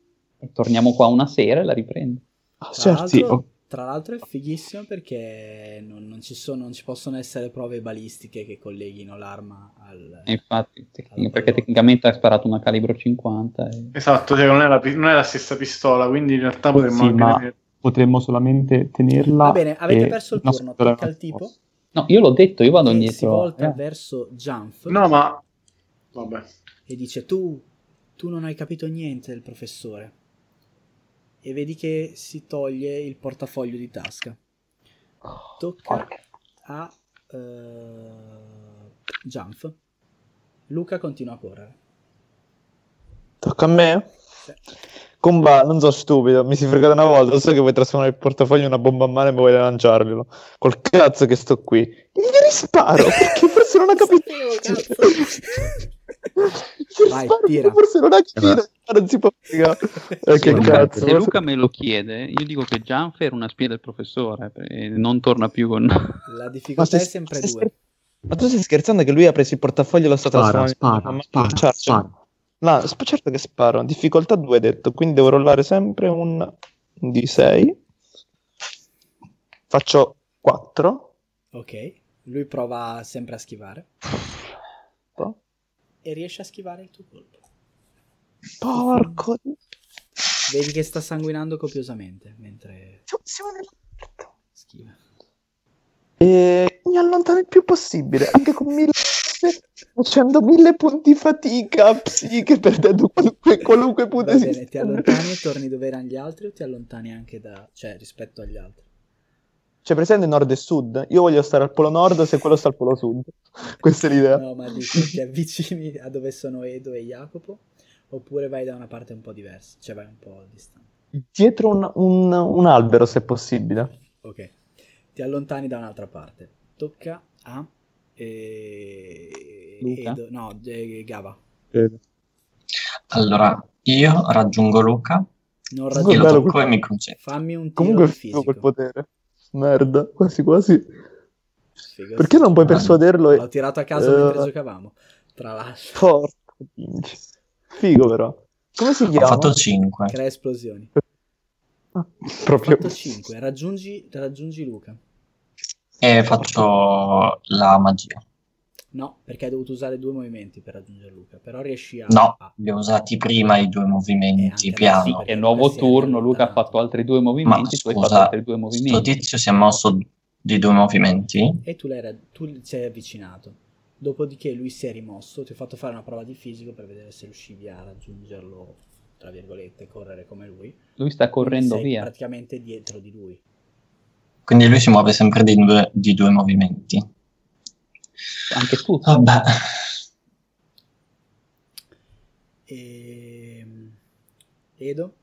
torniamo qua una sera e la riprendo.
Ah,
Tra
certo.
l'altro,
Sì, oh.
tra l'altro è fighissimo perché non, non ci sono, non ci possono essere prove balistiche che colleghino l'arma al...
E Infatti, tec-
Alla
perché
pallottola.
tecnicamente ha sparato una calibro 50. e-
Esatto, cioè, non, è la, pi- non è la stessa pistola, quindi in realtà potremmo
Sì,
anche
ma-
tenere-
Potremmo solamente tenerla.
Va bene, avete
e
perso il
non
turno,
aspettare
tocca
la
al tipo
risposta.
No, io l'ho detto, io vado
che si
indietro.
volta
eh.
verso Jump
No, ma... Vabbè.
e dice tu, tu non hai capito niente del professore. E vedi che si toglie il portafoglio di tasca. Tocca a eh, Jump. Luca continua a correre.
Tocca a me? Comba, non so stupido, mi si è fregato una volta, so che vuoi trasformare il portafoglio in una bomba a mano e mi vuoi lanciarglielo. Col cazzo che sto qui. Gli risparo, perché forse
[laughs]
non ha capito.
Sapevo, cazzo.
Gli
Vai,
risparo,
tira.
Forse non ha
Eh,
capito, [laughs] non si può fregare. Eh, che
Se Luca-
cazzo.
se Luca me lo chiede, io dico che Gianfer era una spia del professore e non torna più con [laughs]
La
Ecco. Ma
difficoltà
stai-
è sempre
stai
due.
scher- Ma tu stai scherzando che lui ha preso il portafoglio e lo
[laughs]
sta
Spara,
trasformando
spara,
in
spara, spara.
No, sp- certo che sparo. Difficoltà 2 hai detto, quindi devo rollare sempre un D6. Faccio 4.
Ok. Lui prova sempre a schivare. E riesce a schivare il tuo colpo.
Porco.
Vedi che sta sanguinando copiosamente mentre
Siamo- siamo nel-
schiva.
E mi allontano il più possibile, anche con mille... [laughs] facendo mille punti di fatica, psiche, perdendo qualunque, qualunque punto
Va bene, ti
esistenza.
allontani e torni dove erano gli altri o ti allontani anche da... cioè rispetto agli altri?
C'è presente nord e sud? Io voglio stare al polo nord se quello sta al polo sud. [laughs] Questa è l'idea.
No, ma dico, ti avvicini a dove sono Edo e Jacopo, oppure vai da una parte un po' diversa, cioè vai un po' distante.
Dietro un, un- un albero, se possibile.
Ok, ti allontani da un'altra parte. Tocca a... eh,
Luca?
Edo, no, eh, Gava.
Allora, io raggiungo Luca,
Non
che lo
bello
raggiungo.
tocco e
quel-
mi concentro.
Fammi un tiro
Comunque è
di
figo
fisico.
quel potere. Merda, quasi quasi.
Figo,
Perché
sì.
non puoi persuaderlo?
L'ho
E...
tirato a caso mentre
Eh.
giocavamo. Tra l'altro,
Porco pinci. Figo però. Come si
Ho
chiama? Ah,
fatto 5.
crea esplosioni.
eh, Proprio...
Fatto 5, raggiungi, raggiungi Luca.
E faccio la magia.
No, perché hai dovuto usare due movimenti per raggiungere Luca, però riesci a...
No,
a-
li ho usati prima i due
eh,
movimenti,
anche adesso,
piano.
perché
E nuovo
si è
turno, Luca ha
allontanato.
fatto altri due
Ma
movimenti, tu hai fatto
scusa,
altri due
sto
movimenti.
tizio si è mosso di due movimenti?
E tu, l'hai ra- tu gli sei avvicinato. Dopodiché lui si è rimosso, ti ho fatto fare una prova di fisico per vedere se riuscivi a raggiungerlo, tra virgolette, correre come lui. Quindi
Lui sta correndo
sei
via.
praticamente dietro di lui.
Quindi lui si muove sempre di due, di due movimenti.
Anche tu.
Vabbè.
Ehm, Edo?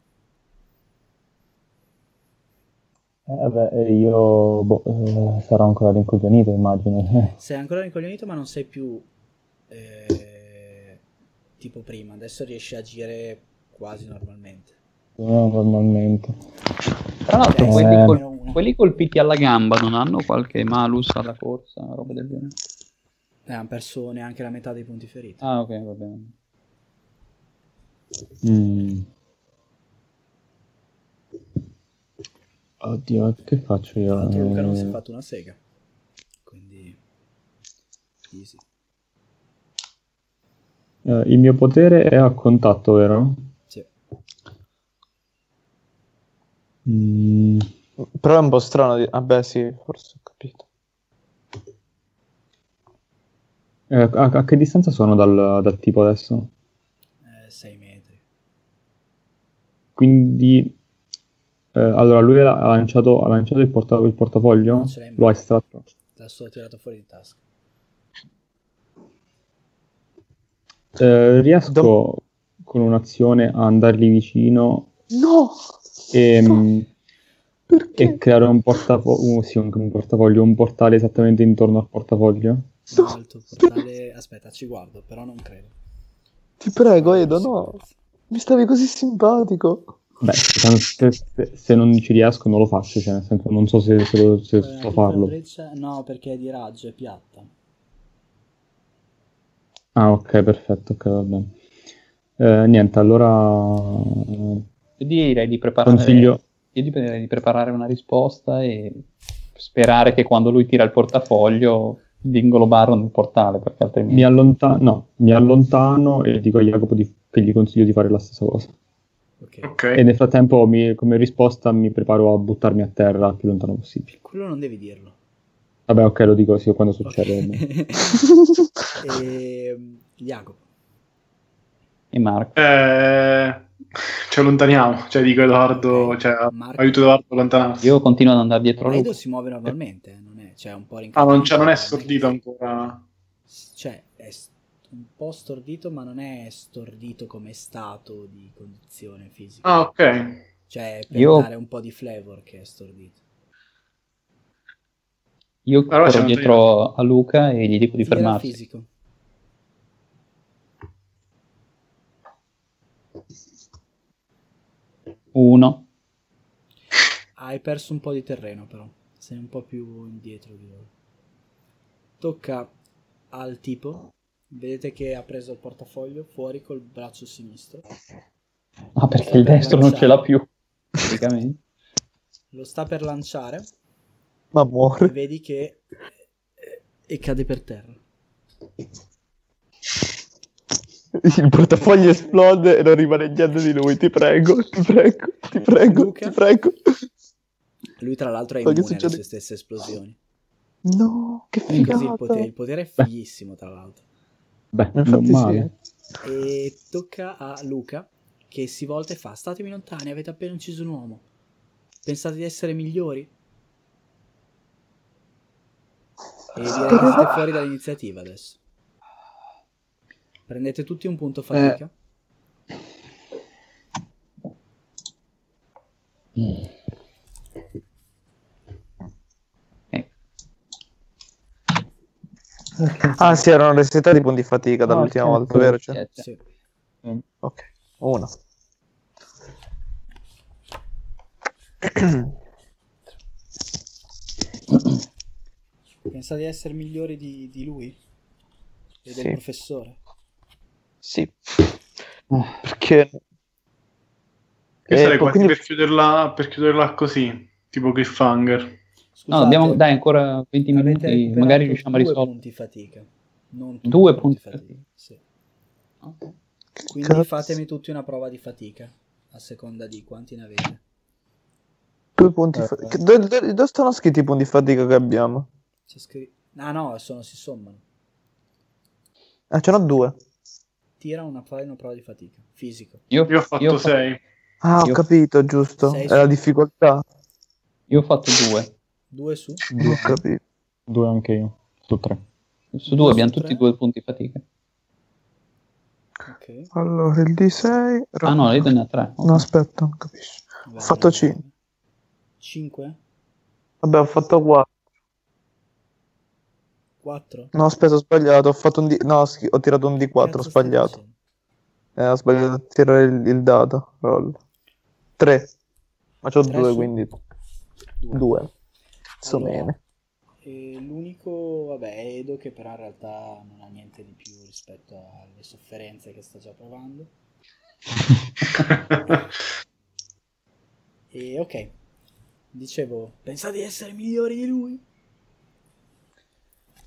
Eh, vabbè, eh, io boh, eh, sarò ancora rincoglionito, immagino. [laughs]
Sei ancora rincoglionito, ma non sei più eh, tipo prima. Adesso riesci a agire quasi normalmente.
Non normalmente.
Tra l'altro,
Ok,
quelli,
sei
eh,
col-
meno uno.
quelli colpiti alla gamba non hanno qualche malus alla corsa, roba del genere?
Eh, hanno perso neanche la metà dei punti feriti.
Ah, ok, va bene.
Mm. Oddio, che faccio io?
Tra l'altro Luca non si è
Eh,
fatto una sega. Quindi... Easy.
eh, il mio potere è a contatto, vero?
Sì.
Mm.
Però è un po' strano. di- Vabbè, sì, forse ho capito.
Eh, a, a che distanza sono dal, dal tipo adesso?
6 eh, metri.
Quindi, eh, allora lui ha lanciato, ha lanciato il, porta- il portafoglio?
Non ce l'hai in
Lo ha
mano.
estratto?
Te l'ha solo tirato fuori di tasca.
Eh, riesco con un'azione a andargli vicino
No!
e, mm,
Perché?
e creare un portafoglio, sì, un, un portafoglio, un portale esattamente intorno al portafoglio?
No, il tuo portale... Aspetta, ci guardo, però non credo.
Ti prego, Edo, no. Mi stavi così simpatico. [laughs]
Beh, se, se- se non ci riesco non lo faccio, cioè nel senso non so se, se lo- se
Eh,
so farlo.
Breccia- No, perché è di raggio, è piatta.
Ah, ok, perfetto, ok, va bene. Eh, niente, allora eh,
Io direi di preparare,
consiglio...
io direi di preparare una risposta e sperare che quando lui tira il portafoglio di inglobarlo nel portale, perché altrimenti...
Mi allontano, no, mi allontano e dico a Jacopo di- che gli consiglio di fare la stessa cosa.
Ok.
Ok.
E nel frattempo, mi- come risposta, mi preparo a buttarmi a terra il più lontano possibile.
Quello non devi dirlo.
Vabbè, ok, lo dico sì, quando succede. [laughs] vabbè.
Ok. [laughs] Ehm, Jacopo.
E Marco.
Eh, ci allontaniamo, cioè dico Edoardo, cioè,
Marco.
aiuto Edoardo a allontanarsi.
Io continuo ad andare dietro a
Ma Edo
Luca.
si muove normalmente, eh, non è, cioè, è un po'
Ah,
rincatto.
non, c'è- non è stordito ancora.
Cioè, è st- un po' stordito, ma non è stordito come stato di condizione fisica.
Ah, ok.
Cioè, è per
Io-
dare un po' di flavor che è stordito.
Io
Allora
corro
c'è un
dietro a Luca e gli dico di
Tira
fermarsi.
fisico.
Uno.
Hai perso un po' di terreno, però. Sei un po' più indietro di loro. Tocca al tipo. Vedete che ha preso il portafoglio fuori col braccio sinistro.
Ah, perché il destro non ce l'ha più. Praticamente.
Lo sta per lanciare.
Ma
e
muore.
Vedi che... eh, E cade per terra.
Il portafoglio esplode e non rimane niente di lui. Ti prego, ti prego, ti prego,
Luca?
ti prego.
Lui, tra l'altro, è
Ma che
immune alle
succede?
sue stesse esplosioni.
No, che
Quindi così il
figata.
potere, il potere è fighissimo, tra l'altro.
Beh, non
Infatti
male.
sì.
E tocca a Luca che si volta e fa: Statemi lontani, avete appena ucciso un uomo. Pensate di essere migliori? E direi che siete fuori dall'iniziativa adesso. Prendete tutti un punto fatica.
Ah, sì, erano resettati i punti fatica dall'ultima
certo.
volta, vero? Cioè,
Sette.
Sì.
Ok, uno. [clears throat]
Pensa di essere migliori di, di lui? E del
Sì.
professore?
Sì. Perché...
Io
Eh,
sarei
ecco,
poi
quasi
quindi-
per, chiuderla, per chiuderla così, tipo cliffhanger.
Scusate,
No, abbiamo, dai, ancora 20
avete
minuti,
recuperato
magari riusciamo
due
a risolvere.
punti fatica. Non tutti
Due
i
punti fatica.
Sì. Quindi
Cazzo.
fatemi tutti una prova di fatica, a seconda di quanti ne avete.
Due punti
Eh,
fa-
eh.
che- do- do- Dove stanno scritti i punti fatica che abbiamo?
C'è scri- Ah no, sono, si sommano.
Ah, ce n'ho due.
Tira una, fai una prova di fatica, fisico.
Io ho fatto
io
6.
Ah, ho
Io-
capito, giusto.
Sei
È
su-
la difficoltà.
io ho fatto due.
Due su?
Ho capito.
Due anche io, su tre.
Su due abbiamo
su tre.
tutti due punti fatica.
Ok.
Allora, il D6...
Ah no, lei ne ha tre.
No, aspetta, non capisco. Ho fatto 5.
5?
Vabbè, ho fatto 4.
4?
No, aspetta, ho sbagliato. Ho fatto un D... No, schi- ho tirato un D4, ho sbagliato. Eh, ho sbagliato a tirare il, il dado. Roll. 3. Ma c'ho
Tre
2,
su-
quindi
2.
2. Sto
Allora,
bene.
E l'unico, vabbè, è Edo che però in realtà non ha niente di più rispetto alle sofferenze che sta già provando.
[laughs]
E ok, dicevo, pensa di essere migliori di lui?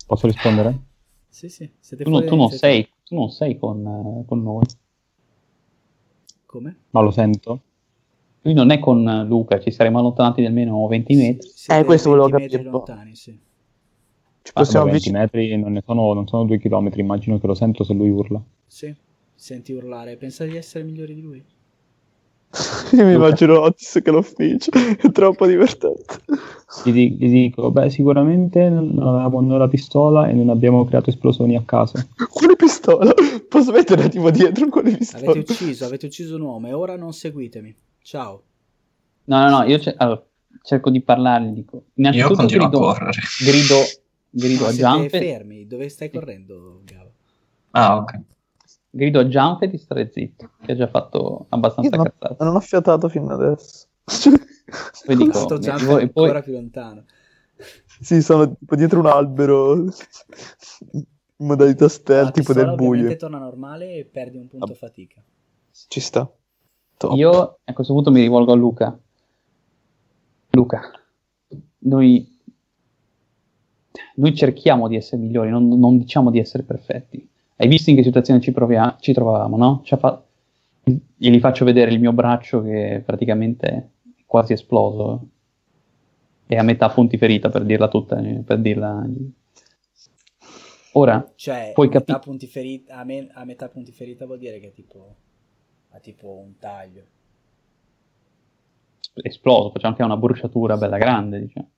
Posso rispondere?
Sì, sì, siete
Tu, non-
fuori
tu non
dall'iniziativa.
sei, tu non sei con, eh, con noi.
Come?
Ma lo sento.
Lui non è con eh, Luca, ci saremo allontanati almeno 20 metri.
Siete
Eh, questo volevo
20 metri
capire un po'.
lontani, sì.
Ci
Ah,
possiamo
vabbè, 20
avvicinare.
metri non, ne sono, non sono due chilometri, immagino che lo sento se lui urla.
Sì, senti urlare, pensa di essere migliori di lui?
[laughs] Io mi immagino Otis che lo finisce. È troppo divertente.
Gli, di- gli dico, beh, sicuramente non avevamo noi la pistola e non abbiamo creato esplosioni a caso.
Quale pistola? Posso metterla tipo dietro con le pistole?
[laughs]
Avete ucciso, avete ucciso un uomo e ora non seguitemi. Ciao.
No, no, no, io ce- allora, cerco di parlargli, dico.
Io
Innanzitutto
continuo a
grido,
correre.
grido, grido
No,
a
siete
Giampe,
fermi, dove stai correndo, Gava?
Ah, ok.
grido a Giampe di stare zitto, che ha già fatto
Io
abbastanza
non,
cazzate.
non ho fiatato fino adesso.
Poi dico,
Sto
mi-
Giampe
voi-
è
poi-
ancora più lontano.
Sì, sono tipo dietro un albero. [laughs] In modalità stealth,
La
tipo
pistola
del
Ah, ovviamente
buio.
torna normale e perdi un punto
Ah.
fatica.
Ci sta. Top.
Io a questo punto mi rivolgo a Luca. Luca, noi, noi cerchiamo di essere migliori, non, non diciamo di essere perfetti. Hai visto in che situazione ci, provia- ci trovavamo, no? Ci ha fa- Glieli faccio vedere il mio braccio che praticamente è quasi esploso. È a metà punti ferita, per dirla tutta. eh, Per dirla... Ora,
Cioè,
Puoi
a metà,
capi-
punti feri- a, me- a metà punti ferita vuol dire che tipo ha tipo un taglio.
esploso, facciamo anche una bruciatura bella grande, diciamo.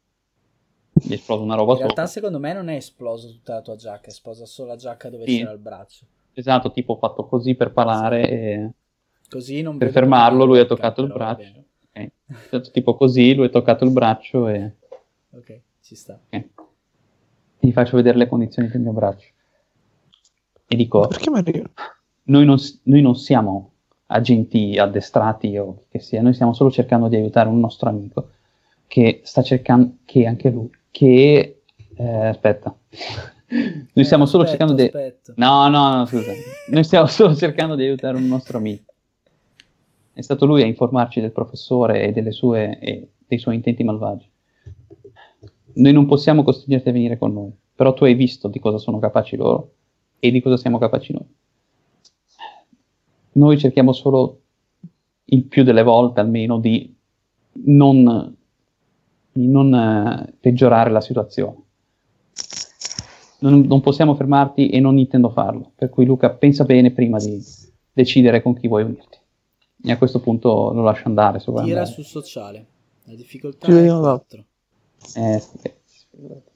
Gli è esplosa una roba
In realtà
sopra.
secondo me non è esploso tutta la tua giacca, è esplosa solo la giacca dove
Sì.
c'era il braccio.
Esatto, tipo fatto così per parlare e...
Così non
Per
vedo
fermarlo,
perché-
lui ha toccato il
però va
braccio.
bene.
ok. Fatto tipo così, lui ha toccato il braccio e...
Ok, ci sta.
ok. Gli faccio vedere le condizioni del mio braccio. E dico,
Perché mi arriva?
noi non, s- noi non siamo agenti addestrati o che sia, noi stiamo solo cercando di aiutare un nostro amico che sta cercando, che anche lui, che... eh, aspetta. [laughs]
Eh,
Noi stiamo solo cercando di...
di...
No, no, no, scusa. Noi stiamo solo cercando di aiutare un nostro amico. È stato lui a informarci del professore e, delle sue, e dei suoi intenti malvagi. Noi non possiamo costringerti a venire con noi, però tu hai visto di cosa sono capaci loro e di cosa siamo capaci noi. Noi cerchiamo solo, il più delle volte almeno, di non, di non eh, peggiorare la situazione non, non possiamo fermarti e non intendo farlo. Per cui Luca, pensa bene prima di decidere con chi vuoi unirti. E a questo punto lo lascio andare. Se vuoi
Tira
andare.
su sociale. La difficoltà
Ci
è
vediamo là.
4.
Eh, sì, sì, sì, guarda.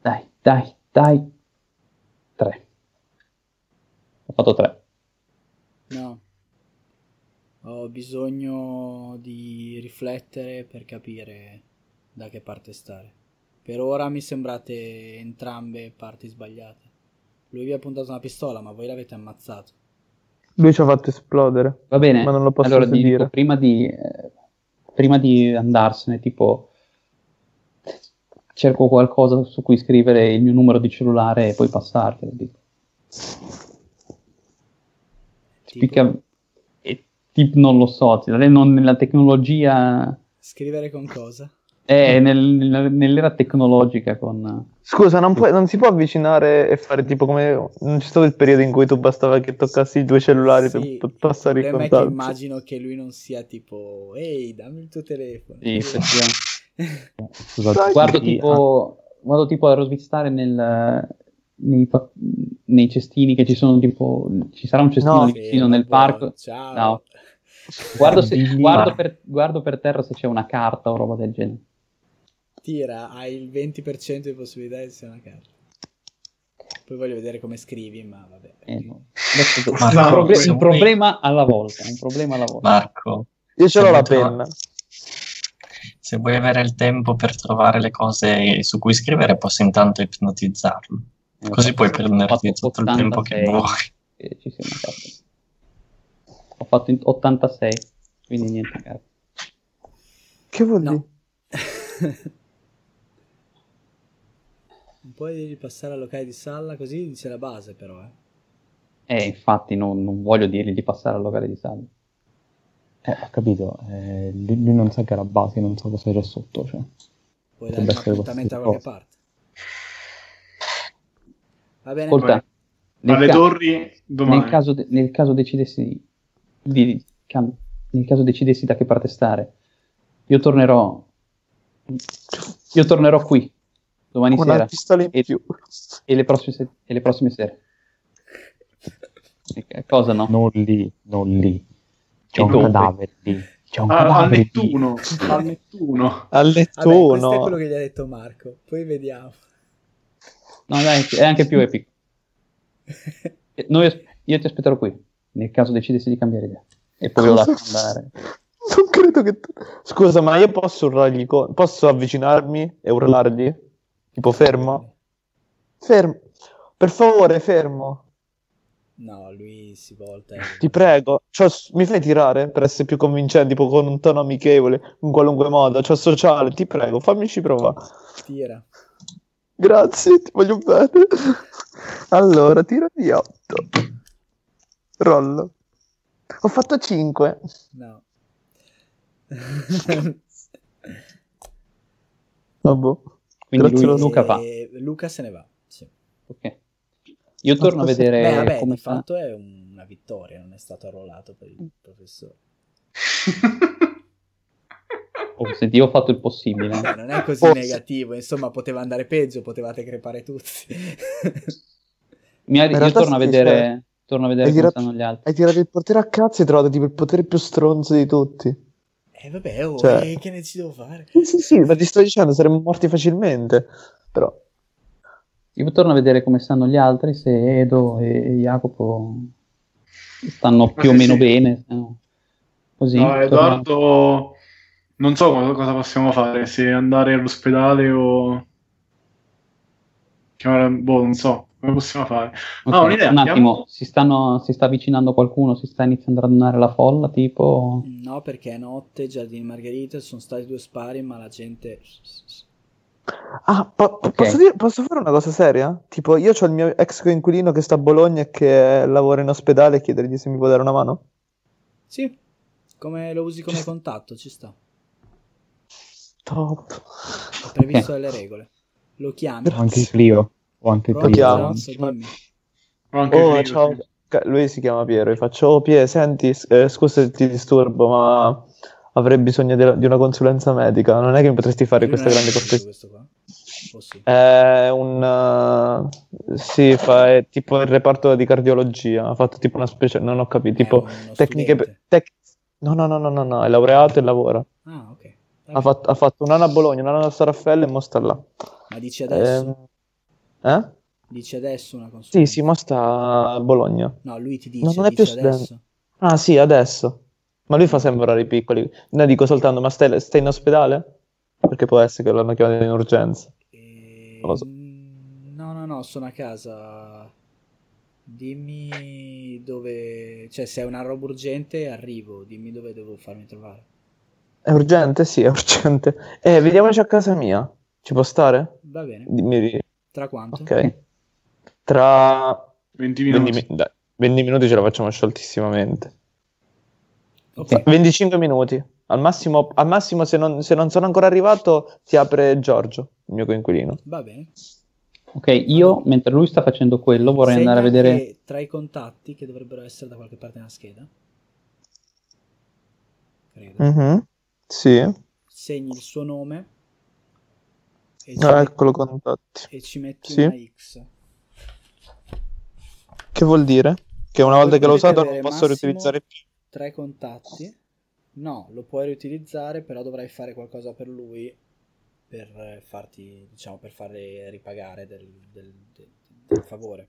Dai, dai, dai. 3. Ho fatto 3.
No. Ho bisogno di riflettere per capire da che parte stare. Per ora mi sembrate entrambe parti sbagliate. Lui vi ha puntato una pistola, ma voi l'avete ammazzato.
Lui ci ha fatto esplodere.
Va bene.
Ma non lo posso
allora,
dire.
dico, prima di, eh, prima di andarsene, tipo, cerco qualcosa su cui scrivere il mio numero di cellulare e poi passartelo. Dico.
Tipo,
Spicca- e tipo, non lo so, ti- non nella tecnologia,
Scrivere con cosa?
eh, nel- nel- nell'era tecnologica con...
Scusa, non, puoi- non si può avvicinare e fare tipo come... Non c'è stato il periodo in cui tu bastava che toccassi i due cellulari
Sì,
per p- passare
il
i
problema è che
contatti.
immagino che lui non sia tipo ehi dammi il tuo telefono
Sì, eh, effettivamente.
Scusate,
guardo
sì,
tipo, guardo tipo a rosvizzare nel, nei, pa- nei cestini che ci sono tipo ci sarà un cestino
No.
di
Sì,
vicino nel
vabbè,
parco
ciao
No. guardo, se-
Bellissimo.
guardo per, guardo per terra se c'è una carta o roba del genere
[laughs] tira hai il 20% di possibilità di essere una carta poi voglio vedere come scrivi ma vabbè
Eh, no. Adesso-
Ma
un
no,
proble-
se
un
vuoi-
problema alla volta un problema alla volta
Marco,
Io ce l'ho la
Sembra-
penna.
se vuoi avere il tempo per trovare le cose su cui scrivere, posso intanto ipnotizzarlo.
Eh,
Così
ho
puoi
fatto-
prenderti
ho fatto
tutto il tempo che
86.
vuoi.
Eh, ci sia una carta ho fatto in- 86 quindi niente carta
Che vuol dire?
no [laughs] non puoi ripassare al locale di sala così dice la base però eh.
Eh, infatti non, non voglio dirgli di passare al locale di salvo.
Eh, ho capito, eh, lui, lui non sa che era base, non sa cosa c'è sotto. Cioè.
puoi dare
Potrebbe
un
essere
appuntamento da qualche
qualsiasi
parte va bene
Ascolta, nel,
Alle
ca-
torri domani.
nel caso de- nel caso decidessi di, di- cam- nel caso decidessi da che parte stare, io tornerò io tornerò qui domani
Con
sera
una pistola in
e,
più.
e le prossime se- e le prossime sere. E che- Cosa no?
Non lì, non lì. C'è
E
un
dove?
cadavere lì. C'è un
Ah, a
cadavere lì.
Nettuno, a
[laughs]
Nettuno.
Al
Vabbè, questo è
lettuno.
quello che gli ha detto Marco poi vediamo [laughs]
No, dai, è anche più epico. Eh, noi- io ti aspetterò qui nel caso decidessi di cambiare idea e poi lo
Cosa?
lascio andare.
Non credo che... tu- Scusa, ma io posso urlargli... co- Posso avvicinarmi e urlargli? Tipo fermo? Fermo. Per favore, fermo.
No, lui si volta. e-
Ti prego, c'ho- mi fai tirare per essere più convincente, tipo con un tono amichevole, in qualunque modo, c'ho sociale, ti prego, fammici provare.
Tira.
Grazie, ti voglio bene. Allora, tiro di 8. Rollo. Ho fatto 5. [laughs]
No.
Vabbè.
Quindi
Grazie
lui,
allo-
Luca va.
E Luca se ne va. Sì.
Eh,
Ok. Io torno a
Aspetta.
vedere
Beh, vabbè,
come
di
sta.
fatto è una vittoria, non è stato arruolato per il professore.
Oh, senti, io ho fatto il possibile.
Beh,
eh.
non è così
Forse.
negativo, insomma, poteva andare peggio, potevate crepare tutti. [laughs]
Mi ha-
In
io
realtà
torno a
sì, cioè,
vedere, torno a vedere
Hai
come
tirato-
stanno gli altri.
Hai tirato il portiere a cazzo e hai trovato tipo il potere più stronzo di tutti.
E vabbè, oh,
Cioè.
eh, che ne ci devo fare?
Sì, sì, sì, ma ti sto dicendo, saremmo morti facilmente. Però,
Io torno a vedere come stanno gli altri, se Edo e, e Jacopo stanno più o
sì,
meno
sì.
bene. se no. Così.
No,
torno-
Edoardo, non so cosa, cosa possiamo fare, se andare all'ospedale o... chiamare- Boh, non so, come possiamo fare?
Ok,
Ah, un'idea,
un
andiamo-
attimo, si, stanno, si sta avvicinando qualcuno, si sta iniziando a radunare la folla, tipo...
No, perché è notte, Giardini Margherita, sono stati due spari, ma la gente...
Ah, po- po- posso, dire- posso fare una cosa seria? Tipo, io ho il mio ex coinquilino che sta a Bologna e che lavora in ospedale e chiedergli se mi può dare una mano?
Sì, come lo usi come contatto, ci sta.
Top.
È previsto dalle regole. Lo chiami.
Ho anche il Clio. Ho anche il
Pronto,
Clio.
chiamo.
Zanoff, dimmi.
O anche
Oh,
prima,
ciao.
sì.
Ca- Lui si chiama Piero, gli faccio, oh Piero, senti, s- eh, scusa se ti disturbo, ma avrei bisogno della- di una consulenza medica, non è che mi potresti fare
Lui
questa
non è
grande
medico,
cortesia? Eh,
questo qua? O sì.
È un... eh, sì, fa, è tipo il reparto di cardiologia, ha fatto tipo una specie, non ho capito,
È
tipo
uno
tecniche... per-
studente.
tec- no, no, no, no, no, no, è laureato e lavora.
Ah, ok.
Ha fatto, ha fatto un anno a Bologna, un anno a San Raffaele e mo sta là.
Ma dici adesso?
Ehm, Eh?
Dice adesso una consulta.
Sì, sì, ma sta a Bologna.
No, lui ti dice,
No, non è
dice
più
adesso.
Ah, sì, adesso. Ma lui fa sempre orari piccoli. No, dico soltanto, ma stai, stai in ospedale? Perché può essere che l'hanno chiamato in urgenza.
E-
Non lo so.
Ehm, No, no, no, sono a casa. Dimmi dove... Cioè, se è una roba urgente arrivo, dimmi dove devo farmi trovare.
È urgente? Sì, è urgente. Eh, vediamoci a casa mia. Ci può stare?
Va bene.
Dimmi, di-
Tra quanto?
ok. Tra
20
20,
minuti.
mi- dai, 20 minuti ce la facciamo scioltissimamente.
Ok.
25 minuti. Al massimo, al massimo se, non, se non sono ancora arrivato, ti apre Giorgio, il mio coinquilino.
Va bene.
Ok, io mentre lui sta facendo quello vorrei
Segna
andare a vedere...
che tra i contatti che dovrebbero essere da qualche parte nella scheda. Credo.
Mhm. Sì.
Segni il suo nome. E ci,
Ah,
met-
eccolo contatti.
e ci metti
Sì.
una X.
Che vuol dire? Che una volta che l'ho
Potete
usato non
avere
posso
massimo
riutilizzare più.
Tre contatti. No, lo puoi riutilizzare, però dovrai fare qualcosa per lui per eh, farti, diciamo, per farle ripagare del, del- del- del favore.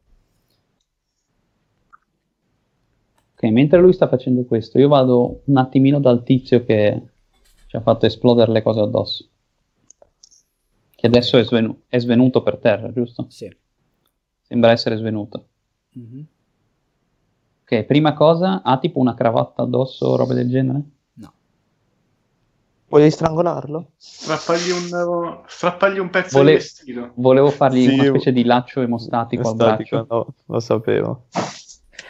Ok, mentre lui sta facendo questo, io vado un attimino dal tizio che ci ha fatto esplodere le cose addosso. Che adesso è, svenu- è svenuto per terra, giusto?
Sì.
Sembra essere svenuto.
Mhm.
Ok, prima cosa, ha tipo una cravatta addosso o roba del genere?
No.
Voglio strangolarlo?
Strappagli un, strappagli un pezzo
Vole-
di vestito.
Volevo fargli
Sì,
una
io-
specie di laccio emostatico al
Statico,
braccio.
no, lo sapevo.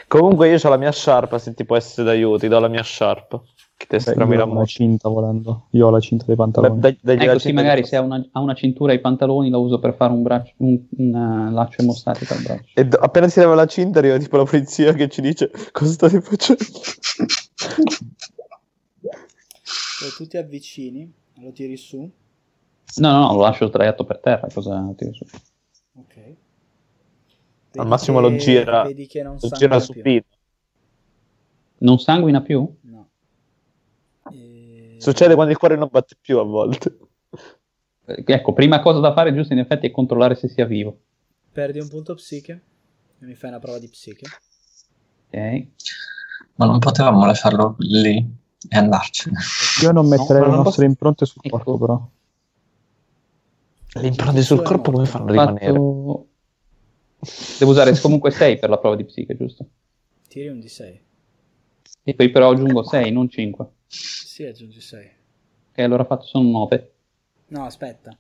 Comunque io ho la mia sciarpa, se ti può essere d'aiuto, ti do la mia sciarpa. Che te
Beh, io
stramira
ho la
molto.
cinta volendo. Io ho la cinta dei pantaloni.
Beh, dai- dagli
Ecco,
la
sì,
cinta
magari
di-
se ha una, ha una cintura ai pantaloni la uso per fare un, braccio, un, un, eh, laccio emostatico al braccio.
E do- appena si leva la cinta arriva tipo la polizia che ci dice cosa state facendo.
Poi tu ti avvicini, lo tiri su,
No, no, no, lo lascio traiato per terra. Cosa tiro su?
ok.
Al
Vedi
massimo
che-
lo gira,
vedi che non
lo
sangue
gira su
più.
Pino.
Non sanguina più?
No. E-
Succede quando il cuore non batte più a volte.
Eh, Ecco, prima cosa da fare, giusto in effetti, è controllare se sia vivo.
Perdi un punto psiche e mi fai una prova di psiche.
Ok.
Ma non potevamo lasciarlo lì e andarcene.
Io non metterei
ma
le
non
nostre
posso-
impronte sul
Ecco.
corpo, però.
Le impronte sul
Sulla moto.
corpo come fanno a rimanere?
Fatto... Devo usare comunque 6 per la prova di psiche, giusto?
Tiri un D6.
E poi però aggiungo 6, non 5.
Sì, aggiungi 6.
Ok, allora fatto sono 9.
No, aspetta.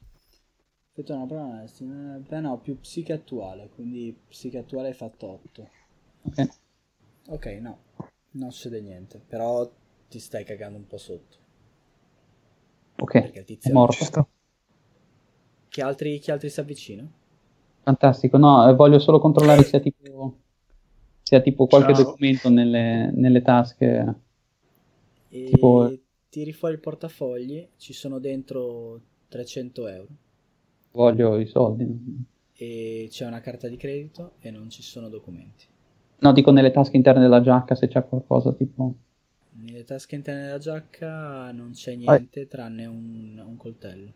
Aspetta una prova. eh, Beh, no, più psiche attuale. Quindi psiche attuale hai fatto 8.
Ok.
Ok, no. Non succede niente. Però ti stai cagando un po' sotto.
Ok,
Perché il
è
tizio.
morto.
Chi altri, chi altri si avvicina?
Fantastico. No, eh, voglio solo controllare se ha tipo, se ha tipo qualche
Ciao.
documento nelle, nelle tasche.
E
Tipo-
tiri fuori il portafogli. Ci sono dentro 300 euro.
Voglio i soldi.
E c'è una carta di credito e non ci sono documenti.
No, dico nelle tasche interne della giacca se c'è qualcosa tipo...
Nelle tasche interne della giacca non c'è niente tranne un, un coltello.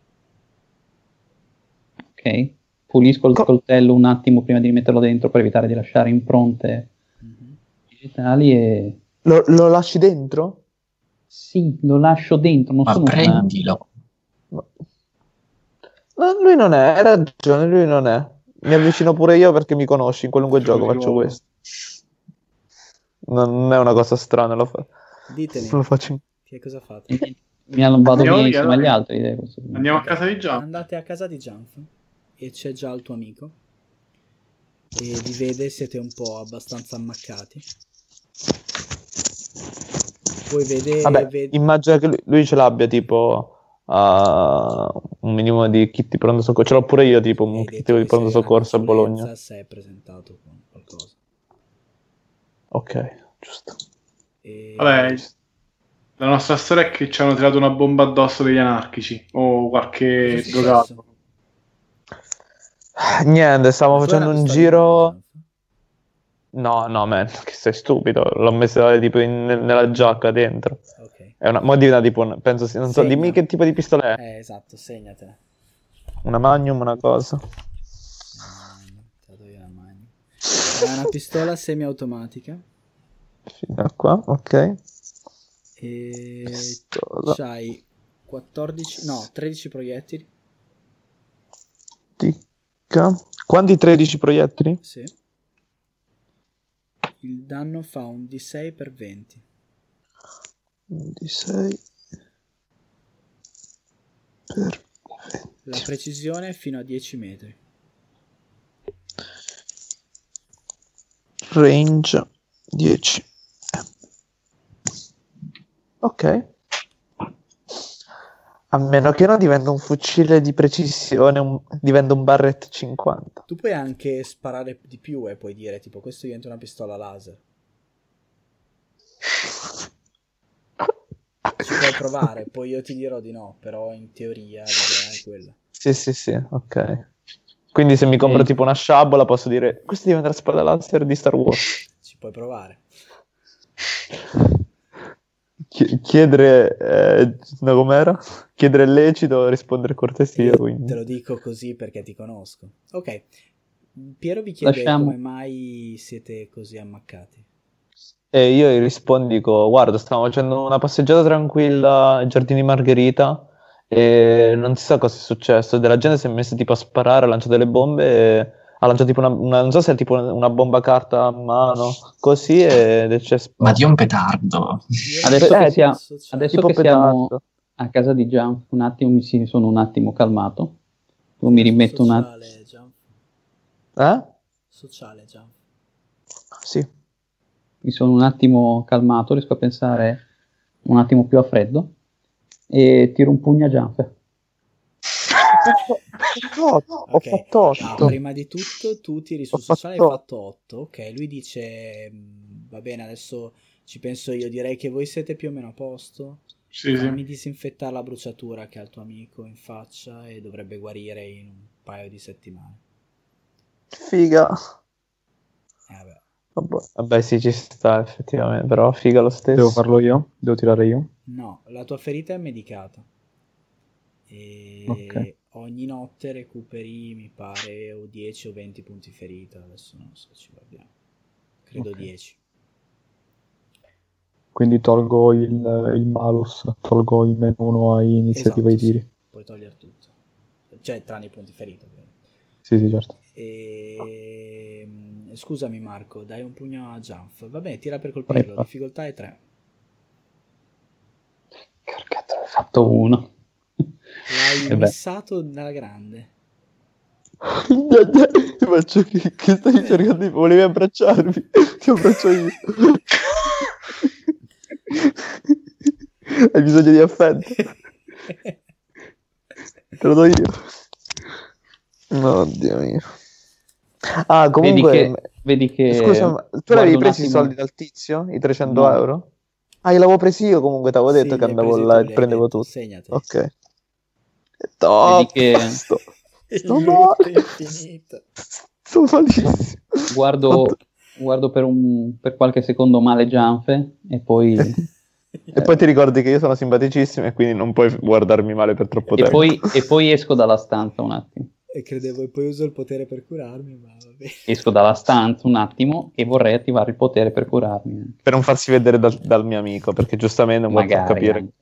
Ok. Pulisco il
Co-
coltello un attimo prima di rimetterlo dentro per evitare di lasciare impronte
Mhm.
digitali e
Lo, lo lasci dentro?
sì, lo lascio dentro, non
Ma
sono
prendilo.
No. No, lui non è, hai ragione, lui non è. Mi avvicino pure io perché mi conosci, in qualunque
Giuro
gioco
di
faccio
nuovo.
questo. Non non è una cosa strana, lo, fa-
Ditemi,
lo faccio in-
che cosa fate?
una... Mi al- vado
Andiamo
via
via,
insieme
dai.
agli altri. dai, questo-
Andiamo a casa di Gian.
Andate a casa di Janf e c'è già il tuo amico e vi vede, siete un po' abbastanza ammaccati. Poi vede,
Vabbè,
vede-
immagino che lui, lui ce l'abbia tipo ah, un minimo di kit di pronto soccorso. Ce l'ho pure io tipo
hai
un kit
detto
di
che
pronto
sei una
soccorso a
consulenza,
Bologna.
sei presentato con qualcosa.
Ok, giusto.
E-
Vabbè, la nostra storia è che ci hanno tirato una bomba addosso degli anarchici o
cosa è
qualche
successo?
drogato.
Niente, stavamo
Tu
facendo
era-
un
stavi
giro.
con Janf?
No, no, man, che sei stupido. L'ho messa tipo in- nella giacca dentro.
Ok.
È una, mo divina tipo, un- penso, sì, non so,
Segna.
dimmi che tipo di pistola è.
Eh, esatto, segnatela.
Una Magnum, una cosa.
Ehm, È una pistola semiautomatica.
Fino a qua,
Eh,
ok.
E
Pistola.
c'hai 14, no, 13 proiettili.
Ticca. Quanti 13 proiettili?
Sì. Il danno fa un D6 per 20.
Di 6 per 20.
La precisione è fino a 10 metri.
range 10 ok a meno che non diventa un fucile di precisione un- diventa un barrett 50
Tu puoi anche sparare di più e puoi dire tipo questo diventa una pistola laser. Ci puoi
[laughs]
provare, poi io ti dirò di no, però in teoria l'idea è quella.
sì sì sì ok quindi se mi compro
Ehi.
tipo una sciabola posso dire questa diventa la spada laser di Star Wars
Ci puoi provare.
Chi- chiedere eh, no, com'era? chiedere è lecito rispondere cortesia
Io
quindi
Te lo dico così perché ti conosco. Ok. Piero vi chiede
Lasciamo-
come mai siete così ammaccati.
E io gli rispondo, dico, guarda, stavo facendo una passeggiata tranquilla ai giardini Margherita e non si sa cosa è successo. Della gente si è messa tipo a sparare, ha lanciato delle bombe, e ha lanciato tipo una, una- non so se è tipo una, una bomba carta a mano, così ed è c'è
Ma Dio è un petardo.
Io
Adesso
non so
Eh,
che
sia-
se c'è-
Adesso
tipo
che siamo
petardo.
a casa di Jump, un attimo mi si- sono un attimo calmato. Io mi rimetto un attimo.
Sociale, Gian.
Eh?
Sociale, Gian.
Sì.
mi sono un attimo calmato, riesco a pensare un attimo più a freddo e tiro un pugno a Gianfe.
Ho
Ok.
fatto
No,
8.
prima di tutto tu tiri su
Ho fatto
sociale hai fatto 8 ok lui dice "Mm, va bene adesso ci penso io direi che voi siete più o meno a posto
Sì,
fammi
sì.
disinfettare la bruciatura che ha il tuo amico in faccia e dovrebbe guarire in un paio di settimane
Figa.
Eh, vabbè.
Vabbè. Vabbè, sì, ci sta effettivamente, però figa lo stesso.
Devo farlo io? Devo tirare io?
no la tua ferita è medicata e
Ok.
ogni notte recuperi mi pare o 10 o 20 punti ferita adesso non so ci guardiamo credo
Ok.
10
Quindi tolgo il, il malus, tolgo il meno uno a iniziativa ai
Esatto, sì.
tiri.
Puoi togliere tutto. Cioè, tranne i punti ferita. ovviamente.
Sì, sì, certo.
Ehm, Scusami Marco, dai un pugno a Janf. Va bene, tira per colpirlo.
Prego.
Difficoltà è 3.
Cazzo, ne ho fatto uno. [laughs]
L'hai
Eh beh.
missato dalla grande.
Ti faccio che, che stai cercando di... Volevi abbracciarmi? Ti abbraccio io. Hai bisogno di affetto? Te lo do io. No, Dio mio. Ah, comunque...
vedi che, vedi che-
Scusa, ma tu
guarda
avevi
un
preso i
attimo.
soldi dal tizio? I 300
No.
euro? Ah, gliel'avevo presi io comunque, ti [laughs] avevo detto che andavo là e prendevo
tutto.
tutto.
Segnate.
Ok. Top,
che-
sto,
[laughs] Il
sto
loot
male.
è
[laughs]
infinito.
Sto malissimo.
guardo, guardo per, un- per qualche secondo male Gianfe e poi,
E poi ti ricordi che io sono simpaticissimo e quindi non puoi guardarmi male per troppo
e
tempo.
poi- e poi esco dalla stanza un attimo.
E credevo e poi uso il potere per curarmi, ma va bene.
Esco dalla stanza un attimo e vorrei attivare il potere per curarmi.
Per non farsi vedere dal, dal mio amico, perché giustamente non vuoi far
Magari.
capire.
anche.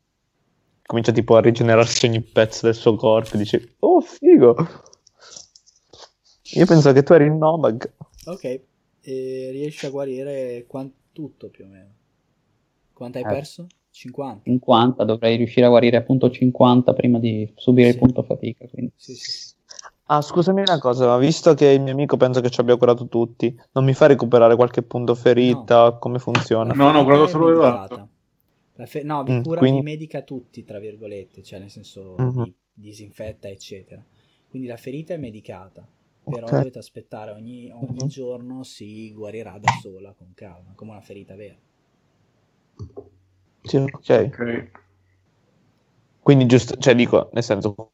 Comincia tipo a rigenerarsi ogni pezzo del suo corpo e dici, oh figo. Io penso che tu eri il nomad.
Ok, e riesci a guarire quan- tutto più o meno. Quanto hai
Eh.
perso? 50.
50, dovrei riuscire a guarire appunto 50 prima di subire
Sì.
il punto fatica. Quindi.
Sì, sì.
Ah, scusami una cosa, ma visto che il mio amico penso che ci abbia curato tutti, non mi fa recuperare qualche punto ferita? Come funziona?
No, no,
quello
guardo solo le labbra.
no, vi
Mm,
cura,
quindi-
vi medica tutti, tra virgolette, cioè nel senso
Mhm.
vi disinfetta, eccetera. Quindi la ferita è medicata, però
Ok.
dovete aspettare ogni, ogni
Mhm.
giorno si guarirà da sola con calma, come una ferita vera.
Sì, ok.
Ok.
Quindi giusto, cioè dico, nel senso,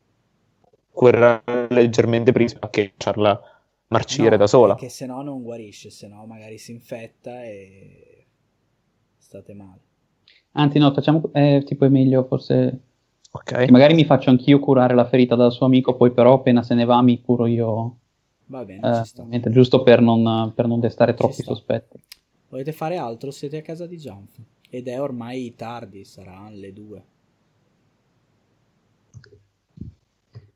quella leggermente prima che farla marcire
No,
da sola.
Perché se no non guarisce, se no magari si infetta e state male.
Anzi, no, facciamo eh, tipo è meglio forse.
Ok.
Magari mi faccio anch'io curare la ferita dal suo amico, poi però appena se ne va mi curo io.
Va bene,
Eh,
ci sta.
niente, giusto per non, per non destare troppi
sta.
sospetti.
Volete fare altro? Siete a casa di Janf. Ed è ormai tardi, saranno le due.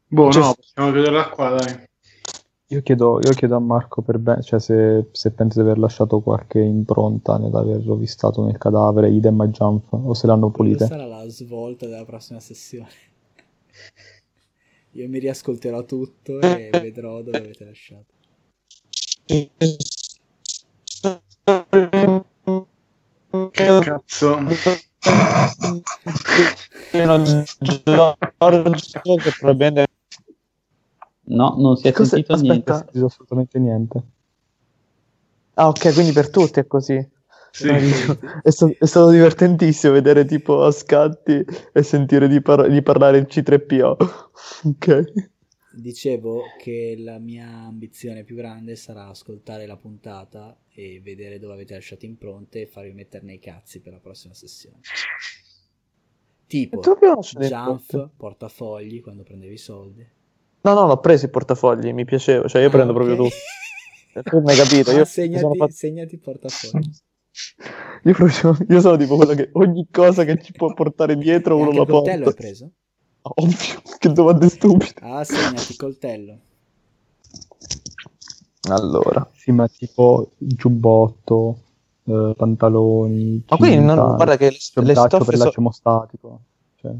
Boh,
Cioè,
no, possiamo chiuderla qua, dai.
Io chiedo, io chiedo a Marco per ben- cioè se, se pensa di aver lasciato qualche impronta nell'aver rovistato nel cadavere idem a Jump o se l'hanno
Questa
pulite.
sarà la svolta della prossima sessione. Io mi riascolterò tutto
[laughs]
e vedrò dove avete lasciato.
Che cazzo?
che probabilmente
No, non si è
Cos'è?
sentito
Aspetta.
niente.
non si dice assolutamente niente.
Ah, ok, quindi per tutti è così.
Sì.
È, sta- è stato divertentissimo vedere tipo a scatti e sentire di, par- di parlare il C3PO. [laughs] Ok.
Dicevo che la mia ambizione più grande sarà ascoltare la puntata e vedere dove avete lasciato impronte e farvi metterne i cazzi per la prossima sessione. Tipo,
Tu abbiamo lasciato le impronte?
Janf, portafogli quando prendevi i soldi.
No, no, l'ho preso i portafogli, mi piaceva, cioè io
Ah,
prendo proprio tutto. Cioè,
tutto.
Tu non [laughs] hai capito,
[laughs]
io, mi sono
segnati,
fatto- [laughs]
segnati portafogli.
io proprio- io sono tipo quello che ogni cosa che ci può portare dietro
E
uno
anche
la
il coltello
porta.
hai preso?
Ovvio, che domande stupide.
Ah, segnati il coltello.
Allora.
Sì, ma tipo giubbotto, eh, pantaloni,
Ma quindi non-
cinta,
guarda che le-
cioè,
le
braccio
stoffe
per
so-
laccio emostatico. Cioè,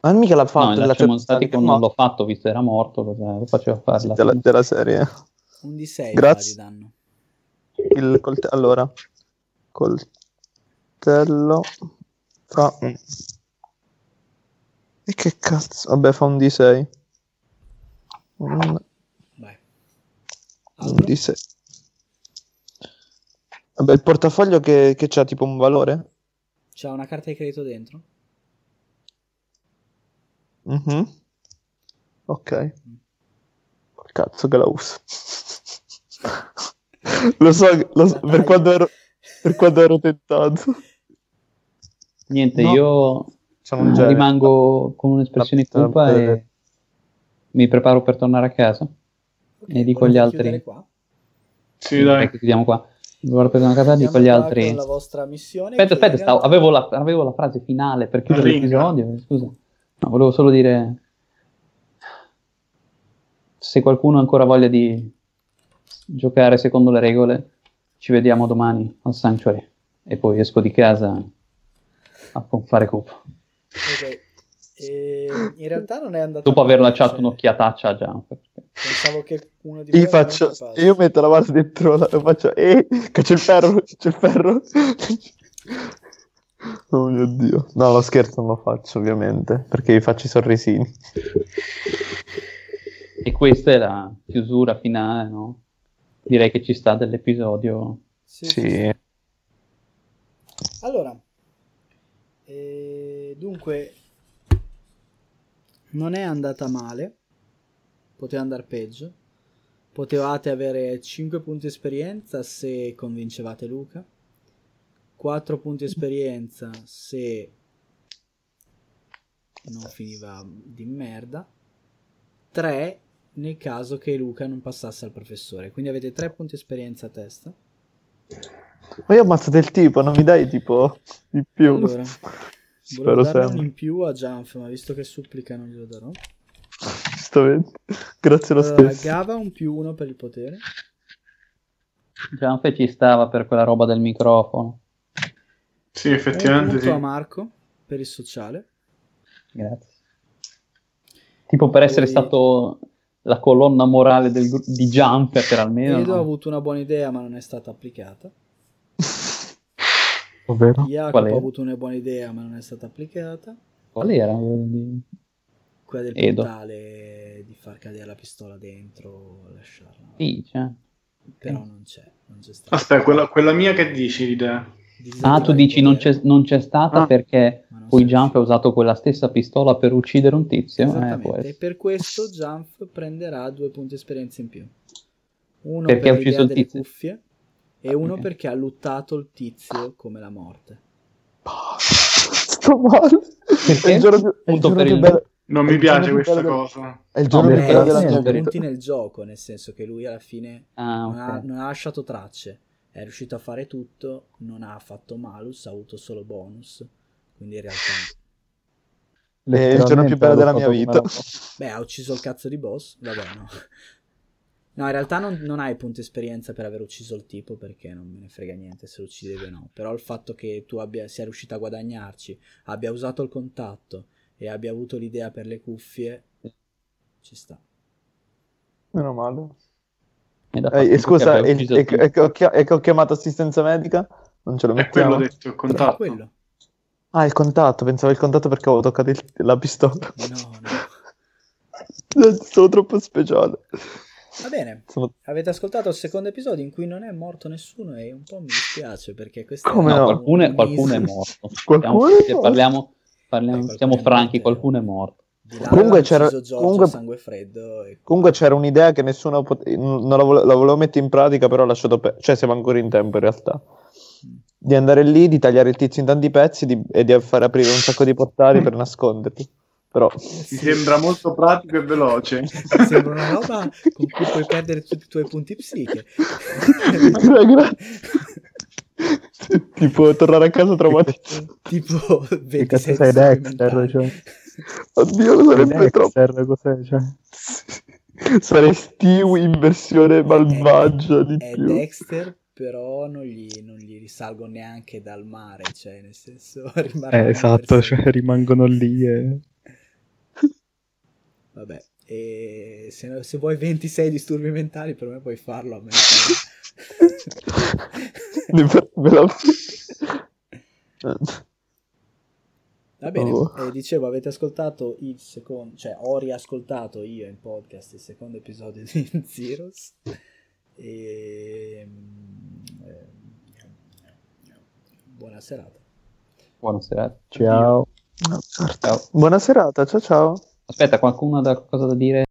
Ma mica l'ha fatto
No, il
della
laccio
terza-
emostatico
che
non
mo-
l'ho fatto, visto era morto, cosa- lo faceva fare
sì,
la
della,
fine.
della serie.
Un di 6
Grazie.
di danno.
Il colte- allora, coltello fa... E che cazzo? Vabbè, fa un D6. Un,
Vai.
un
Altro?
D6. Vabbè, il portafoglio che, che c'ha tipo un valore?
C'ha una carta di credito dentro?
Mhm. Ok. Cazzo che la uso. [laughs] lo so, lo so, per quando ero, per quando ero tentato.
Niente,
No.
io
Siamo un genere.
rimango con un'espressione
La- la-
cupa
la-
e mi preparo per tornare a casa.
Ok,
E dico
volete
agli altri-
chiudere Qua.
Sì, dai.
Ecco, chiudiamo qua. Mi vorrei prendere una casa
Chiudiamo
dico agli
qua
altri.
con la vostra missione.
Aspetta, aspetta,
Chiudiamo-
stavo- avevo, la, avevo la frase finale per chiudere
Arringa.
l'episodio. Scusa, no, volevo solo dire se qualcuno ha ancora voglia di giocare secondo le regole, ci vediamo domani al Sanctuary e poi esco di casa a fare cupo.
Ok. E in realtà non è andato
Dopo aver
male,
lanciato
cioè,
un'occhiataccia a Jump.
Pensavo che uno di voi
Io,
era
faccio,
molto capace.
io metto la mano dentro la, e faccio eh, che c'è il ferro, c'è il
[laughs]
ferro. Oh mio Dio. No, lo scherzo non lo faccio ovviamente, perché vi faccio i sorrisini.
E questa è la chiusura finale, no? Direi che ci sta dell'episodio.
Sì, sì, sì.
Sì.
Allora, eh, dunque, non è andata male, poteva andare peggio, potevate avere 5 punti esperienza se convincevate Luca, 4 punti esperienza se non finiva di merda, 3 nel caso che Luca non passasse al professore, quindi avete 3 punti esperienza a testa.
Ma io ho ammazzato il tipo, non mi dai tipo di più.
Allora,
Spero
Volevo darne un
sempre,
in più a Janf, ma visto che supplica non glielo darò.
giustamente. Grazie lo
Allora,
stesso.
Gava un più uno per il potere.
Jump ci stava per quella roba del microfono.
Sì,
Un
effettivamente
punto
sì.
a Marco per il sociale.
Grazie. Tipo per essere
Poi-
stato la colonna morale del gru- di Jump per almeno.
Edo ha
no?
avuto una buona idea, ma non è stata applicata.
Eh,
ovvero?
Jacopo
Qual
ha
era?
avuto una buona idea, ma non è stata applicata.
Qual era? Quindi-
Quella del
Edo.
portale di far cadere la pistola dentro, lasciarla.
Sì, cioè.
Però non c'è, non c'è stata.
Aspetta, quella, quella mia che dici, l'idea?
Ah, tu dici non c'è, non c'è stata
Ah.
perché
Esatto. Ma non
poi
serve.
Jump ha usato quella stessa pistola per uccidere un tizio. eh, può
Esattamente.
essere.
e per questo Janf prenderà due punti esperienza in più. Uno
Perché ha
per
ucciso
l'idea
il
delle
tizio.
cuffie e uno
ok.
perché ha luttato il tizio come la morte.
Sto male.
Perché?
È il giorno più, è il
Punto
giorno
per
più
il- Ah,
bello.
Non
È
mi
il
piace
giorno più
questa
bello del-
cosa.
È il
No,
giorno
beh,
più bello della
Eh, sono
mia vita.
punti nel gioco, nel senso che lui alla fine
Ah,
non, ha,
ok.
non ha lasciato tracce, è riuscito a fare tutto, non ha fatto malus, ha avuto solo bonus. Quindi in realtà...
È il giorno più bello della mia vita.
Beh, ha ucciso il cazzo di boss, vabbè no. No, in realtà non, non hai punti esperienza per aver ucciso il tipo perché non me ne frega niente se lo uccidevi o no. Però il fatto che tu abbia, sia riuscito a guadagnarci, abbia usato il contatto e abbia avuto l'idea per le cuffie, ci sta.
Meno male.
È da
Eh,
partito
e scusa,
che abbia
e,
ucciso
e-
tutti.
e che ho chia- e che ho chiamato assistenza medica? Non ce lo
È quello
mettiamo.
detto, il contatto.
Quello.
Ah, il contatto, pensavo il contatto perché avevo toccato il- la pistola.
No, no.
[laughs] Sono troppo speciale.
Va bene,
Sono-
avete ascoltato il secondo episodio in cui non è morto nessuno e un po' mi dispiace perché questo
Come
No,
no?
qualcuno, è- qualcuno è morto.
[laughs] Qualcuno
Siamo-
è morto?
Parliamo, parliamo-
Eh, qualcuno
siamo
è morto,
franchi,
eh.
qualcuno è morto.
comunque
Comunque
c'era
c'era-
Giorgio
comunque-
a sangue freddo e
Comunque c'era un'idea che nessuno pot- non la, vole- la volevo mettere in pratica, però ho lasciato pe- cioè siamo ancora in tempo in realtà. Di andare lì, di tagliare il tizio in tanti pezzi di- e di far aprire un sacco di portali per nasconderti. Però
Mi sembra molto pratico e veloce.
Eh, sembra una roba con cui puoi perdere tutti i tuoi punti psiche.
Gra- gra- [laughs] tipo tornare a casa [laughs] traumatizzato.
tipo
Che
26
cazzo sei
disturbi
Dexter?
mentali.
Cioè,
Oddio, lo
sei
[laughs] sarebbe troppo. Eh,
Dexter cos'è? Cioè,
[laughs] Sarei Stewie in versione malvagia di
Eh, È
più.
Dexter, però non gli, non gli risalgo neanche dal mare, cioè nel senso [laughs] rimarrà
eh,
una
esatto,
persona.
cioè, rimangono lì e...
Vabbè, e se, se vuoi 26 disturbi mentali per me puoi farlo a me.
[laughs]
[laughs]
Ne fa- me la-
Va bene,
Oh.
eh, dicevo, avete ascoltato il secondo, cioè ho riascoltato io in podcast il secondo episodio di [laughs] Zeros. E... mm, eh, Buona serata.
Buonasera.
Ciao.
certo. Buona serata, ciao ciao.
Aspetta, qualcuno ha da- qualcosa da dire?